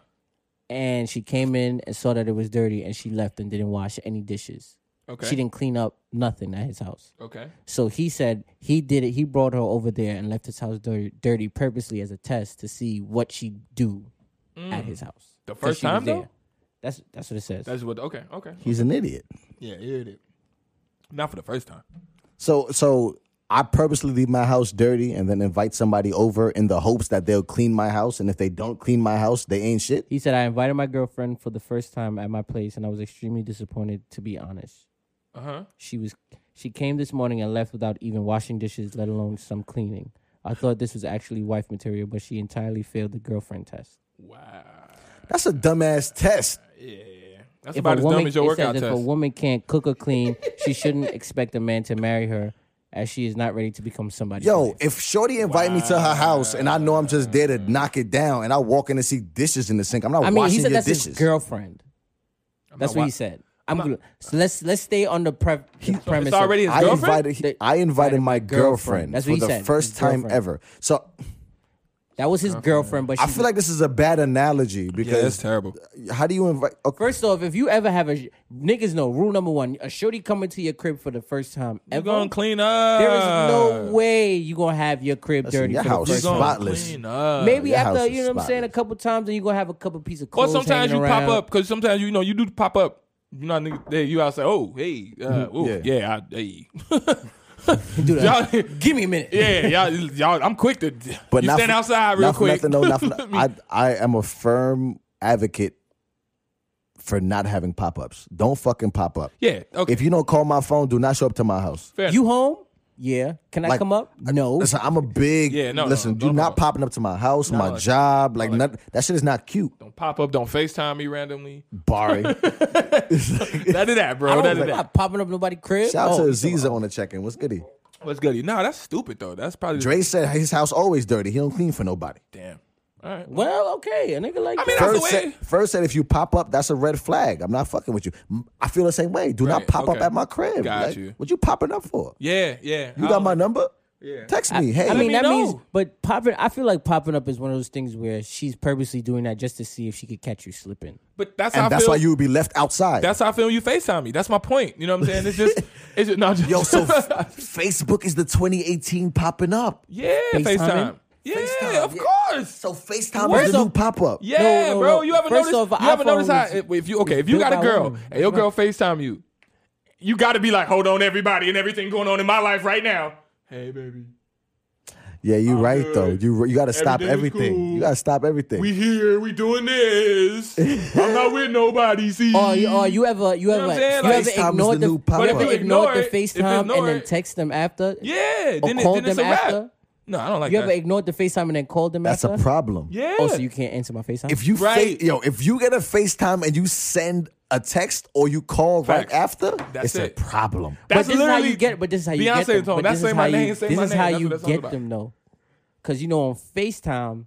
A: and she came in and saw that it was dirty, and she left and didn't wash any dishes.
D: okay.
A: She didn't clean up nothing at his house.
D: Okay.
A: So he said he did it. He brought her over there and left his house dirty, dirty purposely as a test to see what she'd do at his house.
D: The
A: 'Cause
D: Mm. first
A: she was
D: time, though?
A: there. That's that's what it says.
D: That's what. Okay. Okay.
C: He's an idiot.
D: Yeah, you heard it. Not for the first time.
C: So so I purposely leave my house dirty and then invite somebody over in the hopes that they'll clean my house. And if they don't clean my house, they ain't shit.
A: he said I invited my girlfriend for the first time at my place and I was extremely disappointed to be honest.
D: Uh huh.
A: She was she came this morning and left without even washing dishes, let alone some cleaning. I thought this was actually wife material, but she entirely failed the girlfriend test.
D: Wow.
C: That's a dumbass test.
D: Yeah. That's
A: if
D: about
A: a
D: as
A: woman,
D: dumb as your
A: it says
D: workout
A: if a
D: test.
A: woman can't cook or clean, she shouldn't expect a man to marry her, as she is not ready to become somebody.
C: Yo, if Shorty invite me to her house and I know I'm just there to knock it down, and I walk in and see dishes in the sink, I'm not
A: I mean,
C: washing
A: he said
C: your
A: that's
C: dishes.
A: his girlfriend. That's what
D: wa-
A: he said. I'm. gonna, so let's let's stay on the, pre- the premise.
D: It's already his
C: I
D: girlfriend.
C: invited,
A: They-
C: I invited my girlfriend,
A: That's what
C: for
A: he
C: the
A: said,
C: first
A: his
C: time
A: girlfriend.
C: ever. So
A: of- that was his girlfriend, but she,
C: I feel like this is a bad analogy
D: yeah, that's
C: because
D: terrible.
C: how do you invite? Okay,
A: First off, if you ever have a niggas know rule number one, a shorty coming to your crib for the first time
D: You're
A: ever,
D: gonna clean up.
A: there is no way you gonna have your crib dirty
C: your
A: for
C: house
A: the
D: You're
A: first
C: is
A: time.
C: spot-
D: gonna
C: spotless.
D: clean up.
A: Maybe
C: Your
A: after
C: house
A: you
C: is
A: know what I'm saying, a
C: spotless.
A: couple times, and you gonna have a couple piece of
D: Or
A: clothes.
D: sometimes you
A: hanging
D: pop
A: around.
D: up because sometimes you know you do pop up. You know, nigga, they, you outside. Oh, hey, uh, ooh, yeah,
C: Yeah.
D: yeah, I, (laughs) hey.
A: Do that.
D: Y'all-
A: Give me a minute.
D: yeah, y'all, y'all. I'm quick to.
C: but
D: But you
C: not
D: stand
C: for-
D: outside real
C: not for
D: quick.
C: Nothing, no, not for no- I I am a firm advocate for not having pop ups. Don't fucking pop up.
D: (laughs) yeah. Okay.
C: If you don't call my phone, do not show up to my house.
D: fair
A: You home? Yeah. Can I
C: Like,
A: come up? No.
C: Listen, I'm a big.
D: Yeah, no,
C: listen,
D: no,
C: you
D: don't
C: not
D: pop up.
C: popping up to my house, my
D: like-
C: job, like,
D: like-
C: nothing. That shit is not cute.
D: Don't pop up. Don't Facetime me randomly. (laughs)
C: Barry.
D: None of that,
A: I
D: bro.
A: don't,
D: None of
A: I'm
D: that.
A: not popping up nobody crib.
C: Shout out
A: Oh,
C: to Aziza on the check in. What's goody?
D: What's good? Nah, that's stupid though. That's probably
C: Dre said his house always dirty. He don't clean for nobody.
D: Damn. All right.
A: Well, okay, a nigga like
D: I
A: that.
D: mean, That's the
C: First
D: way-
C: said, first said if you pop up, that's a red flag. I'm not fucking with you. M- I feel the same way. Do
D: Right,
C: not pop
D: okay.
C: up at my crib.
D: Got
C: Like,
D: you.
C: What you popping up for?
D: Yeah, yeah.
C: You got my number?
D: Um, Yeah.
C: Text me. hey,
A: I mean,
D: me
A: that
D: know.
A: means, but popping. I feel like popping up is one of those things where she's purposely doing that just to see if she could catch you slipping.
D: But that's how I
C: and that's
D: feel.
C: why you would be left outside.
D: That's how I feel when you Facetime me. That's my point. You know what I'm saying?
A: (laughs)
D: It's just, it's just, no, just
C: Yo,
D: (laughs)
C: so f- Facebook is the 2018 popping up.
D: yeah,
A: FaceTiming?
D: Facetime. Yeah,
C: FaceTime,
D: of
C: yeah.
D: course.
C: So FaceTime
A: What?
C: is the new pop up.
D: yeah,
A: No, no,
D: bro.
A: no.
D: You ever
A: First
D: noticed?
A: off,
D: you ever
A: iPhone
D: noticed how
A: is-
D: if you okay if you
A: built
D: got a
A: by
D: girl
A: women.
D: and your girl Facetime you, you got to be like, hold on, everybody, and everything going on in my life right now. Hey, baby,
C: Yeah, you right
D: good.
C: though. You you got to stop
D: Everything is
C: everything.
D: cool.
C: You got to stop everything.
D: we here, we doing this. I'm not with nobody. See,
A: Or, you- or you ever you
D: what
A: ever
D: I'm saying?
A: you
D: Like,
A: ever
C: FaceTime is
A: ignored
C: the
A: the,
C: new pop-up.
A: you ever
D: But if you
A: ignored
D: ignore
A: the
D: it- if you
A: FaceTime
D: ignore
A: and then
D: it-
A: text them after?
D: yeah,
A: Or
D: then, it,
A: call
D: then it's a
A: them
D: wrap.
A: after?
D: No, I don't like
A: You
D: that.
A: ever ignored the FaceTime and then called them
D: (laughs)
C: That's
A: after?
C: a problem.
D: yeah,
A: Oh, so you can't answer my FaceTime?
C: If you
D: Right.
C: fa- yo, if you get a FaceTime and you send a text or you call
D: Facts.
C: right after,
D: That's
C: it's
D: it.
C: a problem.
A: but
D: That's
A: this is how
D: literally
A: you get. But this is how you
D: Beyonce
A: get them.
D: told me,
A: But
D: "That's
A: this
D: say
A: is
D: my
A: how you,
D: name, say
A: this
D: my
A: is
D: name."
A: how
D: That's
A: you
D: what that song's
A: get
D: about.
A: them though, because you know on FaceTime,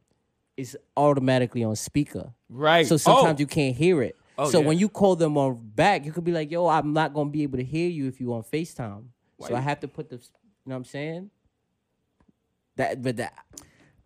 A: it's automatically on speaker.
D: Right.
A: So sometimes
D: Oh.
A: you can't hear it.
D: Oh,
A: so
D: yeah.
A: when you call them on back, you could be like, "Yo, I'm not gonna be able to hear you if you on FaceTime." So I have to put the. You know what I'm saying? That, but that,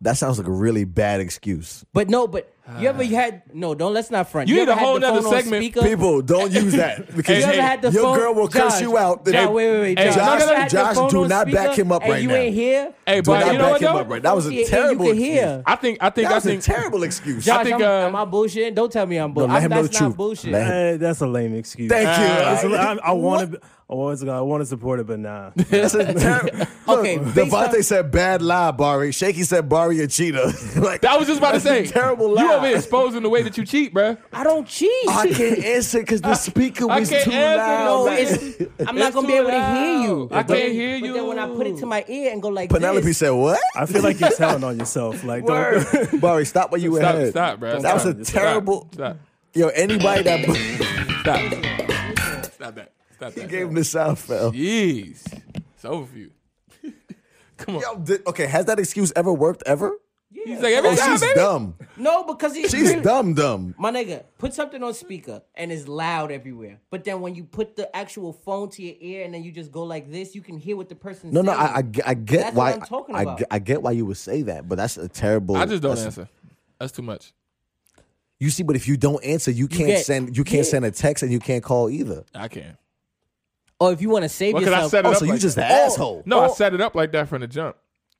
C: That sounds like a really bad excuse.
A: but no, but you ever had no? Don't let's not front.
D: Ah. You
A: You
D: need
A: ever
D: a
A: had
D: whole
A: the
D: nother
A: phone on
D: segment.
A: speaker?
C: People, don't use
A: (laughs)
C: that because
A: You
D: Hey,
A: ever had the
C: your
A: phone?
C: girl will
A: Josh,
C: curse you out.
A: Josh,
C: Hey,
A: wait, wait, wait.
D: hey,
A: Josh,
D: Josh,
A: you ever had the
C: Josh,
A: phone
C: do
A: on
C: not back
A: speaker
C: him up
A: and
C: right
A: you
C: now.
A: ain't here.
D: Hey,
C: do
D: but
C: not
D: you know
C: back
D: what
C: him
D: though?
C: up right. That was
A: You
C: a
A: can
C: terrible.
A: hear.
C: excuse.
D: Oh, I think I think
C: That
D: I
C: was a
D: think
C: terrible excuse.
A: Josh,
D: I think,
A: I'm,
D: uh,
A: am I bullshitting? Don't tell me I'm bullshitting.
C: No, let him know
A: that's
C: the
A: not
C: truth.
A: bullshit.
C: Let him-
B: Eh, that's a lame excuse.
C: Thank you.
B: It's a- I, want to. I want to support it, but nah.
C: That's a (laughs) terrible.
A: Okay, based on-
C: Devontae said bad lie, Bari. Shaky said Bari a cheater. (laughs) like
D: I was just about to
C: that's a
D: say
C: terrible lie.
D: You over here exposing the way that you cheat, bruh.
A: I don't cheat.
C: I can't answer because the speaker
D: I
C: was
D: can't
C: too
D: answer,
C: loud.
A: no,
D: man.
A: it's, I'm not
D: It's
A: gonna be
D: too
A: able to hear you.
D: loud. I
A: But
D: can't
A: then-
D: hear
A: But then when I put it to my ear and go like
C: Penelope
A: this,
C: said what?
B: I feel like you're telling on yourself. Like, don't,
C: Bari, stop where you were
D: Stop,
C: headed.
D: stop, bro.
C: That was
D: Stop,
C: a
D: stop,
C: terrible.
D: Stop.
C: Yo,
D: (laughs)
C: anybody that (laughs)
D: Stop. Stop that. Stop that.
C: gave him the sound fell.
D: Jeez. It's over for you.
C: Yo, did, okay, has that excuse ever worked ever?
D: He's like, every
C: Oh,
D: time,
C: she's
D: baby.
C: dumb.
A: no, because he's
C: She's
A: really,
C: dumb, dumb.
A: My nigga, put something on speaker and it's loud everywhere. But then when you put the actual phone to your ear and then you just go like this, you can hear what the person's
C: No, no,
A: saying.
C: I, I, ge- I get
A: That's
C: why.
A: what I'm talking
C: I- I
A: about.
C: ge- I get why you would say that, but that's a terrible.
D: I just don't
C: that's-
D: answer. That's too much.
C: You see, but if you don't answer, you can't
A: get-
C: send. You can't
A: yeah.
C: send a text, and you can't call either.
D: I can't.
A: or if you want to save
D: Well, 'cause I
A: yourself,
D: set it
C: Oh,
D: up
C: so you
D: like
C: just
D: that.
C: an asshole. Oh.
D: No, I set it up like that from the jump.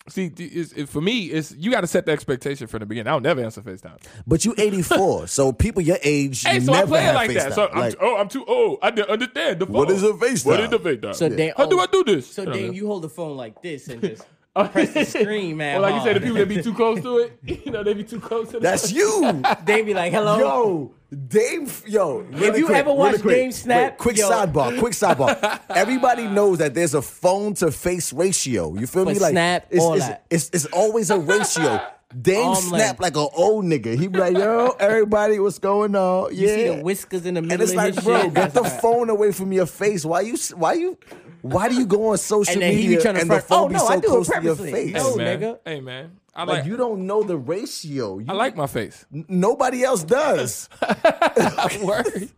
D: See, th- it's, it, for me, it's you got to set the expectation from the beginning. I'll never answer FaceTime.
C: But you 84, so people your age
D: Hey, so
C: never
D: I play it
C: have
D: like that.
C: FaceTime.
D: So I'm
C: Like,
D: too, oh, I'm too old. I didn't understand the phone.
C: What is a FaceTime?
D: What is the FaceTime?
A: So then-
D: how do
A: oh,
D: I do this?
A: so
D: You know what I
A: then
D: mean? (laughs)
A: you hold the phone like this and just press the screen, man.
D: Well, like you said, the
A: hard.
D: people that be too close to it, (laughs) you know, they be too close to (laughs)
C: that's you,
A: they be like, "Hello."
C: yo. Dame, yo. really
A: you
C: quick,
A: ever
C: really
A: watched
C: quick,
A: Dame Snap,
C: wait, quick
A: yo.
C: sidebar,
A: (laughs)
C: quick sidebar. Everybody knows that there's a phone to face ratio. You feel
A: But
C: me? Like
A: Snap,
C: it's,
A: all
C: it's,
A: that.
C: it's it's always a ratio. Dame
A: arm
C: snap like an old nigga. He be like, yo, everybody, what's going on?
A: You
C: yeah.
A: see the whiskers in the middle
C: and it's
A: of
C: like,
A: his
C: bro,
A: shit?
C: get the phone away from your face. Why you? Why you? Why do you go on social
A: And then he be
C: media
A: trying to
C: and the
A: front,
C: phone
A: "Oh,
C: be
A: no,
C: so
A: I do it
C: close to your
A: purposely."
C: face?
A: No,
D: hey, man.
A: nigga.
D: Hey man. I
C: like,
D: like,
C: you don't know the ratio. You,
D: I like my face.
C: nobody else does.
D: (laughs) Word.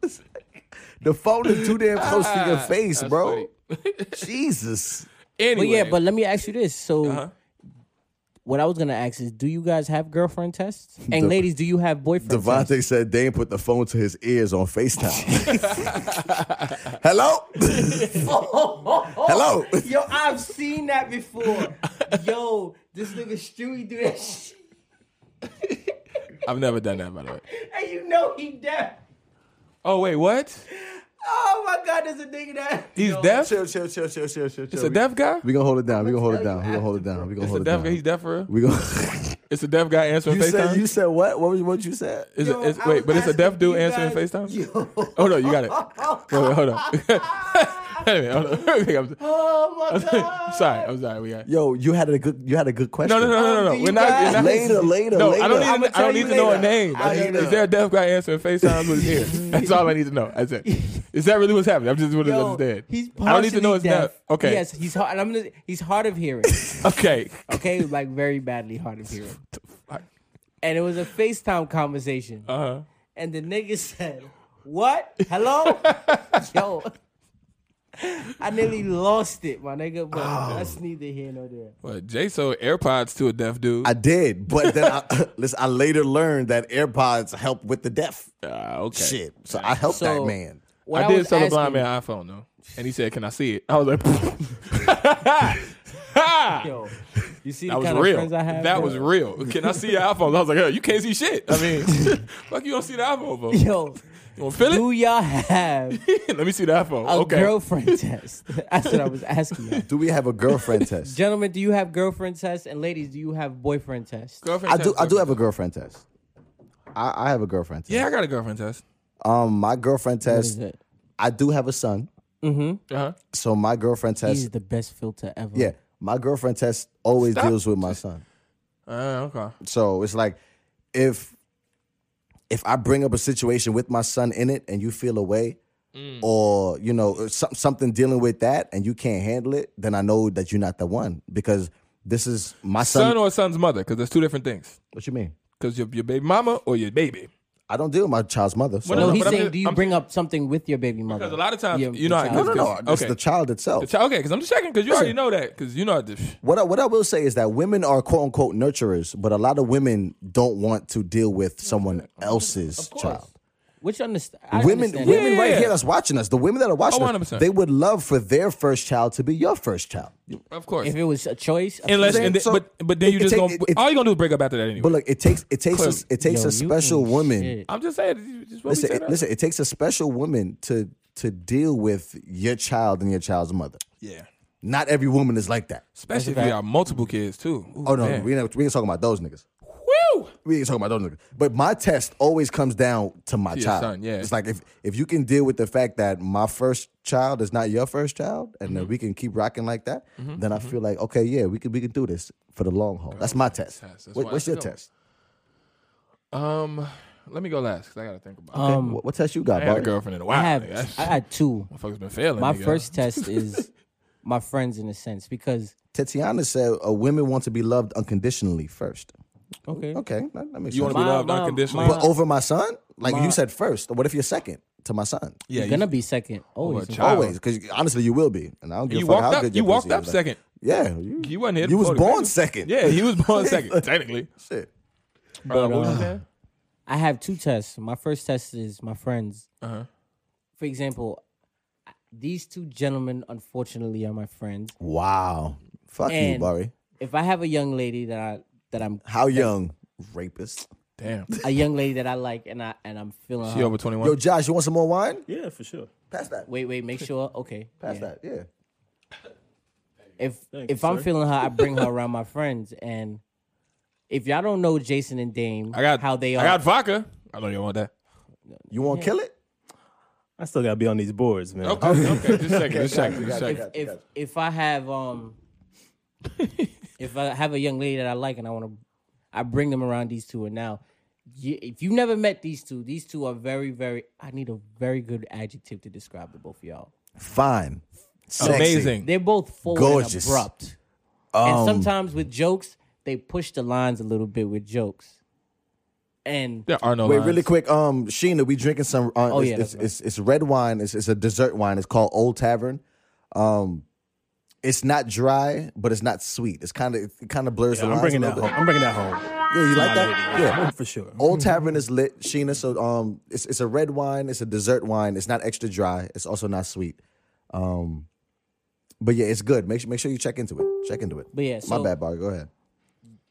C: the phone is too damn close to your
D: Ah,
C: face,
D: that's
C: bro. (laughs) Jesus.
D: (laughs) Anyway. Uh-huh.
A: But yeah, but let me ask you this. So, what I was gonna ask is, do you guys have girlfriend
C: (laughs)
A: tests? And ladies, do you have boyfriend tests?
C: Devontae said Dame put the phone to his ears on FaceTime. (laughs) Hello? (laughs) Hello?
A: (laughs) Yo, I've seen that before. Yo, this nigga Stewie do that (laughs) shit,
D: I've never done that by the way.
A: and you know he deaf.
D: (laughs) Oh wait, what?
A: Oh my God, there's a nigga that. (laughs)
D: He's deaf?
C: (laughs) Chill, chill, chill, chill, chill, chill.
D: It's a deaf guy?
C: We're going to hold it down. We're going to hold it down. We're going to hold it down. We're going to
D: It's a
C: hold it
D: deaf guy. He's
C: down.
D: deaf for real?
C: We gonna,
D: It's a deaf guy answering
C: (laughs) you said you
D: FaceTime.
C: said what? What was what you said?
D: Is
A: Yo,
D: it, is,
A: I was
D: wait, but it's a
A: asking
D: deaf dude
A: you
D: answering
A: guys-
D: FaceTime? (laughs) Oh no, you got it. Wait, wait, hold on. (laughs) Wait a minute, hold on. (laughs) I'm
A: Oh my God.
D: (laughs) sorry, I'm sorry. We got it.
C: Yo, you had a good you had a good question.
D: No, no, no, no, no,
A: do
D: no.
A: you
D: We're not.
A: guys-
D: We're not
C: Later, later,
D: no,
C: later.
D: I don't
A: I'ma
D: need. To, I
A: tell
D: don't
A: you
D: need to know a
A: later.
D: name.
A: I'll
D: Is-
A: tell you
D: Is there a deaf guy answering FaceTime
A: (laughs)
D: with his ear? That's all I need to know. That's it. Is that really what's happening? I'm just wanted to
A: Yo,
D: understand.
A: He's
D: I don't need to know it's
A: partially deaf.
D: deaf. Okay.
A: Yes, he's hard. And I'm gonna, he's hard of
D: (laughs)
A: hearing. (laughs)
D: Okay.
A: Okay, like very badly hard of hearing. And it was a FaceTime conversation.
D: Uh huh.
A: and the nigga said, "What?
D: (laughs)
A: Hello, yo." I nearly lost it, my nigga, but
D: Oh.
A: that's neither here nor there.
D: Well, Jay sold AirPods to a deaf dude.
C: I did, but then I, (laughs) listen, I later learned that AirPods help with the deaf
D: Ah, okay.
C: shit. So I helped that
A: So,
C: man.
A: What
D: I, did
A: was
D: sell a blind
A: asking-
D: man an iPhone though, and he said, "Can I see it?" I was like, (laughs)
A: Yo, you
D: (laughs)
A: see the
D: "That was
A: kind of
D: real.
A: friends I have.
D: that
A: bro?
D: was real." Can I see your iPhone? I was like, "Yo, you can't see shit." I mean, (laughs) fuck, you don't see the
A: (laughs)
D: iPhone, bro.
A: Yo,
D: You want to feel it?
A: do y'all
D: (laughs)
A: have
D: Let me see the iPhone.
A: a
D: okay.
A: girlfriend test? (laughs) That's what I was asking.
D: (laughs)
A: you.
C: Do we have a girlfriend test?
A: Gentlemen, do you have girlfriend tests? And ladies, do you have boyfriend tests?
D: girlfriend
C: I
D: test,
C: do. I do
D: girlfriend
C: have a girlfriend test. I, I have a girlfriend test.
D: test. Yeah, I got a girlfriend test.
C: Um, my girlfriend
A: What is
C: test.
A: it?
C: I do have a son,
D: Uh huh.
C: so my girlfriend test.
A: He's the best filter ever.
C: yeah, my girlfriend test always
D: Stop.
C: deals with my son.
D: Uh, okay.
C: So it's like if if I bring up a situation with my son in it, and you feel away,
D: Mm.
C: or you know uh, some, something dealing with that, and you can't handle it, then I know that you're not the one because this is my son.
D: Son or son's mother, because there's two different things.
C: what you mean?
D: Because your your baby mama or your baby.
C: I don't deal with my child's mother. So
D: What
A: No,
D: No,
A: he's
D: but I'm
A: saying,
D: just-
A: do you
D: I'm-
A: bring up something with your baby mother?
D: Because a lot of times,
A: Your-
D: you know
A: the
D: how it
A: child.
C: no, no, no. It's
D: Okay.
C: the child itself.
D: Ch- Okay, because I'm just checking, because you already know that. Because you know how to.
C: What I, what I will say is that women are quote unquote nurturers, but a lot of women don't want to deal with someone else's
A: course.
C: child.
A: Which understand I
C: Women,
A: understand
C: women
D: Yeah.
C: right here that's watching us, the women that are watching
D: Oh,
C: us,
D: 100%.
C: they would love for their first child to be your first child.
D: Of course.
A: If it was a choice, a
D: Unless,
A: choice,
D: and then,
C: So-
D: but but then
C: it-
D: you
C: it
D: just
C: take-
D: gonna
C: it- it-
D: all you gonna do is break up after that
C: But
D: anyway.
C: look, it takes it takes a,
D: Clearly.
C: it takes
A: yo,
C: a
A: you
C: special
A: ain't
C: woman.
A: shit.
D: I'm just saying. Just what
C: Listen,
D: we said
C: it, listen, it takes a special woman to to deal with your child and your child's mother.
D: earlier. yeah.
C: Not every woman is like that.
D: Especially if you got multiple kids too. Uh, Ooh,
C: Oh no,
D: man.
C: we ain't, we ain't talking about those niggas.
D: Woo!
C: we ain't talking about those niggas. But my test always comes down to my
D: your
C: child.
D: son, yeah.
C: It's like if if you can deal with the fact that my first child is not your first child, and
D: Mm-hmm.
C: that we can keep rocking like that, then I feel like okay, yeah, we can we can do this for the long haul. That's my
D: test.
C: test.
D: That's
C: What-
D: why
C: what's
D: I
C: your
D: feel.
C: test?
D: Um, let me go last because I gotta think about. it.
A: um,
C: What, what test you got,
D: I had a
C: bro?
D: girlfriend in a
A: I
D: while.
A: have
D: nigga. That's-
A: I had two.
D: Motherfuckers been failing.
A: My
D: nigga.
A: first
D: (laughs)
A: test is my friends in a sense because
C: Tatiana said uh, women want to be loved unconditionally first.
A: okay,
C: Okay, that, that makes
D: You want
C: sense.
D: to be
A: My-
D: loved
A: my-
D: unconditionally?
A: my-
C: but over my son, like
A: my-
C: you said first. What if you're second to my son?
D: yeah, Oh,
A: you're gonna be second.
D: a
A: Always,
D: child.
C: Always, because honestly, you will be. And I don't give
D: You
C: a fuck
D: walked
C: how
D: up.
C: good
D: You
C: your pussy
D: walked
C: is.
D: up second.
C: Yeah, you,
D: You wasn't here.
C: You was
D: before the
C: born
D: baby.
C: second.
D: Yeah, he was born
C: (laughs)
D: second. Technically.
C: Shit.
D: Uh, what was you saying?
A: I have two tests. My first test is my friends.
D: Uh-huh.
A: For example, these two gentlemen unfortunately are my friends.
C: Wow. Fuck you,
A: And-
C: Barry.
A: If I have a young lady that I that I'm
C: How young? Rapist.
D: Damn.
A: a young lady that I like and I and I'm feeling
D: She
A: her.
D: over twenty
C: Yo,
D: one.
C: Josh, you want some more wine?
B: (laughs) Yeah, for sure.
C: Pass that.
A: Wait, wait, make sure. Okay,
C: Pass
A: yeah.
C: that. Yeah.
A: if
B: Thank
A: if
B: you,
A: I'm
B: sir.
A: feeling her, I bring
D: (laughs)
A: her around my friends. And if y'all don't know Jason and Dame,
D: I got
A: how they are.
D: I got vodka. I know you want that.
C: You want to kill it?
B: I still gotta be on these boards, man.
D: Okay. okay. Just second. Just second. Just
C: gotcha,
D: second.
C: gotcha.
A: if
C: (laughs)
A: if I have um, if I have a young lady that I like and I want to, I bring them around these two, and now, you, if you never met these two, these two are very, very. I need a very good adjective to describe the both of y'all.
C: Fine. Sexy. Um,
D: Amazing.
A: They're both forward
C: Gorgeous.
A: and abrupt, and sometimes with jokes they push the lines a little bit with jokes, and
D: There are no
C: Wait,
D: lines.
C: really quick. Um, Sheena, we drinking some. Uh,
A: Oh,
C: it's,
A: yeah,
C: it's,
A: that's right.
C: it's it's red wine. It's it's a dessert wine. It's called Old Tavern. Um, it's not dry, but it's not sweet. It's kind of it kind of blurs the
B: I'm
C: lines
B: bringing
C: a
B: that
C: little bit.
B: home. I'm bringing that home.
C: Yeah, you like
B: Nah,
C: that?
B: yeah,
C: Yeah.
B: for sure.
C: Old
A: Mm-hmm.
C: Tavern is lit, Sheena. So um, it's it's a red wine. It's a dessert wine. It's not extra dry. It's also not sweet. Um, but yeah, it's good. Make sure make sure you check into it. Check into it.
A: But yeah,
C: my
A: so-
C: bad, Bar. Go ahead.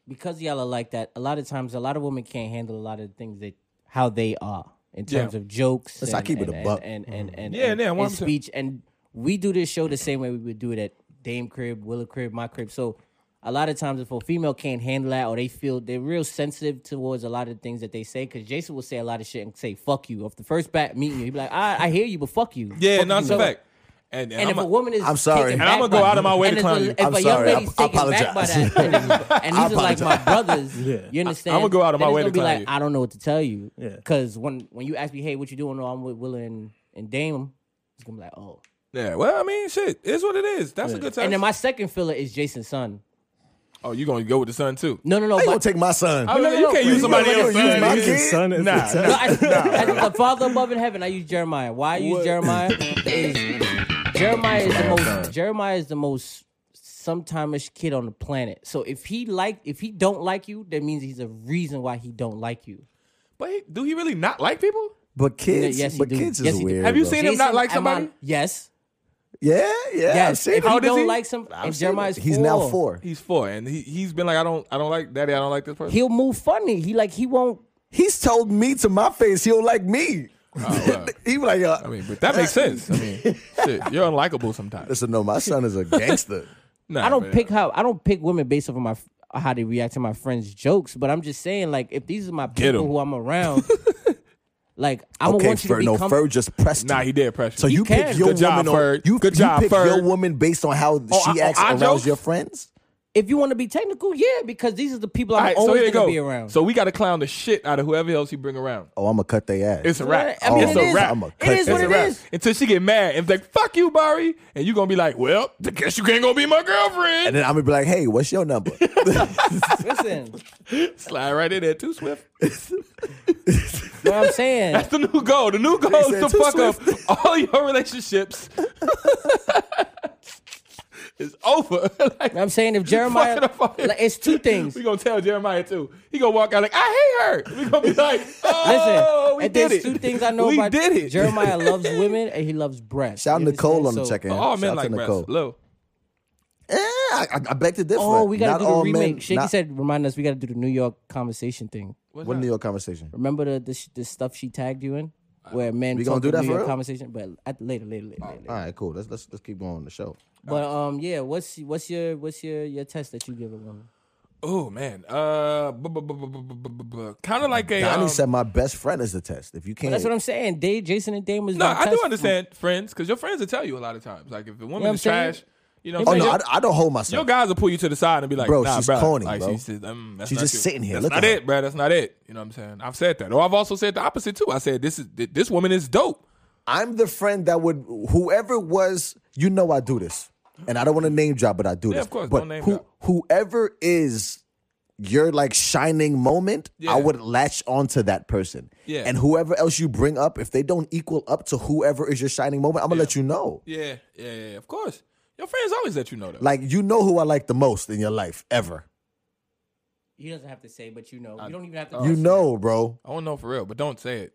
A: because y'all are like that, a lot of times, a lot of women can't handle a lot of things that how they are in
D: Yeah.
A: terms of jokes.
C: Let's not
A: and-
C: keep it
A: and-
C: a buck.
A: And and and, and,
D: Yeah,
A: and,
D: yeah,
A: and
D: 100%.
A: speech. And we do this show the same way we would do it at Dame crib, Willa crib, my crib. So a lot of times, if a female can't handle that, or they feel they're real sensitive towards a lot of things that they say, because Jason will say a lot of shit and say "fuck you" off the first bat meeting you. He'd be like, "I, I hear you, but fuck you."
D: Yeah,
A: Fuck
D: no,
A: you.
D: it's
A: So-
D: a fact. And, and
A: and if
D: I'm
A: a
D: a-
A: woman is
C: I'm sorry.
A: taken
C: And
A: back
D: I'ma go
A: by-
D: out of my way to
A: and if
D: clown
A: a,
D: you.
A: If
C: I'm
A: a
C: sorry.
A: young lady's
C: I- I
A: taken back by
C: apologize.
A: that, and, it's- and these are like my brothers.
B: Yeah.
A: You understand?
D: I'ma go out of my
A: Then it's
D: way
A: gonna
D: to
A: be
D: clown
A: like,
D: you.
A: I don't know what to tell you.
B: Yeah.
A: Because when when you ask me, hey, what you doing? Oh, I'm with Willa and, and Dame. It's gonna be like, oh.
D: yeah, well, I mean, shit, it's what it is. That's a good time.
A: And then my second filler is Jason's son.
D: oh, you gonna go with the sun too?
A: No, no, no.
C: I
A: Oh, but-
C: gonna take my son.
D: I mean,
A: no,
D: you
A: no,
D: can't
A: no,
D: use
A: you
D: somebody
C: gonna
D: else's
C: use
D: son.
C: my
D: You
C: kid?
D: just-
B: His son is
D: Nah,
B: the
A: No, (laughs)
B: son.
A: I, as a father above in heaven, I use Jeremiah. Why I use Jeremiah is Jeremiah is the most Jeremiah is the most sometimeish kid on the planet. So if he like if he don't like you, that means he's a reason why he don't like you.
D: But he, do he really not like people?
C: But kids,
A: yes, he
C: but
A: do.
C: kids
A: Yes,
C: is
A: he do.
C: weird.
D: Have you
C: bro.
D: seen him not like
A: am I-
D: somebody?
A: yes.
C: Yeah, yeah. I've
A: Yes.
C: seen
A: If
C: him.
A: he
D: How old is
A: don't
D: he?
A: like some and
C: seen
A: Jeremiah's
C: it. He's now
A: four.
C: four.
D: He's four, and he he's been like, I don't, I don't like daddy. I don't like this person.
A: He'll move funny. He like he won't
C: He's told me to my face he don't like me.
D: Oh,
C: he be like, uh, yo,
D: Uh, I mean, but that
A: (laughs)
D: makes sense. I mean, shit, you're unlikable sometimes.
C: listen, no, my
A: (laughs)
C: son is a gangster.
D: Nah,
A: I don't
D: man.
A: pick how I don't pick women based off of my how they react to my friends' jokes, but I'm just saying like if these are my
D: Get 'em.
A: people who I'm
D: (laughs)
A: around, like I'm
C: okay,
A: gonna want you
C: Fer,
A: to
C: no,
A: become.
C: Fer just pressed.
D: Nah,
C: him.
D: he did pressure.
C: So
D: He
C: you
A: can.
C: pick your
D: Good job,
C: woman
D: Fer.
C: on you.
D: Good
C: you
D: job,
C: pick
D: Fer.
C: your woman based on how she
D: I-
C: acts
D: oh, I
C: around
D: jokes?
C: your friends.
A: if you want to be technical, yeah, because these are the people I'm
D: All right, so
A: always
D: here you
A: gonna
D: go.
A: be around.
D: So we got to clown the shit out of whoever else you bring around.
C: Oh, I'm gonna cut their ass.
D: It's a
A: I
D: wrap.
A: mean,
D: it's
A: it
D: a
A: is-
D: wrap.
C: I'ma
A: it
C: cut
A: is
C: this.
A: what
D: It's
A: it
D: a wrap.
A: is. (laughs)
D: Until she get mad and be like, "Fuck you, Barry," and you gonna be like, "Well, I guess you can't gonna be my
C: and
D: girlfriend."
C: then I'm gonna be like, hey, what's
A: (laughs)
C: your number? Eh,
A: Listen,
D: Slide right in there, too swift.
A: what I'm saying.
D: That's the new goal. The new goal
C: said
D: is to
C: too
D: fuck up all your relationships. (laughs) it's over. (laughs) like,
A: I'm saying if Jeremiah,
D: Fucking up all your-
A: like, it's two things.
D: we gonna tell Jeremiah too. He gonna walk out like I hate her. We gonna be like,
A: (laughs) Listen,
D: oh, we
A: and
D: did
A: there's
D: it.
A: two things I know
D: we
A: about
D: did it.
A: Jeremiah
D: (laughs)
A: loves women and he loves breasts.
C: Shout
A: You
C: Nicole on
A: understand?
C: the
A: So-
C: check in.
D: All
C: Shout
D: men
C: out
D: like
C: to
D: breasts.
C: Nicole.
D: Look,
C: Eh, I, I, I beg to differ.
A: Oh, we gotta
C: Not
A: do the
C: all
A: remake.
C: Men,
A: Shaky
C: not,
A: said, remind us, we gotta do the New York conversation thing.
C: "What New York conversation?"
A: Remember the the, sh- the stuff she tagged you in, where men
C: We
A: talk
C: gonna do
A: the
C: that
A: New
C: for
A: York
C: real?
A: conversation, but at, later, later, later, later.
C: All right, cool. Let's let's let's keep going on the show.
A: But um, yeah, what's what's your what's your your test that you give a woman?
D: Oh man, uh, kind of like a.
C: Donnie
D: um,
C: said, "My best friend is the test. If you can't,
A: That's what I'm saying. Dave, Jason, and Dame was
D: No,
A: my
D: I do
A: test.
D: understand friends because your friends will tell you a lot of times. Like if the woman
A: what I'm
D: is
A: saying?
D: trash, you know. What
C: Oh
D: I'm
C: no,
D: saying?
C: I, I don't
D: your,
C: hold
D: your
C: myself.
D: guys will pull you to the side and be like,
C: Bro,
D: nah,
C: she's
D: bruh.
C: corny,
D: Like,
C: bro.
D: She's, just, mm, that's
C: She's
D: not
C: just
D: you.
C: sitting here.
D: That's
C: Look
D: not
C: at her.
D: it, bro. That's not it. You know what I'm saying? I've said that, or I've also said the opposite too. I said this is th- this woman is dope.
C: I'm the friend that would whoever it was. You know, I do this, and I don't want to name drop, but I do this.
D: of course,
C: but
D: don't name
C: who,
D: drop.
C: whoever is your like shining moment,
D: Yeah.
C: I would latch onto that person.
D: Yeah.
C: And whoever else you bring up, if they don't equal up to whoever is your shining moment, I'm gonna let you know.
D: Yeah, yeah, yeah. Of course, your friends always let you know though.
C: Like you know who I like the most in your life ever.
A: He doesn't have to say, but you know, you don't even have to.
C: Uh,
D: Oh.
C: You know, bro.
D: I don't know for real, but don't say it.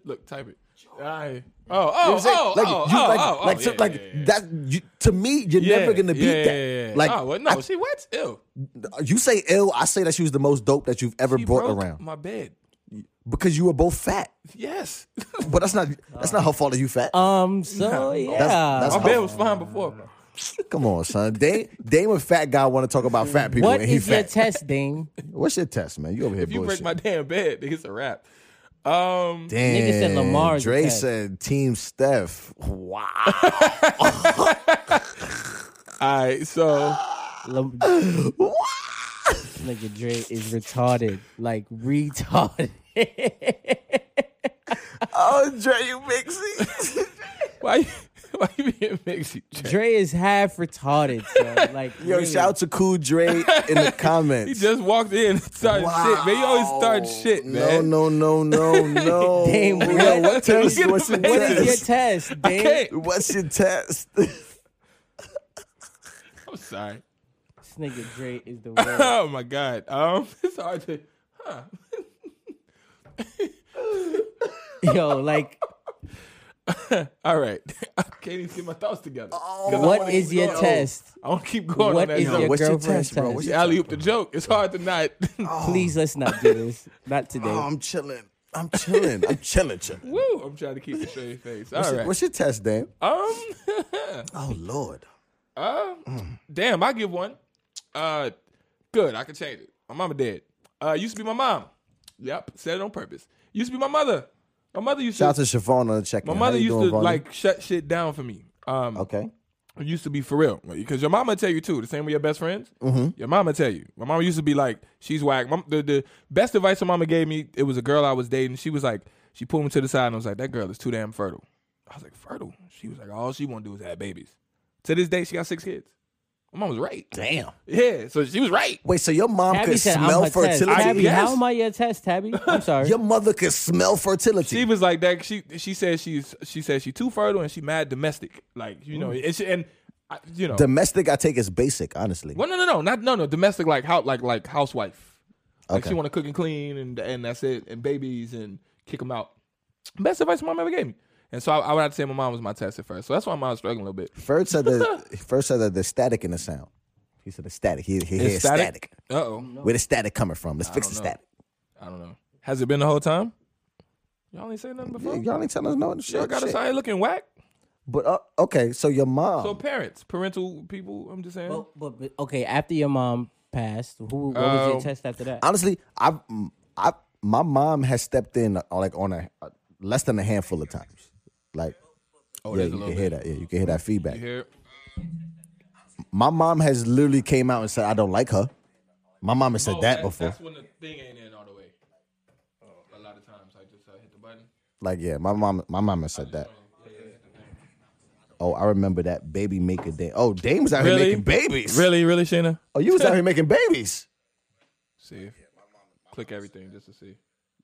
D: (laughs) Look, type it. I, oh, oh,
C: You know what I'm saying?
D: oh,
C: like
D: oh,
C: you
D: oh,
C: like
D: oh, oh,
C: like,
D: yeah,
C: so- like
D: yeah, yeah, yeah.
C: that you, to me you're
D: Yeah,
C: never gonna beat
D: yeah,
C: that.
D: yeah, yeah, yeah.
C: Like
D: oh, well, no,
C: I-
D: she what? Ew.
C: you say ill, I say that she was the most dope that you've ever
D: She
C: brought
D: broke
C: around
D: my bed.
C: because you were both fat.
D: Yes, (laughs)
C: But that's not that's not her fault that you fat.
D: Uh,
A: Um, so yeah,
C: that's-
D: my bed was fine before.
C: Come on, son. Dame, Dame a fat guy want to talk about fat people
A: what
C: and he
A: is your
C: fat.
A: test,
C: (laughs)
A: Dame?
C: What's your test, man? You over here
D: If you
C: bullshit.
D: break my damn bed, (laughs) nigga, it's a wrap. Um,
C: Damn,
A: Nigga said Lamar's
C: Dre
A: test.
C: said Team Steph. Wow.
D: all right, so
C: (gasps)
A: Lam-
C: Wow.
A: Nigga Dre is retarded. Like retarded. (laughs)
C: Oh, Dre, you mixy.
D: Why you, (laughs) why you being mixy? Dre?
A: Dre is half retarded, so like
C: Yo,
A: really.
C: shout to Cool Dre in the
D: (laughs)
C: comments.
D: He just walked in and started shit, man. You always start shit, man. (laughs)
C: No, no, no, no, no.
A: Damn,
C: Yo,
A: what?
C: what test?
D: Look at
C: What's
D: the
C: your
A: What is your
C: test?
A: test,
D: I
A: Dave?
D: can't.
C: What's your test?
D: I'm sorry.
A: This nigga Dre is the
D: (laughs)
A: worst.
D: Oh my god. Um, (laughs) it's hard to. Huh.
A: Yo, like
D: All right. (laughs) I can't even get my thoughts together. 'Cause I
A: what
D: wanna
A: is
D: keep
A: your
D: going.
A: test?
D: I want to keep going.
A: What
D: on that
A: is
D: joke.
A: your
C: what's your
A: girlfriend's
C: test, bro?
A: test?
C: What's
D: You alley oop the joke. It's hard to not. (laughs)
A: Please let's not do this. Not today.
C: (laughs) Oh, I'm chilling. I'm chilling. I'm chilling, (laughs) chilling.
D: Woo! I'm trying to keep a straight face. All
C: What's,
D: right.
C: your, what's your test, Dan?
D: um. (laughs)
C: Oh, Lord.
D: um. Damn. I give one. Uh. Good. I can change it. My mama dead. Uh. Used to be my mom. Yep. Said it on purpose. Used to be my mother. My mother used
C: Shout out
D: to.
C: to Siobhan on the check
D: my mother used to like shut shit down for me. Um.
C: Okay.
D: It used to be for real because your mama tell you too. The same with your best friends. Your mama tell you. My mama used to be like, she's whack. Mom, the the best advice my mama gave me. It was a girl I was dating. She was like, she pulled me to the side and was like, that girl is too damn fertile. I was like, fertile. She was like, all she want to do is have babies. To this day, she got six kids. My mom was right.
C: Damn.
D: Yeah, so she was right.
C: Wait, so your mom
A: Tabby
C: could
A: said I'm
C: smell
A: her test.
C: fertility?
A: Tabby,
D: Yes.
A: how am I your test, Tabby?
C: (laughs)
A: I'm sorry.
C: Your mother could smell fertility.
D: She was like that. She she said she's she said she too fertile and she mad domestic. Like you know and, she, and I, you know.
C: Domestic, I take is basic, honestly.
D: Well, no, no, no, not no, no. Domestic, like how, like like housewife. Like
C: Okay.
D: she want to cook and clean, and and that's it, and babies, and kick them out. Best advice my mom ever gave me. And so I, I would have to say my mom was my test at first. So that's why mom was struggling a little bit.
C: First said
D: (laughs)
C: the first said that there's static in the sound. He said the static. He, he hears static.
D: Uh oh.
C: Where the static coming from? Let's fix the
D: don't know.
C: static.
D: I don't know. Has it been the whole time? Y'all ain't say nothing before.
C: Yeah, y'all ain't telling us no shit.
D: Y'all got
C: shit.
D: us out here looking whack.
C: But uh, okay, so your mom.
D: So parents, parental people. I'm just saying.
A: But, but, but okay, after your mom passed, who what was
D: Um,
A: your test after that?
C: honestly, I, I, my mom has stepped in uh, like on a uh, less than a handful of times. Like, oh, yeah,
D: there's
C: you
D: a
C: can
D: little
C: hear that. Yeah, you can hear that feedback.
D: you hear?
C: My mom has literally came out and said, "I don't like her." My mom has said that before.
D: Oh, That's when the thing ain't in all the way. Oh, a lot of times I just hit the button.
C: Like, yeah, my mom, my mom has said that. Oh, I remember that baby maker day. Oh, Dame was out
D: Really?
C: here making babies.
D: Really, really, Sheena.
C: Oh, you was out
D: (laughs)
C: here making babies.
D: See if click everything just to see.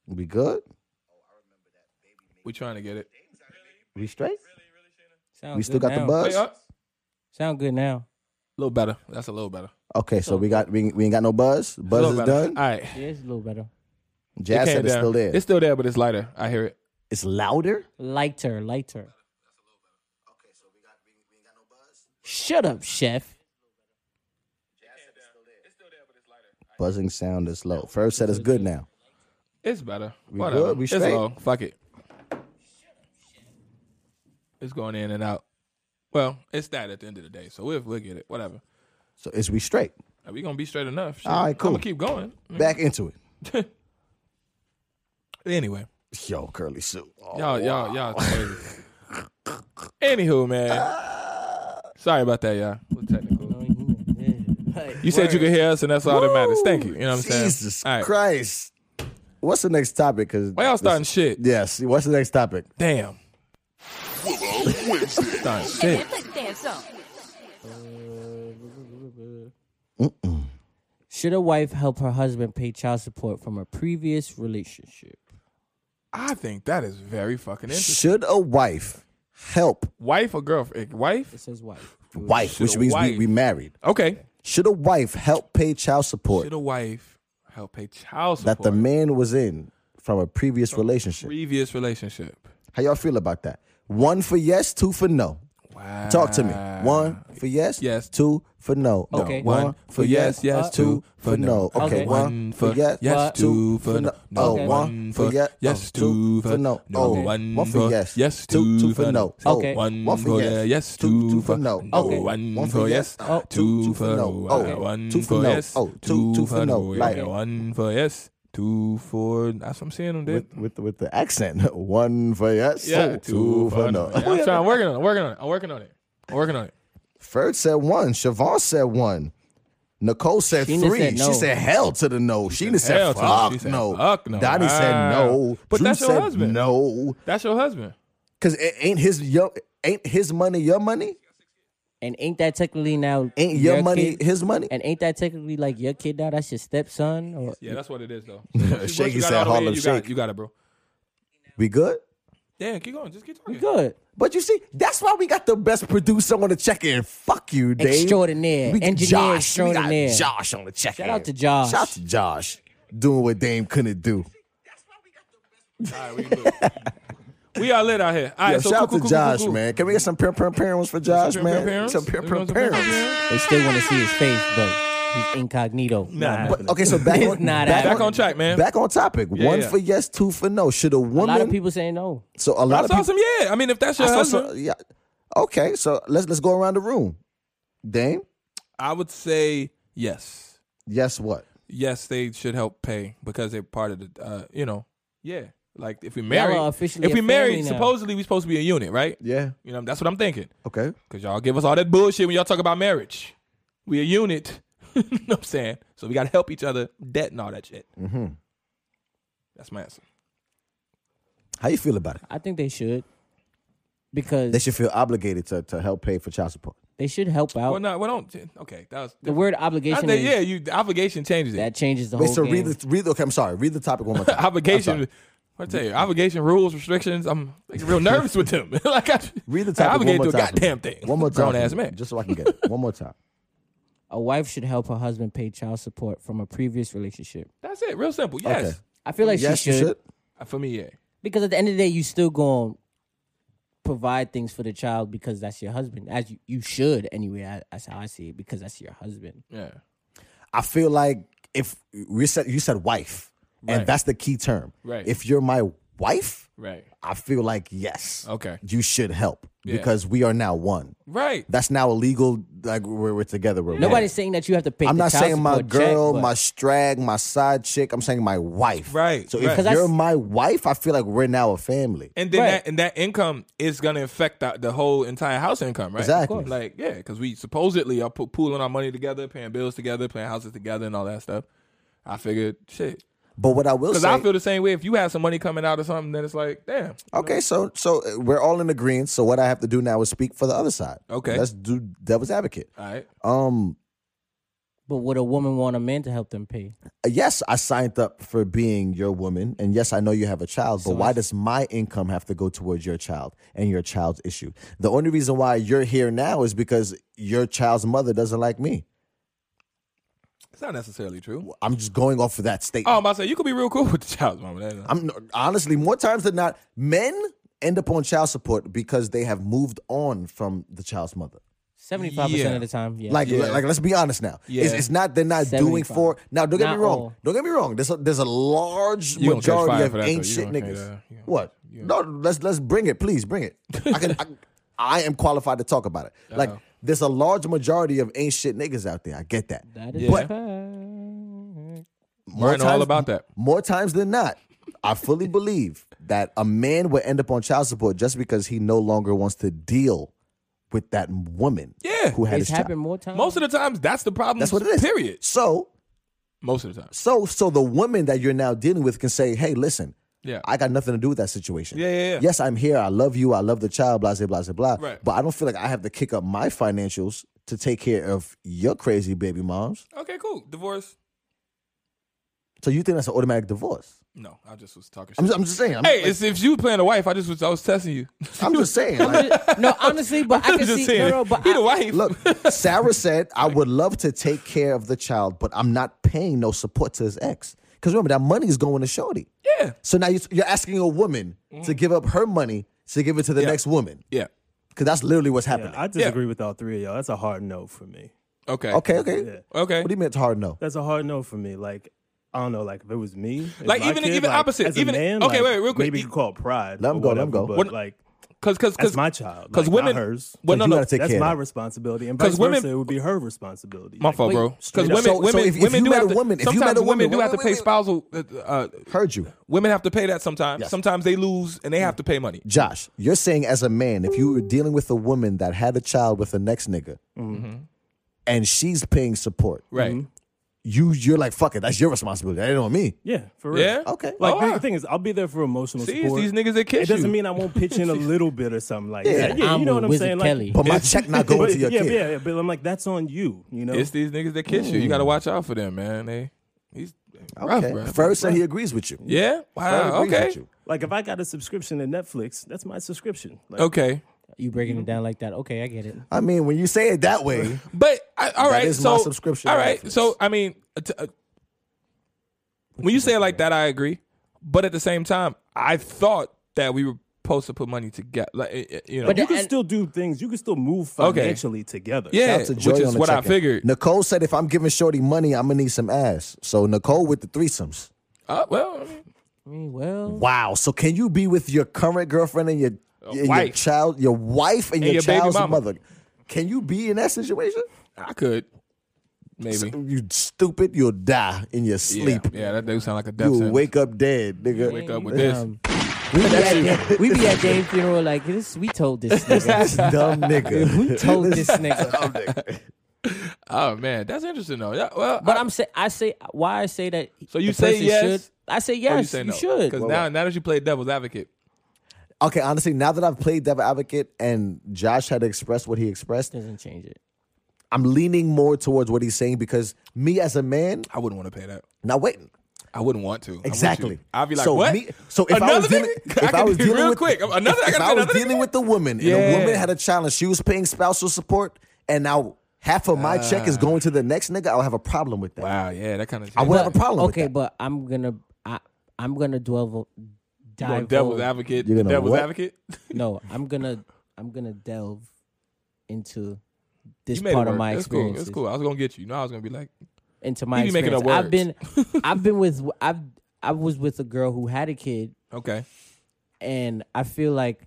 C: We good?
D: We're trying to get it.
C: We straight?
A: Sound
C: We still
A: good
C: got the
A: now.
C: buzz.
D: Wait, uh,
A: Sound good now.
D: a little better. That's a little better.
C: Okay, so we got we, we ain't got no buzz. Buzz
D: a
C: is
D: little better.
C: done.
D: All right.
A: Yeah, it's a little better.
C: Jazz
D: It
C: said
D: came
C: it's
D: down.
C: still there.
D: It's still there, but it's lighter. I hear it.
C: it's louder.
A: Lighter, lighter. Shut up, chef.
C: Buzzing sound is low. First said it's good now.
D: It's better. Whatever.
C: good? We
D: it's
C: straight?
D: low. Fuck it. It's going in and out. Well, it's that at the end of the day. So we'll, we'll get it. Whatever.
C: So is we straight?
D: Are we going to be straight enough? Shit.
C: All right, cool.
D: I'm going to keep going.
C: Back into it.
D: Anyway.
C: Yo, curly suit. Oh,
D: Y'all, y'all, y'all crazy. Anywho,
C: (laughs)
D: man. Sorry about that, y'all. We're technical. You said you could hear us, and that's all that matters. Thank you. You know what I'm saying?
C: Jesus
D: All right.
C: Christ. What's the next topic? Because
D: Why y'all starting shit?
C: Yes. What's the next topic?
D: Damn. Starting shit.
A: Should a wife help her husband pay child support from a previous relationship?
D: I think that is very fucking interesting.
C: Should a wife help
D: Wife or girlfriend? Eh, Wife?
A: It says wife.
C: wife,
D: Should
C: which
D: a
C: means
D: wife-
C: we, we married?
D: Okay.
C: Should a wife help pay child support
D: Should a wife help pay child support?
C: that the man was in from a previous relationship?
D: previous relationship.
C: How y'all feel about that? One for yes, two for no.
D: Wow.
C: Talk to me. One for Uh, yes,
D: Yes.
C: Two for no.
A: Okay.
C: One, for yes,
D: yes.
A: Uh,
C: two for no. Okay.
A: Okay.
C: One for yes, uh,
A: But-
C: two for no. Oh,
A: Okay.
C: one for yes,
D: yes,
C: oh,
D: two for
C: no.
D: no,
C: Oh,
D: one
C: one for
D: for
C: yes,
D: yes,
C: two,
D: two
C: two for
D: for
C: no.
D: no.
C: Oh,
A: Okay.
D: One,
C: one
D: for yes, yes,
C: two, two for no.
D: Oh,
A: Okay.
D: one for yes,
C: uh,
A: Oh,
D: two for no,
C: Oh,
D: one
C: two for
D: for
C: no.
D: yes,
C: Oh, two, two for no.
D: yeah,
C: Like
D: one for yes, two for. That's what I'm seeing them did.
C: with, with with the accent. (laughs) One for yes, oh, two for no. (laughs)
D: Yeah, I'm trying. I'm working on it. I'm working on it. I'm working on it. I'm working on it.
C: Ferd said one. Siobhan said one. Nicole said
A: Sheena
C: three.
A: said no.
C: She said hell to the no. She Sheena
D: hell to the no.
C: said fuck
D: She said,
C: no.
D: fuck no.
C: Donnie said
D: Wow.
C: no.
D: But
C: Drew
D: that's your
C: said
D: husband.
C: No,
D: That's your husband.
C: because ain't his your ain't his money your money?
A: And ain't that technically now
C: Ain't your, money
A: kid?
C: his money?
A: And ain't that technically like your kid now? That's your stepson. Or
D: Yeah, that's what it is though.
C: Shaky
D: you got
C: said
D: all the way in,
C: Harlem
D: you got it,
C: Shake.
D: You got it, bro.
C: we good.
D: Damn, keep going. Just keep talking.
A: good.
C: But you see, that's why we got the best producer on the check in. Fuck you, Dave.
A: Extraordinaire.
C: We got
A: Engineer
C: Josh. We
A: extraordinaire.
C: got Josh on the check in.
A: Shout out to Josh.
C: Shout out to Josh. Doing what Dame couldn't do.
D: All right, we can do it. We are lit out here. All right,
C: Yo,
D: so
C: shout
D: cool,
C: out
D: cool,
C: to
D: cool,
C: Josh,
D: cool, cool.
C: man. Can we get some pimp pimp parents for Josh,
D: Pimp, pimp,
C: man?
D: parents.
C: Some pimp
D: You know
C: pimp
D: some pimp, pimp,
C: parents.
D: parents.
A: They still want to see his face, but he's incognito.
B: Nah,
C: But okay, so back
A: It's
C: on
A: not
C: back,
A: happening.
D: Back on track, man.
C: back on topic.
D: Yeah,
C: One
D: yeah.
C: for yes, two for no. Should a
A: A
C: woman?
A: lot of people saying no.
C: so a lot
D: I
C: of
D: saw
C: people.
D: some. Yeah, I mean, if that's your
C: I saw
D: husband,
C: some- yeah. Okay, so let's let's go around the room. Dame,
D: I would say yes.
C: yes, what?
D: Yes, they should help pay because they're part of the. Uh, you know, yeah. Like if we
A: Y'all
D: married,
A: are officially
D: if
A: a
D: we married,
A: family now.
D: supposedly we supposed to be a unit, right?
C: Yeah.
D: You know, that's what I'm thinking.
C: Okay.
D: Cause y'all give us all that bullshit when y'all talk about marriage. We a unit. (laughs) you know what I'm saying? So we gotta help each other debt and all that shit. Mm-hmm. That's my answer.
C: How you feel about it?
A: I think they should because they,
C: They should feel obligated to, to help pay for child support.
A: should help out.
D: Well, no, well, don't. Okay, that was
A: the word
D: I
A: obligation, is-
D: think, yeah, you the obligation changes it.
A: that changes the
C: Wait,
A: whole
C: so
A: game.
C: read the read. the- Okay, I'm sorry. Read the topic one
D: (laughs)
C: more time.
D: obligation. I tell you, obligation rules, restrictions. I'm like, real nervous with them. (laughs) like, I,
C: Read the
D: I
C: topic one
D: obligate
C: more
D: to a
C: time.
D: goddamn thing.
C: One more time.
D: grown ass man.
C: Just so I can get it. One more time.
A: a wife should help her husband pay child support from a previous relationship.
D: That's it. Real simple. Yes,
C: Okay.
A: I feel like
C: yes,
A: she should,
C: you should.
D: Uh, for me, yeah.
A: because at the end of the day, you still going to provide things for the child because that's your husband. As you, you should anyway. I, that's how I see it because that's your husband.
D: Yeah.
C: I feel like if we said you said wife,
D: Right.
C: and that's the key term.
D: Right.
C: If you're my wife,
D: Right.
C: I feel like yes.
D: Okay.
C: You should help
D: Yeah.
C: because we are now one.
D: Right.
C: That's now illegal. Like we're, we're together. We're one.
A: Nobody's saying that you have to pay.
C: I'm
A: the
C: not
A: child
C: saying my
A: support check,
C: girl,
A: but-
C: my strag, my side chick. I'm saying my wife.
D: Right,
C: So
D: right.
C: if
A: 'Cause I
C: you're
A: s-
C: my wife, I feel like we're now a family.
D: And then
A: Right.
D: that and that income is gonna affect the, the whole entire house income, right?
C: Exactly. Of course.
D: Like, yeah, because we supposedly are pu- pooling our money together, paying bills together, paying houses together, and all that stuff. I figured, shit,
C: But what I will
D: because
C: say,
D: I feel the same way. If you have some money coming out or something, then it's like, damn,
C: okay, so so uh, we're all in agreement. So what I have to do now is speak for the other side.
D: Okay.
C: let's do devil's advocate.
D: all right,
C: Um,
A: But would a woman want a man to help them pay?
C: yes, I signed up for being your woman, and yes, I know you have a child, but
A: So
C: why
A: it's-
C: does my income have to go towards your child and your child's issue? The only reason why you're here now is because your child's mother doesn't like me.
D: it's not necessarily true.
C: I'm just going off of that statement.
D: Oh, I'm about to say you could be real cool (laughs) with the child's mama. That-
C: I'm honestly more times than not, men end up on child support because they have moved on from the child's mother.
A: Seventy five
D: Yeah.
A: percent of the time, yeah.
C: Like, like, let's be honest now.
D: Yeah.
C: It's, it's not they're not doing
A: 75.
C: for. Now, don't get
A: Not
C: me wrong.
A: all.
C: Don't get me wrong. There's a, there's a large
D: You gonna catch
C: majority
D: fire
C: of
D: for that, though. You
C: ain't shit
D: gonna catch
C: niggas.
D: that. You gonna-
C: What? No, let's let's bring it, please bring it. I can. I, (laughs) I am qualified to talk about it.
D: Uh-huh.
C: Like, there's a large majority of ain't shit niggas out there. I get that.
A: that is
D: Yeah.
A: yeah.
C: More
D: Learn all about that.
C: More times than not, I fully believe that a man will end up on child support just because he no longer wants to deal with that woman.
D: Yeah.
C: who had
A: It's
C: his
A: happened
C: child.
A: more times.
D: Most of the times, that's the problem.
C: That's what it is.
D: Period.
C: So,
D: Most of the times.
C: so, so the woman that you're now dealing with can say, "Hey, listen."
D: Yeah.
C: I got nothing to do with that situation.
D: Yeah, yeah, yeah.
C: Yes, I'm here. I love you. I love the child. Blah, blah, blah, blah, blah.
D: Right.
C: But I don't feel like I have to kick up my financials to take care of your crazy baby moms.
D: Okay, cool. Divorce.
C: So you think that's an automatic divorce?
D: No, I just was talking
C: I'm,
D: shit.
C: I'm just saying. I'm,
D: hey,
C: like,
D: it's, if you playing a wife, I just was I was testing you. (laughs)
C: I'm just saying.
A: (laughs)
C: like-
A: no, honestly, but I
D: I'm
A: can
D: just
A: see.
D: saying.
A: No, no, but
D: he the
A: I-
D: wife. (laughs)
C: Look, Sarah said, I would love to take care of the child, but I'm not paying no support to his ex. Because remember, that money is going to Shorty.
D: yeah,
C: So now you- you're asking a woman to give up her money to give it to the next woman.
D: Mm. yeah.
C: Because that's literally what's
B: Yeah,
C: happening.
B: I disagree with all three of y'all. That's a hard no for me.
D: Okay,
C: okay, okay.
D: okay.
C: What do you mean it's hard no?
B: That's a hard no for me. Like I don't know. Like if it was me, if
D: Like,
B: my
D: even-
B: kid,
D: even
B: like,
D: opposite,
B: As a
D: even-
B: man,
D: okay,
B: like,
D: wait, real quick.
B: Maybe you could call it pride.
C: Let 'em
B: or
C: go, let 'em
B: whatever,
C: go.
B: But
D: What-
B: like
D: Because because
B: that's my child.
D: Because
B: like, not
D: women,
B: hers.
D: Well, no,
C: you
D: no.
C: gotta take
B: that's
C: care of
B: my
C: that.
B: responsibility, and vice
D: 'Cause women-
B: versa, it would be her responsibility.
D: My
B: Like,
D: fault,
A: Wait,
D: bro.
C: straight
D: Because
C: up.
D: women,
C: So- so
D: women,
C: if- if
D: women
C: you
D: do
C: met
D: have
C: a
D: to,
C: woman- if you
D: sometimes
C: met a
D: women
C: woman-
D: do
C: wait,
D: have to
C: wait,
D: pay
C: wait, wait.
D: spousal. Uh, uh,
C: Heard you.
D: women have to pay that sometimes.
C: Yes.
D: Sometimes they lose and they
B: Mm.
D: have to pay money.
B: Mm-hmm.
C: Josh, you're saying as a man, if you were dealing with a woman that had a child with the next nigga, and she's paying support.
D: Mm-hmm. Right.
C: You you're like, fuck it, that's your responsibility. That ain't on me.
B: Yeah, for real.
D: Yeah.
C: Okay.
B: Like
D: Alright.
B: the thing is, I'll be there for emotional
D: See, it's
B: support.
D: these niggas that
B: it
D: kiss you.
B: doesn't mean I won't pitch in
D: (laughs)
B: a little bit or something like
C: Yeah.
B: that. Yeah,
A: I'm
B: you know
A: with
B: what I'm
A: Wizard
B: saying?
A: Kelly.
C: But my check not
D: (laughs)
C: going
B: (laughs) But-
C: to your
B: yeah,
C: kid.
B: yeah, yeah, but I'm like, that's on you. You know,
D: It's these niggas that kiss you. You
B: Mm.
D: gotta watch out for them, man. They, he's rough,
C: Okay.
D: bro.
C: First said he agrees with you.
D: yeah.
C: Furry
D: Wow.
C: agrees
D: Okay.
C: with you.
B: like if I got a subscription to Netflix, that's my subscription. Like,
D: Okay.
A: You breaking it down like that? Okay, I get it.
C: I mean, when you say it that way,
D: But I, all
C: That
D: right,
C: is
D: so
C: my subscription
D: All
C: to
D: right,
C: Netflix.
D: so I mean, uh, t- uh, when you say it like that, I agree. But at the same time, I thought that we were supposed to put money together. Like uh, uh, you know,
A: But
B: you
A: that-
B: can
A: and-
B: still do things. You can still move
D: Okay.
B: financially together.
D: yeah,
C: Shout out to
D: which
C: Joy on
D: is
C: the
D: what I
C: check-in.
D: figured.
C: Nicole said, if I'm giving Shorty money, I'm gonna need some ass. So Nicole with the threesomes.
D: Uh, well, I mean,
A: I mean, well,
C: Wow. So can you be with your current girlfriend and your, and your
D: wife.
C: child, your wife and, your,
D: your baby
C: child's
D: mama.
C: mother? Can you be in that situation?
D: I could maybe
C: You stupid. You'll die in your
D: Yeah,
C: sleep.
D: Yeah, that do sound like a death
C: You'll
D: sentence.
C: wake up dead, nigga.
D: Wake up with this.
C: (laughs) We be
A: we, be
C: that
A: at Dame, we be at
D: (laughs)
A: Dame funeral like this. We told this nigga.
C: (laughs) dumb nigga.
A: we told
C: (laughs)
A: this nigga.
C: Dumb nigga.
D: Oh man, that's interesting though. Yeah, well,
A: But
D: I-
A: I'm say I say why I say that.
D: So you
A: the
D: say
A: person
D: yes?
A: Should, I say
D: oh,
A: yes.
D: you, say
A: you
D: no.
A: should.
D: because now now that you play devil's advocate,
C: Okay, honestly, now that I've played Devil Advocate and Josh had expressed what he expressed,
A: doesn't change it.
C: I'm leaning more towards what he's saying because me as a man,
D: I wouldn't want to pay that.
C: now wait,
D: I wouldn't want to. I wouldn't
C: Exactly.
D: you. I'd be like,
C: so
D: what?
C: Me, so if
D: another
C: I was dealing,
D: (laughs) nigga?
C: if
D: I,
C: I,
D: could
C: was
D: be
C: dealing
D: real
C: with,
D: quick. I'm- Another.
C: if,
D: I, gotta
C: if
D: be
C: I was
D: another
C: dealing
D: nigga?
C: with the woman and
D: Yeah.
C: the woman had a challenge, she was paying spousal support, and now half of my check is going to the next nigga. I'll have a problem with that.
D: Wow. Yeah, that kind of.
C: I would have a problem.
A: Okay,
C: with that.
A: but I'm gonna I I'm gonna dwell. Dive
D: Devil's advocate.
C: You're gonna
D: devil's
C: what?
D: advocate.
A: No, I'm gonna I'm gonna delve into this
D: You made it
A: part of
D: work.
A: my
D: It's cool.
A: experience.
D: It's cool. I was gonna get you. You know, I was gonna be like,
A: Into my
D: You be making
A: experience.
D: up
A: I've been
D: (laughs)
A: I've been with I've I was with a girl who had a kid,
D: okay,
A: and I feel like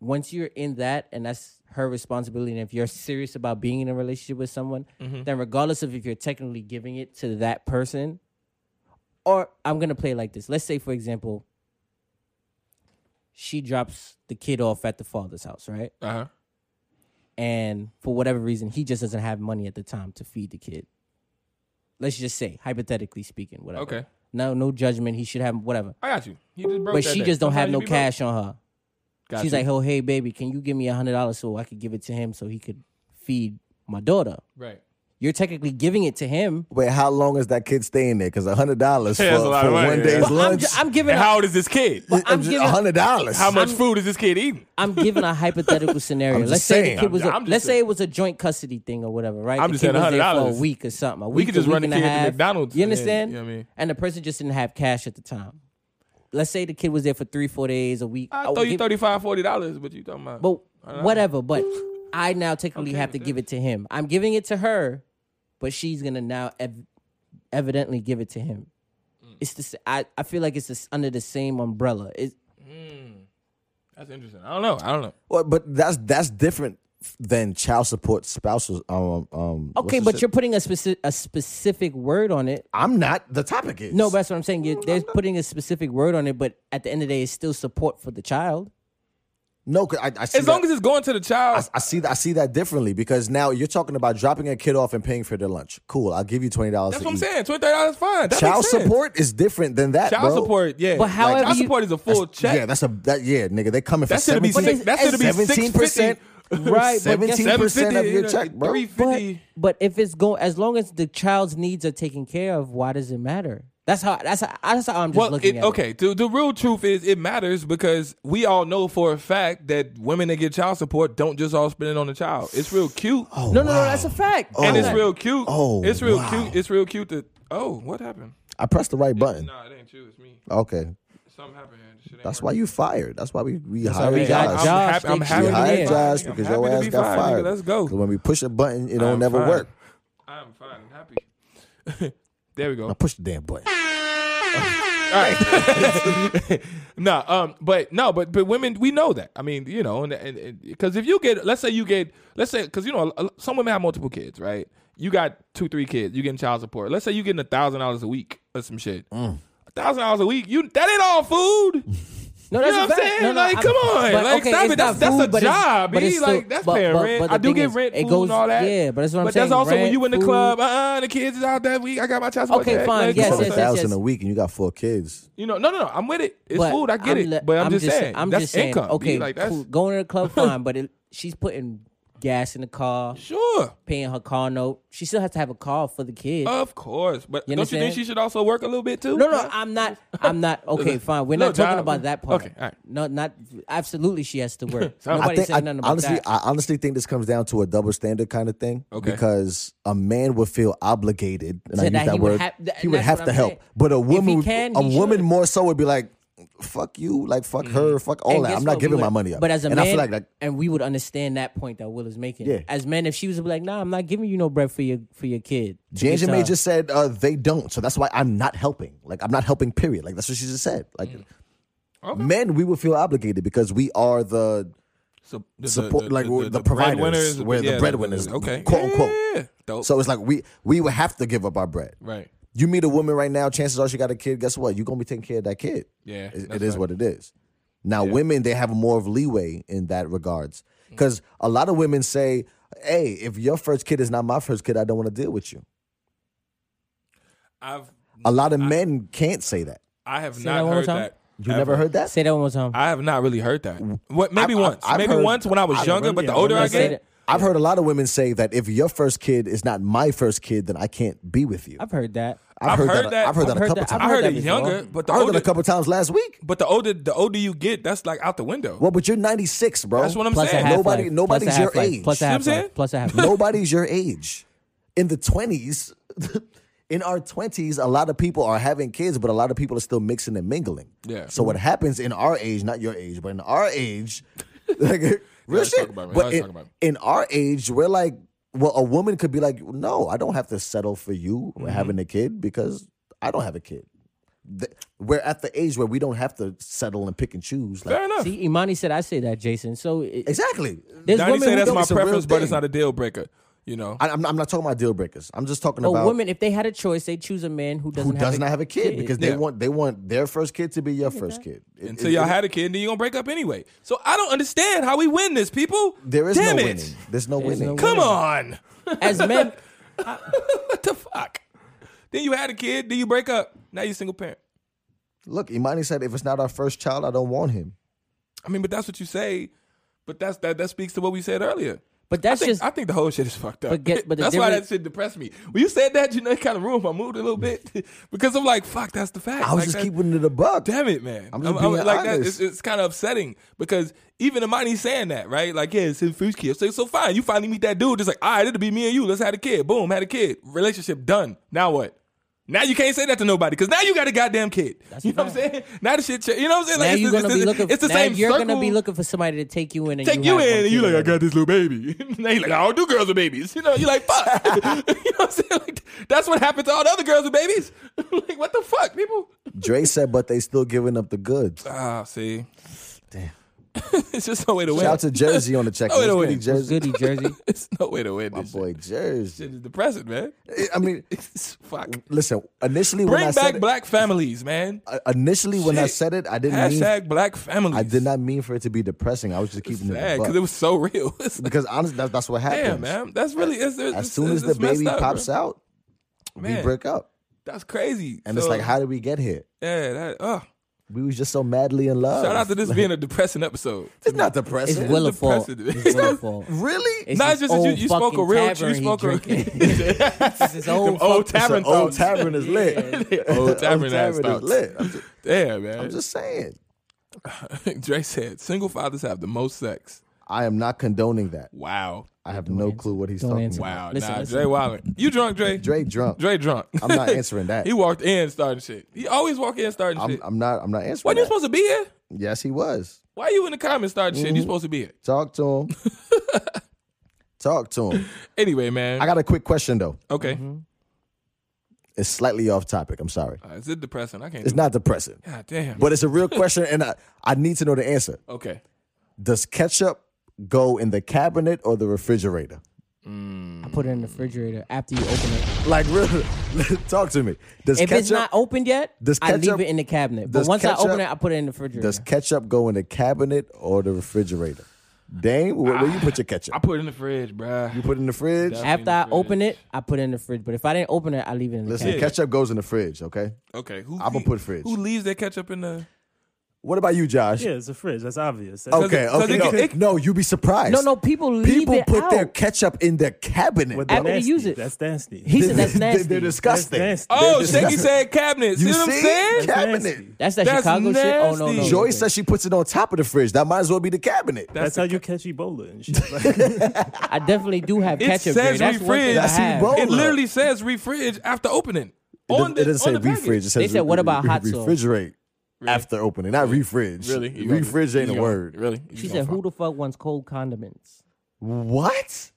A: once you're in that, and that's her responsibility, and if you're serious about being in a relationship with someone,
D: Mm-hmm.
A: then regardless of if you're technically giving it to that person, or I'm gonna play like this. Let's say, for example, she drops the kid off at the father's house, right?
D: uh huh,
A: and for whatever reason he just doesn't have money at the time to feed the kid let's just say hypothetically speaking whatever
D: okay.
A: no no judgment he should have whatever
D: I got you. You just broke
A: but
D: that
A: she
D: day.
A: just don't have
D: Sometimes
A: no
D: you be broke.
A: cash on her
D: Got
A: she's
D: you.
A: like oh hey baby can you give me a hundred dollars so i could give it to him so he could feed my daughter
D: right.
A: you're technically giving it to him
C: Wait, how long is that kid staying there? Because hundred dollars for,
D: Yeah, that's a lot
C: for
D: of money,
C: one
D: yeah.
C: day's
A: but I'm,
C: lunch.
A: ju- I'm giving
D: And
A: a,
D: how old is this kid?
A: I'm giving-
C: hundred dollars.
D: How much
A: I'm-
D: food is this kid eating?
A: I'm giving a
D: (laughs)
A: hypothetical scenario.
C: just
A: Let's say
C: saying.
A: the kid was
D: I'm-
A: a,
D: I'm just
A: let's say
D: saying.
A: it was a joint custody thing or whatever, right?
D: I'm
A: the
D: just
A: kid
D: saying
A: was there for a
D: $100.
A: week or something. A week,
D: could
A: a
D: just run
A: week
D: the
A: and a
D: kid to
A: half.
D: McDonald's
A: You
D: and-
A: understand?
D: you know what I mean?
A: And the person just didn't have cash at the time. Let's say the kid was there for three, four days, a week.
D: I
A: would
D: throw you
A: Oh, give-
D: $35, 40 dollars, but you talking about?
A: but whatever.
D: (sighs)
A: But I now technically have to give it to him. I'm giving it to her, but she's gonna now ev- evidently give it to him.
D: Mm.
A: It's the s- I, I feel like it's the s under the same umbrella. It's,
D: that's interesting. I don't know. I don't know.
C: Well, but that's that's different than child support, spousal. Um, um. what's
A: okay,
C: the
A: but
C: shit?
A: you're putting a specific a specific word on it.
C: I'm not. The topic is
A: No, but that's what I'm saying. You- They're putting a specific word on it, but at the end of the day, it's still support for the child.
C: no. 'cause I, I see
D: As long
C: that-
D: as it's going to the child,
C: I, I see that. I see that differently because now you're talking about dropping a kid off and paying for their lunch. Cool, I'll give you twenty dollars.
D: that's what I'm saying. Twenty dollars fine. That
C: Child
D: makes sense.
C: support is different than that.
D: Child
C: bro.
D: support, yeah.
A: But however
D: child
A: you-
D: support is a full
C: That's-
D: check.
C: Yeah, that's a that. Yeah, nigga, they coming
D: That
C: for
D: should be
C: seventeen.
D: six. That should be six
C: percent.
D: (laughs) percent.
A: Right, but guess-
C: 17% of your check, bro.
D: Three
A: But,
D: fifty.
A: but if it's going, as long as the child's needs are taken care of, why does it matter? That's how. That's how, that's how I'm just
D: Well,
A: looking
D: it,
A: at it.
D: okay. The, the real truth is, it matters because we all know for a fact that women that get child support don't just all spend it on the child. It's real cute,
A: No, no, no. That's a fact.
D: and it's
A: That's a
D: real cute.
C: Oh,
D: it's real
C: wow.
D: cute. It's real cute. That oh, what happened?
C: I pressed the right button.
D: Nah, it ain't you. It's me.
C: Okay,
D: Something happened. Here. This Shit ain't
C: that's why
D: working.
C: you fired. That's why we we
A: why
C: hired
A: we got
C: Josh.
A: Josh.
D: I'm happy.
A: They should
D: I'm happy to
C: We
D: be
C: hired
A: hire
D: fired.
C: Josh
D: nigga. I'm
C: because
D: happy
C: your
D: to
C: ass
D: be
C: got
D: fired, nigga.
C: fired.
D: Let's
C: 'Cause
D: go.
C: When we push a button, it don't
D: I'm
C: never
D: fine.
C: work.
D: I'm fine. and Happy. (laughs) there we go.
C: Now push the damn button.
D: No, um, but no, but but women, we know that. I mean, you know, and and because if you get, let's say you get, let's say, because you know, a- a- some women have multiple kids, right? You got two, three kids. You getting child support. Let's say you
A: Mm.
D: getting a thousand dollars a week or some shit. A thousand dollars a week. You that ain't all food.
A: No,
D: You
A: that's
D: know
A: a
D: what I'm
A: fact.
D: saying?
A: No, no,
D: like,
A: I'm-
D: come on.
A: but,
D: like,
A: okay,
D: stop
A: it's
D: it.
A: not
D: That's, that's
A: food,
D: a
A: but it's-
D: job,
A: but
D: B.
A: it's still-
D: like, that's
A: but-
D: paying
A: but-
D: rent.
A: but the
D: I do
A: thing
D: get
A: is,
D: rent,
A: it
D: food,
A: goes-
D: and all that.
A: yeah, but that's what I'm
D: But
A: saying,
D: that's also when
A: rent,
D: you in the
A: food.
D: club, uh-uh, the kids is out that week. I got my child support.
A: Okay,
D: check.
A: fine,
D: Like,
A: yes,
D: come on.
A: yes,
C: a thousand
A: yes.
C: a week and you got four kids.
D: You know, no, no, no. I'm with it. It's
A: But
D: food. I get
A: I'm le-
D: it. But I'm, just saying,
A: I'm
D: that's
A: just saying,
D: income.
A: Okay,
D: B. like that's
A: cool. going to the
D: (laughs)
A: club, fine, but it, she's putting gas in the car,
D: sure,
A: paying her car note. She still has to have a car for the kid.
D: of course. But
A: You
D: don't you think
A: understand?
D: she should also work a little bit too?
A: no, no, I'm not. I'm
C: (laughs)
A: not. Okay, fine. We're
D: No,
A: not talking
D: job.
A: about that part.
D: Okay, all right.
A: No, not absolutely. She has to
C: (laughs)
A: work.
D: I
A: Nobody
C: I
A: said
C: think I,
A: nothing about
C: honestly,
A: that.
C: I honestly think this comes down to a double standard kind of thing.
D: Okay.
C: Because a man would feel obligated, and
A: So
C: I
A: that
C: use that
A: he would
C: word.
A: have- th-
C: he would
A: that's
C: have
A: what
C: to
A: I'm
C: help,
A: saying.
C: but a
A: If he
C: woman, would-
A: can,
C: a
A: he
C: woman
A: should. Mm-hmm.
C: more so would be like, "Fuck you, like fuck her, fuck all
A: And
C: that."
A: guess
C: I'm
A: what?
C: not
A: We
C: giving
A: would-
C: my money up.
A: But as a
C: and
A: man,
C: I feel like, like
A: and we would understand that point that Will is making.
C: Yeah.
A: As men, if she was to be like, "Nah, I'm not giving you no bread for your for your kid."
C: Janja
A: It's,
C: May
A: uh,
C: just said uh, they don't, so that's why I'm not helping. Like I'm not helping. Period. Like that's what she just said. Like
A: Mm.
D: Okay.
C: men, we would feel obligated because we are the
D: So,
C: Support- like, we're the providers.
D: breadwinners,
C: We're the
D: yeah,
C: breadwinners,
D: Okay,
C: quote, unquote.
D: Yeah. Dope.
C: so it's like we we would have to give up our bread.
D: right.
C: You meet a woman right now, chances are she got a kid. Guess what? You're gonna be taking care of that kid.
D: Yeah,
C: It- it
D: that's
C: is
D: right.
C: what it is. Now, women they have more of leeway in that regards
D: Mm.
C: because a lot of women say, "Hey, if your first kid is not my first kid, I don't want to deal with you."
D: I've
C: A lot of men can't say that.
D: I have
A: that
D: not
A: one more
D: heard
A: time?
D: that.
C: You
D: ever.
C: never heard that?
A: say that one more time.
D: I have not really heard that. What? Maybe
C: I've-
D: once.
C: I've
D: maybe
C: heard-
D: once when I was
B: I've
D: younger.
B: heard-
D: But the
B: yeah,
D: older
B: I've
D: I
A: I say that,
D: get,
C: I've heard a lot of women say that if your first kid is not my first kid, then I can't be with you.
A: I've heard that.
D: I've heard that-
C: I've heard
A: I've
C: that a
A: heard
C: couple
A: that- I've
D: I
C: times.
D: heard
A: that
D: it
A: before.
D: younger. But the
C: I heard that
D: older,
C: a couple times last week.
D: but the older, the older you get, that's like out the window.
C: Well, but you're 96, bro.
D: That's what I'm
A: Plus a
D: saying.
A: half
C: Nobody-
A: life.
C: nobody's
A: plus a
C: your
A: half-life,
C: age.
A: Plus a
C: You
D: know
A: half
D: what I'm saying?
A: life. Plus a half (laughs) life.
C: (laughs) Nobody's your age. In the 20s, (laughs) in our 20s, a lot of people are having kids, but a lot of people are still mixing and mingling.
D: Yeah.
C: So what happens in our age, not your age, but in our age, (laughs) like, real
D: let's talk
C: shit.
D: about it, man.
C: But
D: Let's talk
C: in,
D: about it.
C: in our age, we're like, well, a woman could be like, no, I don't have to settle for you
D: Mm-hmm.
C: having a kid because I don't have a kid. Th- We're at the age where we don't have to settle and pick and choose. Like,
D: Fair enough.
A: See, Imani said I say that, Jason. So it,
C: Exactly.
A: there's
D: Donnie
A: women
D: say
A: who
D: that's
A: don't.
D: my
C: It's a real
D: preference, but it's
C: thing.
D: not a deal breaker. You know,
C: I, I'm, not, I'm not talking about deal breakers. I'm just talking
A: But
C: about
A: Oh, women, if they had a choice, they choose a man who doesn't
C: who does
A: have
C: not have a kid, because they
D: Yeah.
C: want they want their first kid to be your first kid. It-
D: until
C: it-
D: y'all
C: it-
D: had a kid, and then you gonna break up anyway. So I don't understand how we win this, people.
C: there is
D: Damn
C: no
D: it.
C: winning. There's no
A: There's no
C: winning.
D: Come on. (laughs)
A: as men.
D: what the fuck? Then you had a kid, then you break up. Now you're single parent.
C: Look, Imani said, if it's not our first child, I don't want him.
D: I mean, but that's what you say. But that's that. That speaks to what we said earlier.
A: But that's
D: I think,
A: just-
D: I think the whole shit is fucked up.
A: But get-
D: (laughs)
A: but the
D: that's why that
A: difference-
D: shit depressed me. When you said that, you know, it kind of ruined my mood a little bit (laughs) because I'm like, fuck, that's the fact.
C: I was
D: Like,
C: just
D: that-
C: keeping it a buck.
D: Damn it, man.
C: I'm just being
D: like that. It's,
C: honest.
D: it's kind of upsetting because even Imani's saying that, right? Like, yeah, it's his first kid. So, so fine. You finally meet that dude. It's like, all right, it'll be me and you. Let's have a kid. Boom, had a kid. Relationship done. Now what? Now you can't say that to nobody because now you got a goddamn kid. you know what I'm saying? Now the shit. cha- You know what I'm saying?
A: now
D: it's,
A: you're
D: the-
A: gonna
D: it's
A: be
D: the-
A: looking.
D: It's the
A: now
D: same.
A: You're
D: circle.
A: gonna be looking for somebody to take you in and
D: Take you
A: have one
D: in, and you
A: kid
D: like, I
A: already.
D: got this little baby. (laughs) now you like, all do girls are babies. You know, you like, fuck. (laughs) you know what I'm saying? Like, that's what happened to all the other girls with babies. (laughs) like, what the fuck, people?
C: Dre said, but they still giving up the goods. Shout
D: Ah, see. Damn. (laughs) it's just no way to win.
C: out to Jersey on the check.
D: Oh, wait, wait.
C: What's good, Jersey?
A: Goody Jersey.
D: (laughs) it's no way to win
C: My
D: this
C: boy
D: shit.
C: Jersey.
D: Shit is depressing, man.
C: I mean,
D: It's
C: (laughs)
D: fuck.
C: listen. Initially, when I
D: Bring
C: said
D: back
C: it,
D: black families, man.
C: uh, initially when I
D: Shit.
C: said it, I didn't mean
D: Hashtag black families.
C: I did not mean for it to be depressing. I was just keeping it a
D: Sad,
C: buck.
D: because it was so (laughs) real. It's like,
C: because honestly, that's, that's what happens.
D: damn, man. That's really. It's, it's,
C: As soon
D: it's,
C: as the
D: it's messed
C: baby
D: up,
C: pops
D: bro.
C: out, we
D: Man.
C: break up.
D: That's crazy.
C: And it's
D: So,
C: like, how did we get here?
D: Yeah, that. Uh,
C: We was just so madly in love.
D: shout out to this being
C: (laughs)
D: a depressing episode.
C: Oh. It's not
A: It's
C: depressing.
A: Willow fault.
D: depressing.
A: It's Willow
D: (laughs)
A: fault.
C: really?
A: It's
D: Nah,
A: his
D: it's just that you-
A: old
D: you smoke a
A: fucking
D: real- you
A: tavern he
D: smoke a-
A: drinking. It's his old
D: (laughs) Them old
A: fuck-
D: tavern
C: It's an old
D: thoughts.
C: tavern is lit. (laughs)
D: (laughs) Old tavern
C: Old
D: ass
C: tavern is
D: thoughts.
C: lit. I'm
D: (laughs)
C: just,
D: Damn, man.
C: I'm just saying.
D: Dre said, "Single fathers have the most sex."
C: I am not condoning that.
D: Wow,
C: I have no clue what he's
A: Don't
C: talking
A: answer.
C: about.
D: wow.
A: Listen,
D: nah,
A: listen.
D: Dre Wallen, you drunk, Dre?
C: Dre drunk.
D: Dre drunk. (laughs)
C: I'm not answering that.
D: he walked in starting shit. He always walk in starting
C: I'm,
D: shit.
C: I'm not. I'm not answering.
D: Wasn't you
C: That.
D: supposed to be here?
C: yes, he was.
D: Why you in the comments starting
C: Mm-hmm.
D: shit? You supposed to be here.
C: Talk
D: (laughs)
C: to him. Talk to him.
D: Anyway, man.
C: I got Mm-hmm. a quick question though.
D: okay.
C: It's slightly off topic. I'm sorry.
D: Uh, is it depressing? I can't.
C: It's
D: do
C: not depressing,
D: God damn.
C: but it's a real question, and I, I need to know the answer.
D: okay.
C: Does ketchup go in the cabinet or the refrigerator?
A: I put it in the refrigerator after you open it.
C: Like, (laughs) really, talk to me. Does
A: If
C: ketchup
A: it's not opened yet,
C: Does
A: I leave
C: ketchup-
A: it in the cabinet. But
C: does
A: once I open
C: ketchup-
A: it, I put it in the refrigerator.
C: does ketchup go in the cabinet or the refrigerator? Dame, where, where you put your ketchup?
D: I put it in the fridge, bruh.
C: you put it in the fridge.
D: That's-
A: after
D: in
A: I
D: the
A: open
D: fridge.
A: it, I put it in the fridge. But if I didn't open it, I leave it in the
C: Listen,
A: cabinet.
C: ketchup goes in the fridge. Okay.
D: Okay, who
C: I'ma
D: le-
C: put fridge.
D: Who leaves their ketchup in the?
C: What about you, Josh?
B: Yeah, it's a fridge. That's obvious. That's
C: Okay.
D: it- 'cause
C: Okay.
D: it
C: no,
D: can- it-
C: no, you'd be surprised.
A: No, no, people leave
C: People
A: it
C: put
A: out.
C: their ketchup in their cabinet.
B: what
A: After
B: they
A: you
B: nasty.
A: use it.
B: That's nasty.
A: he said that's
C: (laughs) They-
A: nasty.
C: They're disgusting.
B: That's nasty.
D: Oh,
C: They're
D: Shaky
C: disgusting.
D: said cabinet. See
C: You
D: what I'm
C: see?
D: saying?
B: That's
C: Cabinet.
B: nasty.
A: That's that
D: That's
A: Chicago shit. Oh no, no,
D: nasty.
A: no.
C: Joyce says she puts it on top of the fridge. That might as well be the cabinet.
B: That's,
D: the
B: how you catch Ebola and shit. Like,
A: I definitely do have
D: It
A: ketchup. Dre.
D: says
A: That's one thing
D: refriz.
A: I
D: I see
A: have.
C: both.
D: It
C: Hold up.
D: literally says refridge after opening.
C: It
D: On
C: doesn't,
D: the,
C: it doesn't
D: on
C: say
D: the package.
C: refridge. It says
A: They said, what about hot sauce?
C: refrigerate after opening, not refridge.
D: Really? You gonna-
C: refridge ain't
D: you
C: a
D: gonna-
C: word.
D: Really?
A: She said, "Who the fuck wants cold condiments?"
C: What?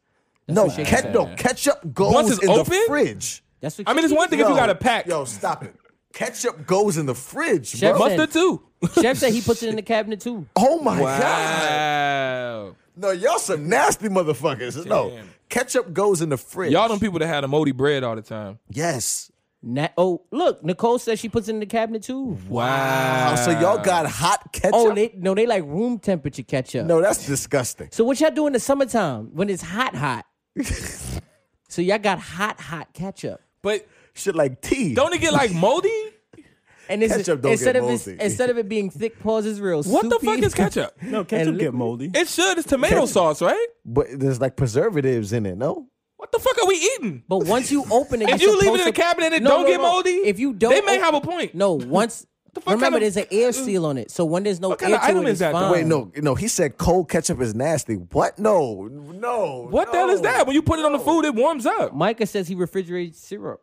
C: No,
A: what she
C: ket-
A: said.
C: no, ketchup goes
D: Once it's
C: in
D: open?
C: the fridge.
A: That's what
D: I mean, it's one thing if you
C: Yo,
D: got a pack.
C: Yo, stop it. Ketchup goes in the fridge,
A: Chef
C: bro.
A: said-
D: Mustard too.
A: Chef said he puts it in the cabinet too.
C: Oh my god.
D: Wow.
C: No, y'all some nasty motherfuckers. No,
D: Damn.
C: ketchup goes in the
D: (laughs)
C: fridge.
D: Y'all them people that had a moldy bread all the time.
C: Yes.
A: Na- oh, look, Nicole said she puts it in the cabinet too.
D: Wow.
C: Oh, so y'all got hot ketchup?
A: Oh, they no, they like room temperature ketchup.
C: no, that's disgusting.
A: So what y'all do in the summertime when it's hot,
D: (laughs)
A: hot? so y'all got hot, hot ketchup.
D: But
C: Shit like tea.
D: don't it get like moldy?
A: (laughs) And it's,
C: Ketchup don't
A: instead
C: get
A: of it's,
C: moldy.
A: instead of it being thick, pause is real.
D: What the
A: soupy.
D: fuck is ketchup?
B: no, ketchup get moldy.
D: It should. It's tomato sauce, right?
C: but there's like preservatives in it, no?
D: What the fuck are we eating?
A: (laughs) But once you open it,
D: If
A: you're
D: you leave it in
A: supposed
D: the
A: to-
D: cabinet and it
A: No,
D: don't
A: no,
D: get
A: no.
D: moldy,
A: If you don't,
D: they may
A: op-
D: have a point.
A: No,
D: (laughs)
A: once.
D: fuck
A: Remember,
D: kind of-
A: there's an air seal on it, so when there's no
D: What kind
A: air
D: of
A: to
D: item
A: it,
D: is
A: it's
D: that, though?
A: fine.
C: Wait, no, no. He said cold ketchup is nasty. What? No, no.
D: What the hell is
C: no.
D: that? When you put it on the food, it warms up.
A: Micah says he refrigerates syrup.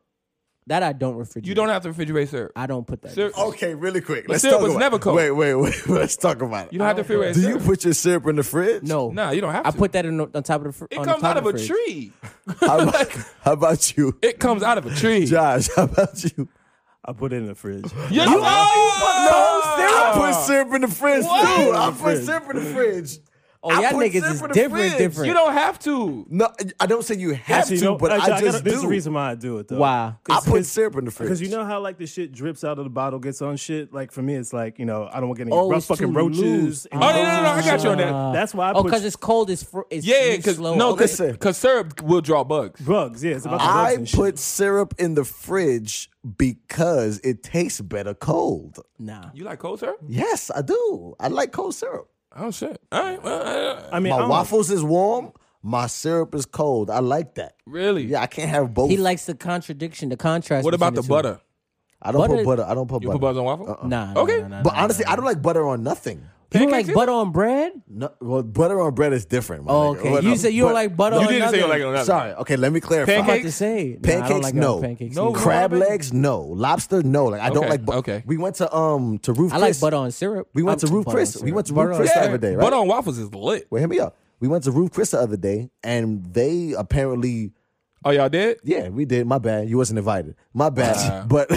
A: That I don't refrigerate.
D: You don't have to refrigerate syrup.
A: I don't put that.
D: Syrup-
A: in.
C: Okay, really quick. Let's
D: syrup
C: talk
D: was
C: about
D: never cold.
C: Wait, wait, wait. (laughs) Let's talk about it.
D: You don't have to refrigerate
C: Do you
D: syrup.
C: put your syrup in the fridge?
A: No,
D: Nah, you don't have
A: I
D: to.
A: put that in, the- on top of the. Fr-
D: It
A: on
D: comes
A: the
D: out
A: top
D: of a
A: the fridge.
D: tree.
C: (laughs)
D: (laughs)
C: How about, how about you,
D: It comes out of a
C: (laughs)
D: tree.
C: Josh? How about you?
B: I put it in the fridge.
D: You-
C: I-
D: No!
C: I put syrup in the fridge
D: What?
C: too. I
B: the
C: put
B: fridge.
C: syrup in the fridge.
A: Oh,
C: I
A: y'all
C: put
A: niggas
C: syrup
A: is
C: in the
A: different,
C: fridge.
A: different.
D: You don't have to.
C: No, I don't say you have
B: Actually,
C: to,
B: no,
C: but
B: actually,
C: I just
B: gotta-
C: do.
B: There's a reason why I do it though.
A: Why?
C: I put
B: Because-
C: syrup in the fridge
B: Because you know how like the shit drips out of the bottle, gets on shit. Like for me, it's like you know I don't want to get any
A: Oh,
B: rough
A: it's
B: fucking
A: too
B: roaches.
A: loose.
B: and
D: Oh, no, no, no, no, I
B: bugs
D: got you on
B: and shit.
D: that.
B: That's why I
A: Oh,
B: put
A: because it's cold. It's fr- it's
D: Yeah,
A: moves
D: because
A: slow.
D: no,
A: Okay.
D: because
C: Listen.
D: syrup will draw bugs.
B: bugs. Yeah, it's about the bugs
C: Ah. I
B: and
C: put
B: shit.
C: syrup in the fridge because it tastes better cold.
A: nah.
D: You like cold syrup?
C: Yes, I do. I like cold syrup.
D: Oh shit! All right. Well, uh,
B: I mean, I
C: My
B: don't-
C: waffles is warm. My syrup is cold. I like that.
D: really?
C: Yeah, I can't have both.
A: He likes the contradiction, the contrast.
D: What about the
A: between
D: butter?
C: I don't
A: butter-
C: put butter. I don't put
D: You
C: butter.
D: put butter on waffle?
C: Uh-uh.
A: two. Nah. nah,
D: Okay.
A: nah, nah,
C: But
A: nah,
C: honestly,
A: nah.
C: I don't like butter on nothing.
A: you don't
D: Pancakes
A: like
D: either?
A: butter on bread.
C: No, well, butter on bread is different. my
A: Oh,
C: nigga.
A: okay.
C: Well,
A: You
C: no,
A: said you don't like butter.
D: You
A: on
D: didn't say you
A: nothing.
D: like it on that.
C: Sorry. Okay, let me clarify.
A: I'm about
D: Pancakes?
A: to say
C: Pancakes,
A: Nah, I don't like it on
C: no.
A: pancakes.
D: No.
A: either.
C: Crab legs, no. Lobster, no. Like I don't
D: Okay,
C: like. Bu-
D: okay.
C: We went to um to Roof.
A: I like
C: Chris.
A: butter on syrup.
C: We went
A: I'm-
C: to Roof
A: butter on
C: Chris. We
A: syrup.
C: went to Roof Chris the
D: Yeah,
C: other day, right?
D: Butter on waffles is lit.
C: Well, hear me out. We went to Roof Chris the other day, and they apparently,
D: Oh y'all did?
C: yeah, we did. My bad. You wasn't invited. My bad. (laughs) But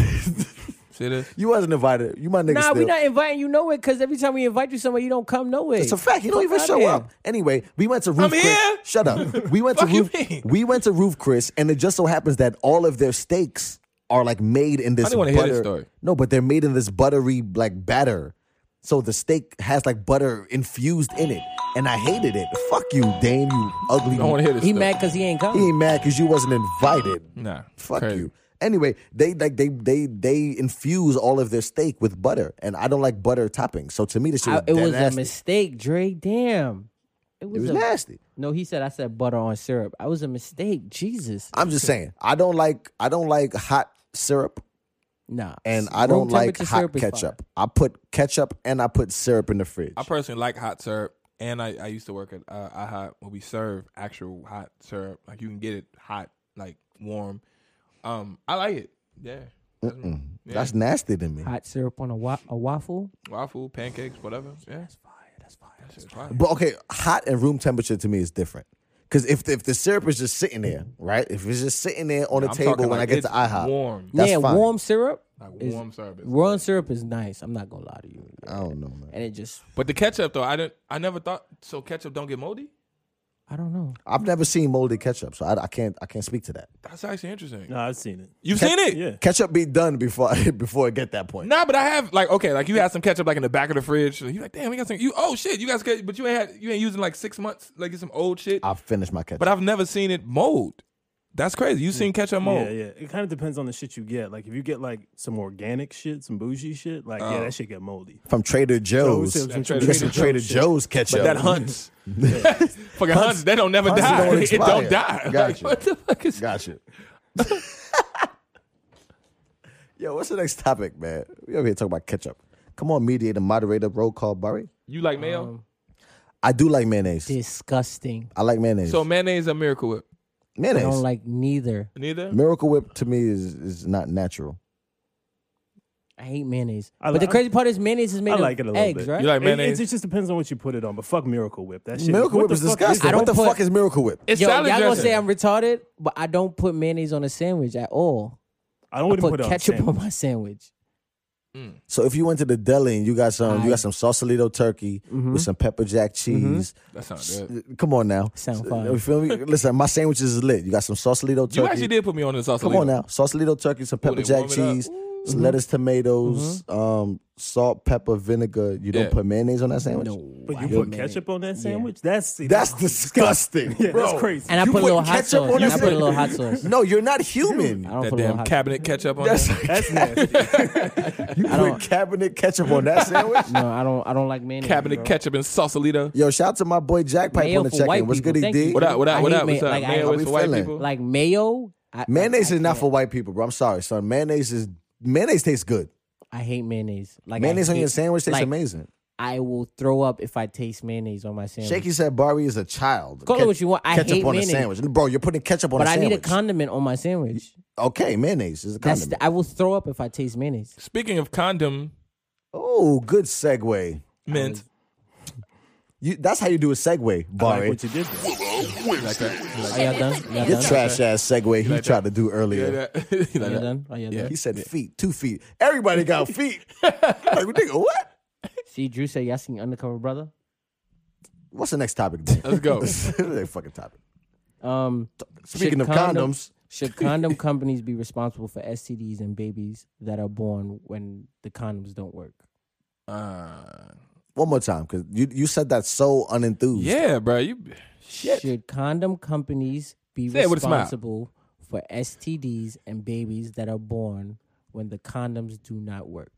D: See this?
C: you wasn't invited. You my nigga.
A: Nah,
C: still.
A: we not inviting you nowhere because every time we invite you somewhere, you don't come nowhere.
C: It's a fact. You don't
A: Fuck
C: even
A: out
C: show
A: there.
C: up. Anyway, we went to Roof.
D: I'm
C: Chris.
D: here.
C: Shut up. We went to
D: Fuck you
C: Roof.
D: mean?
C: We went to Roof Chris, and it just so happens that all of their steaks are like made in this.
D: didn't wanna
C: butter.
D: hear this story.
C: No, but they're made in this buttery like batter, so the steak has like butter infused in it, and I hated it. Fuck you, Dame. You ugly.
D: I want to hear this.
A: He
D: stuff.
A: mad because he ain't
C: He
A: coming.
C: ain't mad because you wasn't invited.
D: Nah.
C: Fuck
D: crazy.
C: you. Anyway, they like they they they infuse all of their steak with butter, and I don't like butter toppings. So to me, this shit was
A: I- it
C: dead
A: was a
C: nasty.
A: mistake, Dre. Damn. It
C: It
A: was,
C: was
A: a,
C: nasty.
A: No, he said I said butter on syrup. I was a mistake. Jesus.
C: I'm just saying, I don't like I don't like hot syrup
A: Nah.
C: and I
A: Room
C: don't like
A: temperature
C: hot
A: syrup is fine.
C: ketchup. I put ketchup and I put syrup in the fridge.
D: I personally like hot syrup, and I, I used to work at uh, IHOP where we serve actual hot syrup. Like you can get it hot, like warm. Um, I like it. Yeah.
C: That's nasty to me.
A: Hot syrup on a, wa- a waffle.
D: Waffle, pancakes, whatever. Yeah. That's fire. That's fire. That's fire.
C: But okay, hot and room temperature to me is different. Cause if the, if the syrup is just sitting there, right? If it's just sitting there on the
D: I'm
C: table
D: talking
C: when I
D: like
C: get
D: it's
C: to IHOP,
D: warm.
C: that's
A: yeah,
C: fine.
A: warm syrup.
D: Like
A: is-
D: warm syrup. is-
A: Warm syrup is nice. I'm not gonna lie to you.
C: Oh. I don't know, man.
A: And it just
D: But the ketchup though, I didn't. I never thought so. Ketchup don't get moldy.
A: I don't know.
C: I've never seen molded ketchup, so I, I can't I can't speak to that.
D: That's actually interesting.
B: No, I've seen it.
D: You've seen it?
B: Yeah.
C: Ketchup be done before (laughs) I, before I get that point.
D: Nah, but I have like okay, like you had some ketchup like in the back of the fridge. You like, damn, we got some. You oh shit, you got some, but you ain't had you ain't using like six months. Like it's some old shit.
C: I've finished my ketchup.
D: but I've never seen it mold. That's crazy. You've seen ketchup mold.
B: Yeah, yeah. It kind of depends on the shit you get. Like if you get like some organic shit, some bougie shit, like yeah, that shit get moldy.
C: From Trader Joe's,
B: Those
C: you
B: sales
D: Trader
C: get some
D: Joe's
C: Trader
B: shit.
C: Joe's ketchup.
D: But that hunts. Fucking hunts, they don't never
C: Hunts
D: die. (laughs)
C: don't
D: it
C: expire.
D: don't die.
C: Gotcha.
D: what the fuck is
C: Gotcha. (laughs) Yo, what's the next topic, man? We over here talking about ketchup. Come on, mediator, moderator, roll call, Barry.
D: You like mayo?
C: I do like mayonnaise.
A: Disgusting.
C: I like mayonnaise.
D: so mayonnaise and miracle whip.
A: I
C: mayonnaise.
A: don't like neither.
D: Neither?
C: Miracle Whip to me is is not natural.
A: I hate mayonnaise.
B: I
A: but the
B: like-
A: crazy part is mayonnaise is made
B: I
A: of
B: like it a little
A: eggs,
B: bit.
A: right?
D: You like
B: It- it,
D: mayonnaise?
B: it just depends on what you put it on, but fuck Miracle Whip. That shit.
C: Miracle
B: what
C: Whip
B: the
C: is
B: fuck
C: disgusting.
A: I
B: that?
A: don't
C: what the
A: put-
C: fuck is Miracle Whip?
D: it's
A: Yo, y'all
D: salad
A: gonna
D: dressing.
A: say I'm retarded, but I don't put mayonnaise on a sandwich at all.
B: I don't even
A: put,
B: put, it on
A: ketchup on
B: sandwich.
A: my sandwich.
C: So if you went to the deli and you got some, you
A: I-
C: got some Sausalito turkey with some pepper jack cheese.
D: That sounds good.
C: Come on now,
A: Sound
C: S-
A: fine.
C: You feel me? Listen, my sandwiches is lit. You got some Sausalito turkey.
D: You actually did put me on this also.
C: Come on now, Sausalito turkey, some pepper
D: they
C: jack
D: warm it up.
C: cheese, some lettuce, tomatoes, um, salt, pepper, vinegar. You don't
D: Yeah.
C: put mayonnaise on that sandwich.
B: But
A: I
B: (laughs) you
A: hate
B: put
A: mayonnaise.
B: ketchup on that sandwich? That's see,
C: That's disgusting,
B: yeah,
C: bro.
B: that's crazy.
A: And I
C: You
A: put a
C: put
A: little hot
C: ketchup
A: sauce.
C: on
A: And
C: that
A: I put a little hot
C: sandwich?
A: sauce.
C: No, you're not human.
A: I don't
D: That
A: put a little
D: damn
A: hot
D: cabinet ketchup on
C: That's
D: there.
B: that's nasty.
C: you put
A: don't-
C: cabinet ketchup on that sandwich.
A: (laughs) No, I don't. I don't like mayonnaise.
D: Cabinet
A: bro.
D: ketchup and sausalito.
C: Yo, shout out to my boy Jack Pipe
A: Mayo
C: on the
A: for
C: check
A: white
C: in. What's
A: people.
C: good, he
A: Thank
C: did?
A: you.
D: What up? What
A: I
D: up? What
A: hate
D: up?
A: ma-
D: What's up?
A: like, I-
D: Mayo
A: how
D: is
C: we
D: for white
C: feeling?
D: people.
A: Like mayo. I,
C: Mayonnaise
A: I, I
C: is not
A: can't.
C: for white people, bro. I'm sorry, son. Mayonnaise is mayonnaise tastes good.
A: I hate mayonnaise. Like I
C: Mayonnaise on
A: hate-
C: your sandwich tastes
A: like,
C: amazing.
A: I will throw up if I taste mayonnaise on my sandwich.
C: Shaky said Barbie is a child.
A: Call it
C: Ket-
A: what you want. I
C: ketchup
A: hate
C: on
A: mayonnaise.
C: a sandwich, bro. You're putting ketchup on
A: but
C: a
A: I
C: sandwich.
A: need a condiment on my sandwich.
C: okay, mayonnaise is a
A: That's
C: condiment.
A: the, I will throw up if I taste mayonnaise.
D: Speaking of condom
C: oh, good segue.
D: mint.
C: You, that's how you do a segue,
B: like
C: Bari.
B: what you did there.
A: Are y'all done? Y'all
C: Your
A: done?
C: trash ass segue he tried to do
D: Yeah,
C: earlier.
D: that- (laughs) you
A: Are y'all
D: like that?
A: done? Are y'all done?
C: He said feet, two feet. Everybody got
A: (laughs)
C: feet. like, nigga, what?
A: See, Drew said y'all seen Undercover Brother.
C: What's the next topic? Dude? (laughs)
D: Let's go.
C: next fucking topic.
A: Um,
C: Speaking
A: should
C: of
A: condom-
C: condoms.
A: should condom companies be responsible for STDs and babies that are born when the condoms don't work?
D: Uh,
C: One more time, because you, you said that so unenthused.
D: yeah, bro. You
A: Should condom companies be
D: Say it with a smile.
A: responsible for STDs and babies that are born when the condoms do not work?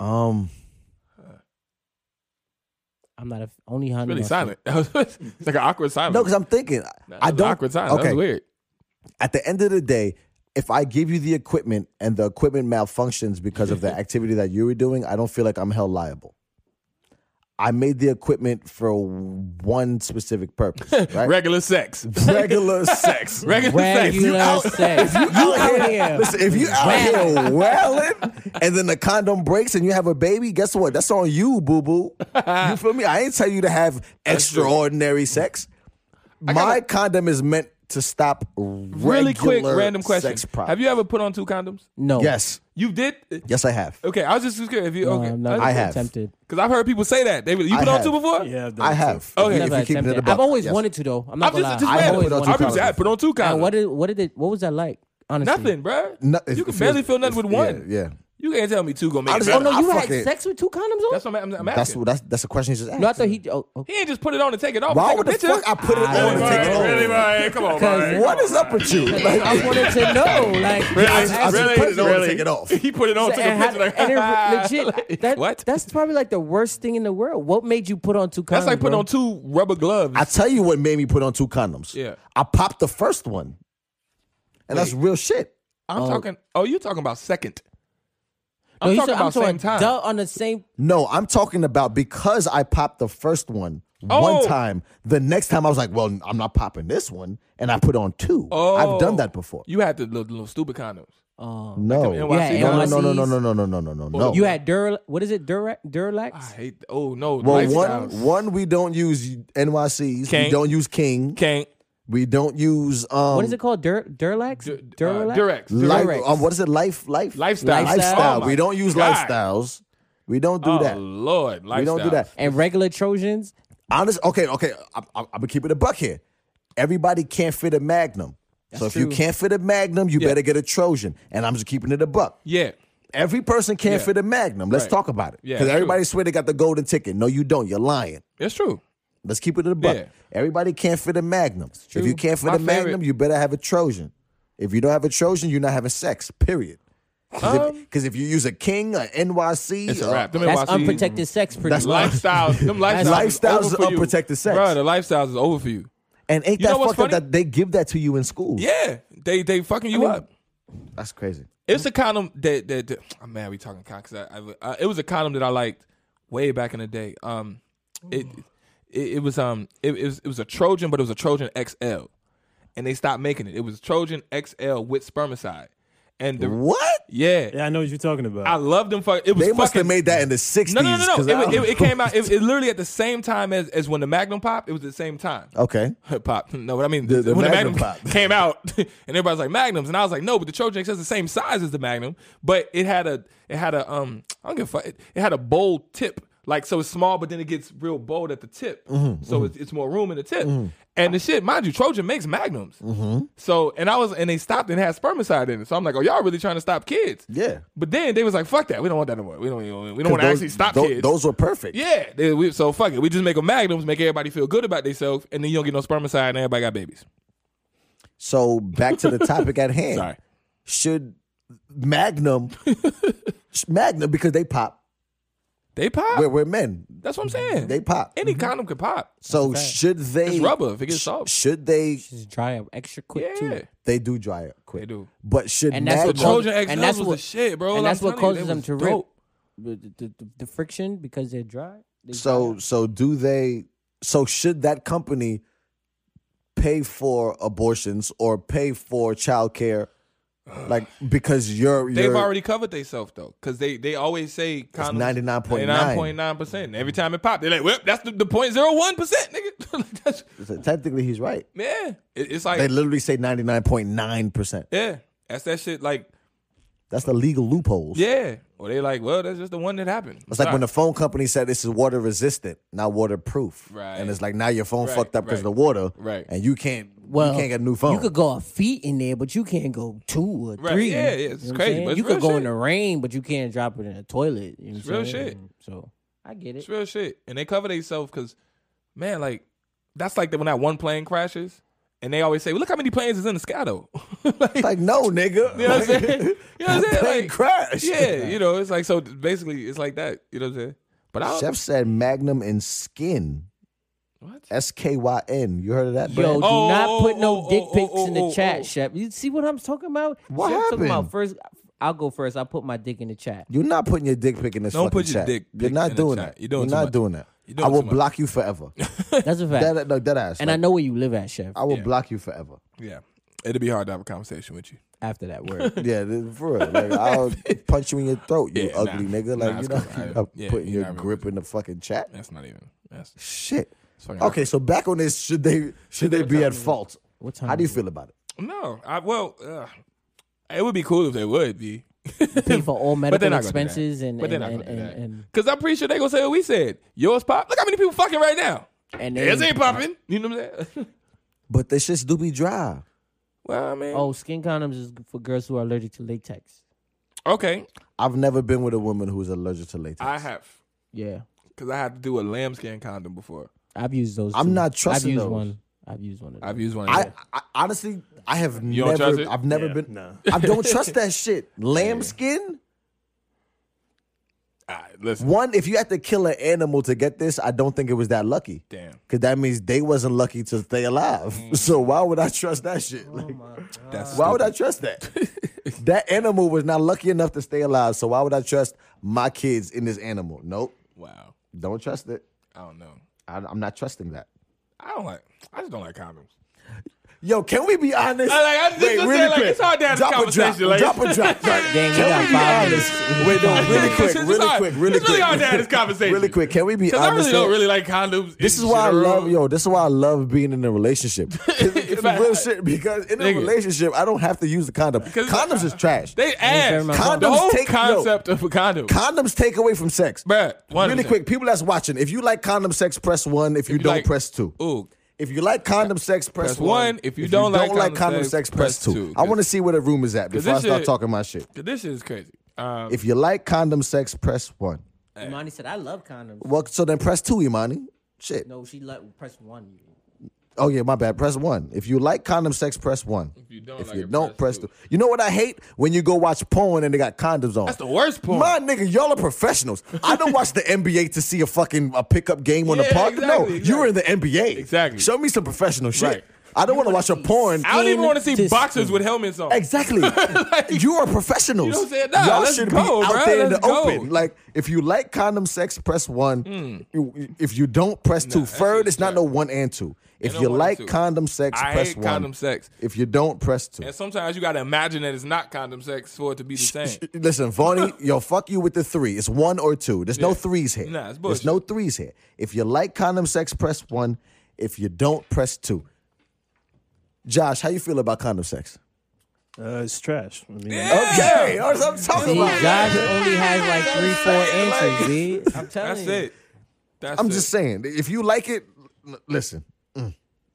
C: Um,
A: I'm not a f- only hundred.
D: really silent. (laughs) it's like an awkward silence.
C: no, because I'm thinking
D: That
C: I
D: was
C: don't.
D: Awkward silence. That
C: Okay,
D: was weird.
C: at the end of the day, if I give you the equipment and the equipment malfunctions because
D: (laughs)
C: of the activity that you were doing, I don't feel like I'm held liable. I made the equipment for one
D: (laughs)
C: specific purpose, right?
D: Regular sex. (laughs)
C: Regular sex.
D: Regular, sex. You
A: Regular
D: out.
A: sex.
C: You out here, listen, if you out here wailing and then the condom breaks and you have a baby, guess what? That's on you, boo boo.
D: (laughs)
C: You feel me? I ain't tell you to have extraordinary sex. My condom is meant to stop
D: Really quick,
C: regular
D: random question.
C: Sex problems.
D: Have you ever put on two condoms?
A: No.
C: Yes.
D: You did.
C: Yes, I have.
D: Okay, I was just curious. If you
A: No,
D: okay,
A: I'm not
C: I have.
A: tempted.
D: Because I've heard people say that. They be- you
C: I
D: put
C: have.
D: on two before.
B: Yeah, I've done
C: I
B: it too.
C: have.
D: Okay.
C: If you-
A: Never
C: if you keep it in
A: attempted.
C: the
A: I've
C: buck,
A: always
C: yes.
A: wanted to though. I'm not
D: I'm
A: gonna
D: just,
A: lie.
D: just
A: I've
D: random.
A: always
C: put on
A: wanted
D: I'll
C: two
A: to.
D: be
C: condoms.
D: sad. Put on two
A: And
D: condoms.
A: what did what did it? What was that like? Honestly,
D: nothing, bro.
C: No, if
D: you can
C: feels-
D: barely feel nothing with
C: yeah,
D: one.
C: Yeah,
D: You can't tell me two gonna make. it
C: Honestly,
A: Oh
D: better.
A: no,
C: I
A: you
C: fucking-
A: had sex with two condoms on.
D: That's what I'm, I'm asking.
C: that's what that's that's the question you just asked.
A: no, I thought he. Oh,
D: (laughs)
A: okay.
D: he ain't just put it on and take it off.
C: Why
D: Take a
C: would the
D: picture.
C: fuck I put it on and
D: Bro,
C: take it off?
D: Really, bro? Come on,
A: Because-
D: bro.
C: What is up with you? Like,
A: I wanted to know, like,
D: Really?
A: I was
C: I
A: asking-
C: just
D: Really?
C: put it on and
D: Really?
C: take it
D: (laughs)
C: off.
D: He put it on, took a
A: and,
D: picture.
A: how,
D: Oh, Like,
A: and
D: (laughs)
A: it, legit, that,
D: what?
A: That's probably like the worst thing in the world. What made you put on two condoms?
D: That's like putting
A: bro?
D: on two rubber gloves.
C: I tell you what made me put on two condoms.
D: Yeah.
C: I popped the first one. And that's real shit.
D: I'm talking. Oh, you're talking about second.
A: No,
D: I'm
A: you
D: talking
A: said-
D: about
A: talking
D: same time.
A: duh, on the same.
C: No, I'm talking about because I popped the first one
D: Oh.
C: one time, the next time I was like, well, I'm not popping this one. And I put on two. I've done that before.
D: Oh. You had the little, little stupid condoms.
C: no.
D: the
C: No,
D: NYC
A: Yeah,
C: no, no, no,
A: NYCs.
C: no, no, no, no, no, no, no, no.
A: You had Dur. What is it? Durac, Durlax.
D: I hate. th- Oh no.
C: well,
D: lifestyles.
C: one, one, we don't use NYCs. We
D: King.
C: don't use King.
D: can't.
C: We don't use um.
A: what is it called? Dur Durlax.
D: Uh,
A: Durlax.
D: Durex.
C: Life,
A: Durex.
C: um, what is it? Life, life,
D: Lifestyle.
C: lifestyle.
D: Lifestyle. Oh my
C: we don't use
D: God.
C: lifestyles. We don't do
D: Oh
C: that.
D: Lord,
C: We
D: lifestyle.
C: don't do that.
A: And regular Trojans.
C: Honest, okay, okay. I'm, I'm, I'm gonna keep it a buck here. Everybody can't fit a Magnum, so if you
A: true.
C: can't fit a Magnum, you
D: Yeah.
C: better get a Trojan. And I'm just keeping it a buck.
D: Yeah.
C: Every person can't
D: Yeah.
C: fit a Magnum. Let's
D: Right.
C: talk about it.
D: Yeah,
C: Because
D: true.
C: everybody swear they got the golden ticket. No, you don't. You're lying.
D: That's true.
C: Let's keep it in the buck.
D: Yeah.
C: Everybody can't fit a Magnum. If
D: true.
C: you can't fit
D: My
C: a Magnum,
D: favorite-
C: you better have a Trojan. If you don't have a Trojan, you're not having sex. Period. Because if, you use a King, a NYC,
D: Um, It's a
C: uh,
D: wrap. Them
A: That's
D: NYC
A: unprotected sex, pretty
C: That's
A: much.
D: Lifestyles. Them lifestyles.
C: Lifestyles
D: is
C: is
D: over for you.
C: unprotected sex.
D: Bro, the lifestyles is over for you.
C: and ain't
D: You know
C: that
D: what's
C: fucked up
D: funny?
C: that they give that to you in school?
D: Yeah. They they fucking you up.
C: that's crazy.
D: It's a condom that that, that I'm mad we talking cock 'cause I, I, I it was a condom that I liked way back in the day. Um, it it, it was um it, it was it was a Trojan, but it was a Trojan XL, and they stopped making it. It was Trojan XL with spermicide, and the
C: What?
D: yeah,
B: Yeah, I know what you're talking about.
D: I loved them. Fuck, it was
C: They must
D: fucking,
C: have made that in the '60s.
D: no no no no.
C: 'cause I
D: It,
C: don't-
D: it, it came out it, it literally at the same time as as when the Magnum popped. It was the same time.
C: okay.
D: Pop. (laughs) No, what I mean,
C: the
D: when
C: Magnum
D: the Magnum (laughs)
C: pop.
D: came out, and everybody's like Magnums, and I was like, no, but the Trojan X has the same size as the Magnum, but it had a, it had a, um, I don't give a fuck, it, it had a bold tip, like so it's small, but then it gets real bold at the tip,
C: Mm-hmm,
D: so It's, it's more room in the tip, and the shit, mind you, Trojan makes Magnums,
C: Mm-hmm.
D: so and I was, and they stopped and had spermicide in it, so I'm like, oh, y'all really trying to stop kids?
C: Yeah.
D: But then they was like, fuck that, we don't want that anymore. We don't, even- we don't want to
C: Those-
D: actually stop
C: tho-
D: kids.
C: Those were perfect.
D: Yeah, they, we, so fuck it. We just make them magnums, make everybody feel good about themselves, and then you don't get no spermicide, and everybody got babies.
C: So back to the topic at hand.
D: Sorry.
C: Should Magnum, Magnum, because they pop.
D: They pop.
C: We're, we're men.
D: That's what I'm saying.
C: They pop. Mm-hmm.
D: Any condom could pop.
C: So should they?
D: It's rubber. If it gets
C: sh-
D: soft.
C: Should they?
A: Just dry up extra quick
D: Yeah,
A: too.
C: They do dry up quick.
D: they do.
C: But should
A: And that's what
C: Magnum-
D: Trojan XLs
A: and that's
D: was
A: what
D: the shit, bro. I'm
A: And that's what
D: telling
A: causes
D: you, they
A: them
D: was
A: to rip.
D: dope.
A: The, the, the, the friction because they're dry. They
C: So
A: dry up.
C: so do they? So should that company pay for abortions or pay for childcare? Like because you're
D: They've
C: you're,
D: already covered themselves though, because they they always say condoms
C: 99.9.
D: percent. Every time it popped, they're like, "Well, that's the point zero one percent, nigga." (laughs) Like, that's,
C: technically he's right.
D: yeah, It- it's like
C: They literally say ninety nine point nine percent.
D: yeah, that's that shit. Like
C: That's the legal loopholes.
D: yeah, or they like, well, that's just the one that happened.
C: It's like when the phone company said this is water resistant, not waterproof.
D: Right.
C: And it's like now your phone
D: Right,
C: fucked up because
D: right,
C: of the water.
D: right.
C: And you can't
A: well,
C: you can't get a new phone.
A: You could go a feet in there, but you can't go two or
D: Right,
A: three.
D: yeah, yeah, it's
A: You know what I'm
D: crazy,
A: saying?
D: but it's
A: you could
D: real
A: go
D: shit.
A: in the rain, but you can't drop it in a toilet. You know
D: It's
A: what I'm
D: real
A: saying?
D: shit.
A: So I get it.
D: It's real shit. And they cover themselves because, man, like, that's like the, when that one plane crashes and they always say, well, look how many planes is in the sky, though. (laughs) like,
C: (laughs) like, no, nigga.
D: you know what I'm saying?
C: (laughs)
D: You know what I'm saying?
C: Plane
D: Like,
C: crashed.
D: Yeah, you know, it's like, so basically, it's like that. You know what I'm saying? But I don't.
C: Chef said Magnum and Skin.
D: What?
C: S K Y N. You heard of that?
A: Yo,
C: brand?
A: do
D: Oh,
A: not put
D: oh,
A: no
D: oh,
A: dick
D: oh,
A: pics
D: oh,
A: in the
D: oh,
A: chat,
D: oh.
A: Shep. You see what I'm talking about?
C: What
A: Shep Talking
C: happened?
A: about first, I'll go first. I'll put my dick in the
D: (laughs)
A: chat.
C: You're not putting your dick pic in this
D: Don't
C: fucking
D: put your
C: chat.
D: dick
C: You're
D: pic
C: not
D: in the
C: doing
D: chat.
C: that.
D: You're doing too
C: not
D: much.
C: doing that.
D: You're doing
C: I will
D: too much.
C: block you forever.
D: (laughs)
A: That's a fact.
C: that, no, that ass.
A: and I know where you live at, Chef.
C: I will block
D: (laughs)
C: you forever.
D: Yeah. It'd be hard to have a conversation with you.
A: After that word.
D: (laughs)
C: Yeah, th- for real. Like I'll punch you in your throat, you
D: Yeah,
C: ugly
D: nah.
C: nigga.
D: Nah,
C: Like
D: it's
C: you know,
D: cool. I-
C: (laughs) I'm
D: yeah,
C: putting
D: you're
C: your
D: not
C: grip in the fucking chat.
D: That's not even. That's
C: Shit.
D: fucking
C: Okay, so back on this, should they should they be at fault?
A: What time
C: How do you
A: is it?
C: feel about it?
D: No. I, well, uh, it would be cool if they would be. (laughs)
A: Pay for all medical
D: But they're not gonna do that.
A: expenses and
D: but they're
A: and
D: not
A: and,
D: gonna do
A: and,
D: that.
A: and,
D: Cause I'm pretty sure they gonna say what we said. Yours pop. Look how many people fucking right now.
A: and
D: Theirs
A: they-
D: ain't popping. You know what I'm
C: (laughs)
D: saying?
C: But the shits do be dry.
D: well, I mean,
A: Oh, skin condoms is for girls who are allergic to latex.
D: okay,
C: I've never been with a woman who's allergic to latex.
D: I have
A: Yeah,
D: because I had to do a lambskin condom before.
A: I've used those.
C: I'm
A: too.
C: not trusting
A: I've used
C: those.
A: one. I've used one. Of
D: I've
A: those.
D: used one. Of
C: I,
D: those.
C: I honestly, I have
D: You don't
C: never.
D: trust it?
C: I've never
B: Yeah,
C: been.
B: nah.
C: I don't
A: (laughs)
C: trust that shit. Lambskin.
D: All right, listen,
C: One, if you had to kill an animal to get this, I don't think it was that lucky.
D: damn, Mm.
C: Cause that means they wasn't lucky to stay alive. (laughs) So why would I trust that shit? Like,
D: that's
C: Why would I trust that?
D: (laughs)
C: that animal was not lucky enough to stay alive. So why would I trust my kids in this animal? Nope.
D: wow.
C: Don't trust it.
D: I don't know.
C: I, I'm not trusting that.
D: I don't like. I just don't like condoms.
C: Yo, can we be honest?
D: I like- I just was saying, like, it's hard to have a
C: drop
D: conversation, (laughs)
C: A
D: like-
C: drop, drop a drop. Like,
A: Dang, we got
C: can we be
A: five
C: honest?
A: minutes.
C: Wait, no,
D: (laughs)
C: really
D: It's
C: quick,
D: just
C: really
D: hard.
C: quick, really
D: It's really
C: quick.
D: hard to have this conversation.
C: Really quick, can we be
D: Because
C: honest?
D: I really don't
C: though?
D: really like condoms.
C: This is why I love yo. This is why I love being in
D: (laughs)
C: a relationship. 'Cause It's some real shit because in a
D: Nigga.
C: relationship, I don't have to use the condom.
D: Because it's
C: Condoms
D: a-
C: is trash.
D: They ass.
A: much.
D: the
C: Condoms
D: whole
C: take- yo.
D: concept of a condom.
C: Condoms take away from sex.
D: Bruh, 100%.
C: really quick, people that's watching, if you like condom sex, press one. If you,
D: you
C: don't,
D: like-
C: press two.
D: Ooh.
C: If you like condom sex, press,
D: Press one. If you don't like condom sex, press two.
C: I want to see where the room is at before I
D: this
C: start
D: shit-
C: talking my shit.
D: This shit is crazy. Um,
C: If you like condom sex, press one.
A: Imani said, I love condoms.
C: Well, so then press two, Imani. Shit.
A: No, she let press one.
C: Oh yeah, my bad. Press one. If you like condom sex, press one. If
D: you don't
C: if
D: like
C: you
D: it,
C: don't press
D: press
C: two. You know what I hate when you go watch porn and they got condoms on.
D: that's the worst porn.
C: My nigga, y'all are professionals. I don't watch the NBA to see a fucking a pickup game on the
D: Yeah,
C: park. no,
D: exactly,
C: you're in the NBA.
D: Exactly.
C: Show me some professional shit.
D: Right.
C: I don't want to watch a porn.
D: I don't even want to see
A: Just-
D: boxers with helmets on.
C: Exactly.
D: (laughs)
C: you are professionals.
D: Oh. You know what I'm saying? Nah,
C: Y'all
D: let's
C: should
D: go,
C: be out
D: bruh.
C: there in the
D: Let's go.
C: open. Like, if you like condom sex, press one.
D: Hmm.
C: You- If you don't, press two. Third, it's not no one and two. If
D: no
C: you
D: one and
C: like
D: two.
C: condom sex,
D: I
C: press
D: hate
C: one.
D: condom sex.
C: If you don't, press two.
D: And sometimes you gotta imagine that it's not condom sex for it to be
C: (laughs)
D: the same. (laughs)
C: Listen, Vonnie, yo, fuck you with the three. It's one or two. There's no threes here.
D: Nah, it's
C: There's no threes here. If you like condom sex, press one. If you don't, press two. Josh, how you feel about condom sex?
B: Uh, it's trash. I mean,
C: Okay, that's what I'm talking
A: See,
C: about.
A: Josh only has like three, four
C: (laughs)
A: inches, i I'm telling
D: That's
A: you.
D: it. That's
C: I'm
D: it.
C: just saying, if you like it, l- listen.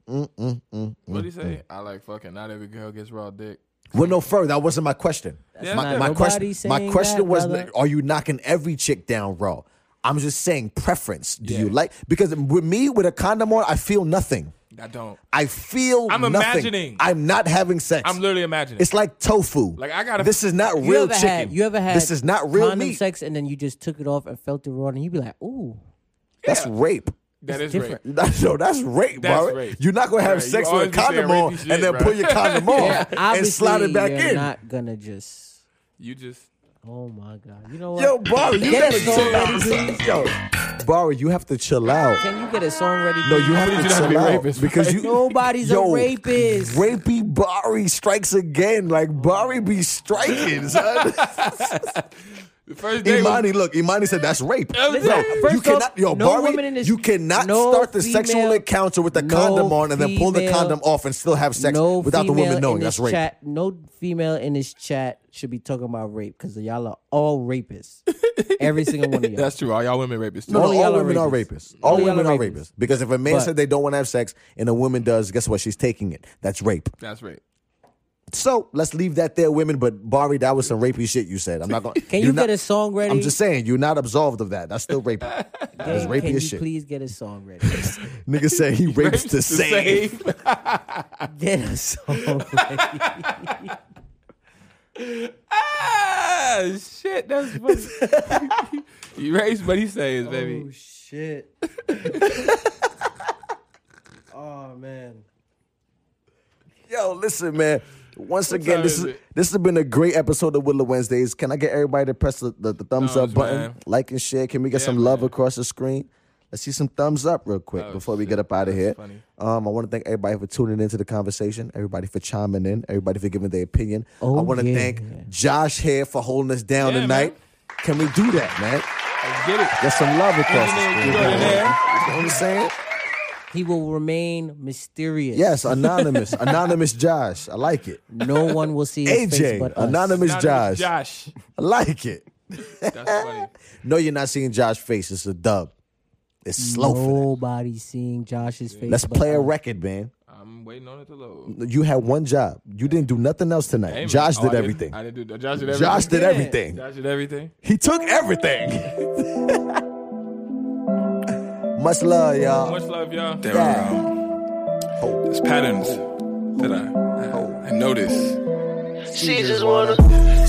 D: What do you say? I like fucking. Not every girl gets raw dick.
C: Well, no further. That wasn't my question.
D: That's
C: my,
D: not-
C: my question.
A: nobody's
C: My
A: saying
C: question
A: that,
C: was:
A: brother.
C: Are you knocking every chick down raw? I'm just saying preference. Do you like? Because with me, with a condom on, I feel nothing.
D: I don't.
C: I feel.
D: I'm
C: nothing.
D: imagining.
C: I'm not having sex.
D: I'm literally imagining.
C: It's like tofu.
D: Like, I gotta-
C: This is not
A: You
C: real
A: ever
C: chicken.
A: had? You ever had?
C: This is not real
A: condom
C: meat.
A: sex, and then you just took it off and felt it raw, and you be like, ooh.
C: That's
D: Yeah.
C: rape. (laughs)
D: that is
A: it's
D: rape.
A: different.
C: no, that's rape,
D: That's
C: bro.
D: rape.
C: You're not gonna have
D: Right, you
C: sex with a
D: always be saying
C: condom on
D: rapey shit,
C: and then
D: bro.
C: pull
D: (laughs)
C: your condom off (laughs) and
A: Obviously,
C: slide it back
A: you're
C: in.
A: not gonna just.
D: You just
A: Oh my god! You know what?
C: Yo, Barry, you
A: Get
C: gotta
A: a song
C: chill
A: ready,
C: out. Yo, Barry, you have to chill out.
A: Can you get a song ready?
C: No, you have
D: But you don't have
C: to
D: to
C: chill
D: be
C: out
D: rapist,
C: because
D: right?
C: you
A: Nobody's a
C: Yo,
A: rapist.
C: Rapey Barry strikes again. Like Barry be
A: (laughs)
C: striking, son.
D: the first day.
C: Imani, look, Imani said that's rape.
D: Listen,
C: Yo,
A: first
C: you cannot,
A: off,
C: yo,
A: no
C: Barry,
A: woman in this-
C: you cannot
A: no
C: start the sexual
A: female-
C: encounter with the
A: no
C: condom on and then pull the
A: female-
C: condom off and still have sex
A: no
C: without the
A: female
C: woman
A: in
C: knowing.
A: this
C: That's rape.
A: Chat, no female in this chat should be talking about rape because y'all are all
C: (laughs)
A: rapists. Every single one of y'all.
D: (laughs) That's true. All y'all women rapists.
C: No,
A: All
C: no,
A: y'all
C: all
A: are
C: women are
A: rapists.
C: rapists. All
A: All y'all
C: women
A: are
C: are
A: rapists.
C: rapists. Because if a man
A: But-
C: said they don't want to have sex and a woman does, guess what? She's taking it. That's rape.
D: That's rape.
C: So let's leave that there, women. But Barry, that was some rapey shit you said. I'm not going.
A: (laughs) Can you get a song ready?
C: I'm just saying you're not absolved of that. That's still
A: (laughs)
C: rape. That's
A: Gang,
C: rapey
A: Can you
C: as shit.
A: please get a song ready? (laughs)
C: Nigga said
D: (laughs)
C: he rapes to save.
A: get a song ready.
D: ah, shit. That's funny. (laughs) you raised what he says, baby.
A: Oh shit. oh man.
C: Yo, listen, man. Once again,
D: time
C: this
D: is
C: is,
D: it?
C: this has been a great episode of Willow Wednesdays. Can I get everybody to press the, the, the thumbs
D: Thumbs,
C: up button,
D: man.
C: like and share? Can we get
D: Yeah,
C: some love
D: man.
C: across the screen? Let's see some thumbs up real quick
D: Oh,
C: before we
D: shit.
C: get up out of
D: That's
C: here.
D: funny.
C: Um, I want to thank everybody for tuning into the conversation, everybody for chiming in, everybody for giving their opinion.
A: Oh,
C: I want to
A: yeah.
C: thank Josh here for holding us down
D: Yeah,
C: tonight.
D: man.
C: Can we do that, man?
D: Let's get it.
C: Get some love across the
D: Engineer
C: screen. You know
D: extraordinaire.
C: what I'm saying?
A: He will remain mysterious.
C: Yes, uh, anonymous, anonymous Josh. I like it.
A: No one will see his face
C: AJ,
A: but us.
C: anonymous
D: Not
C: Josh.
D: just Josh.
C: I like it. (laughs)
D: That's funny.
C: No, you're not seeing Josh's face. It's a dub. It's slow for that.
A: Nobody seeing Josh's face.
C: Let's
A: but
C: play a
A: us.
C: record, man.
D: I'm waiting on it to load.
C: You had one job. You didn't do nothing else tonight.
D: Hey, man.
C: Josh
D: Oh,
C: did
D: I didn't-
C: everything.
D: I didn't do that. Josh did everything.
C: Josh did
A: Yeah.
C: everything.
D: Josh did everything.
C: He took everything. (laughs) Much love, y'all.
D: Much love, y'all.
E: There are um, there's patterns that I, I, I notice.
F: She just wanna.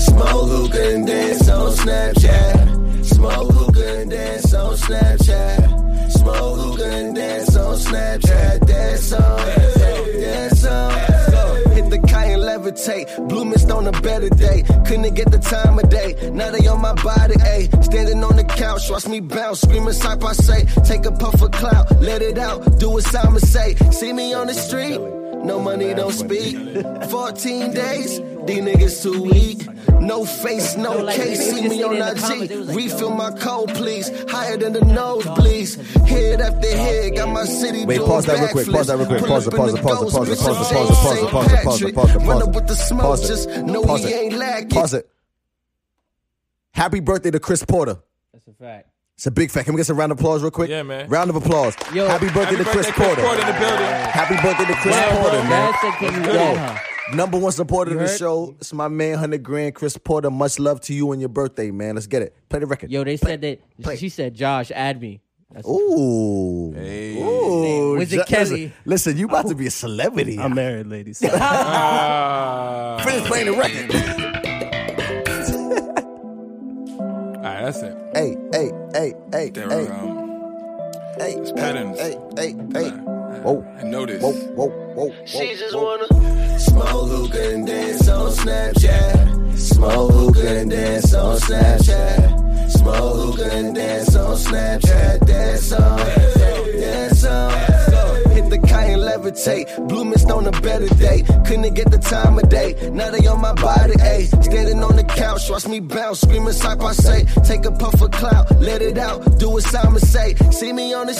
G: Smoke hookah and dance on Snapchat. Smoke hookah and dance on Snapchat. Smoke hookah and dance on Snapchat. Dance on, dance on. Hit the kite and levitate. Blue mist on a better day. Couldn't get the time of day. Now they on my body, ayy. Standing on the couch, watch me bounce. Screaming type I say. Take a puff of clout, let it out. Do what Simon say. See me on the street. No money, don't speak. 14 days, these niggas too weak. No face, no
A: like,
G: case.
A: they
G: See
A: just
G: me
A: said
G: on
A: in the comments, they was
G: IG.
A: like,
G: Refill my cold, please. Higher than the nose, please. Head after head, got my city
C: Wait,
G: doing
C: pause that real quick,
G: backflips.
C: pause that real quick,
G: Pull
C: pause
G: up
C: it,
G: in
C: pause
G: the
C: it, pause it,
G: ghost,
C: pause it,
G: bitch,
C: pause it,
G: I'm
C: pause it, pause it, pause
G: Saint
C: it, pause it,
G: Patrick.
C: pause it, pause it,
G: Run up
C: pause
G: with the
C: it.
G: smoke,
C: Pause it.
G: just know
C: Pause
G: he
C: it.
G: ain't lacking.
C: Pause it. Happy birthday to Chris Porter.
A: That's a fact.
C: It's a big fact. Can we get some round of applause real quick?
D: Yeah, man.
C: Round of applause.
A: Yo.
C: happy birthday to Chris Porter.
D: in the building.
C: Happy birthday to Chris
A: Wow,
C: Porter,
A: bro,
C: man.
A: that's a can you
C: Yo,
A: get, huh?
C: number one supporter of the
A: heard?
C: show. It's my man, 100 grand, Chris Porter. Much love to you on your birthday, man. Let's get it. Play the record.
A: Yo, they said that
C: play.
A: she said, Josh, add me. That's
C: Ooh. Ooh.
A: Wizard
C: Ju-
A: Kelly. Oh.
C: Listen, listen, you about to be a celebrity.
B: I'm married, ladies. (laughs) So
D: Ah.
C: finished playing the record.
D: All right, that's it.
C: hey, hey, hey, hey,
E: There
C: hey,
E: are um,
C: hey,
E: patterns.
C: Hey, hey, hey. Whoa,
E: I noticed.
C: whoa, whoa, whoa, whoa.
F: She just
C: whoa.
F: wanna.
G: Smoke hookah and dance on Snapchat. Smoke hookah and dance on Snapchat. Smoke hookah and dance on Snapchat. Dance on, dance on. Hit the kite and levitate. Blue mist on a better day. Couldn't get the time of day. Now they on my body, ayy. Standing on the couch, watch me bounce. Screaming, like I say. Take a puff of clout, let it out. Do what Simon say. See me on the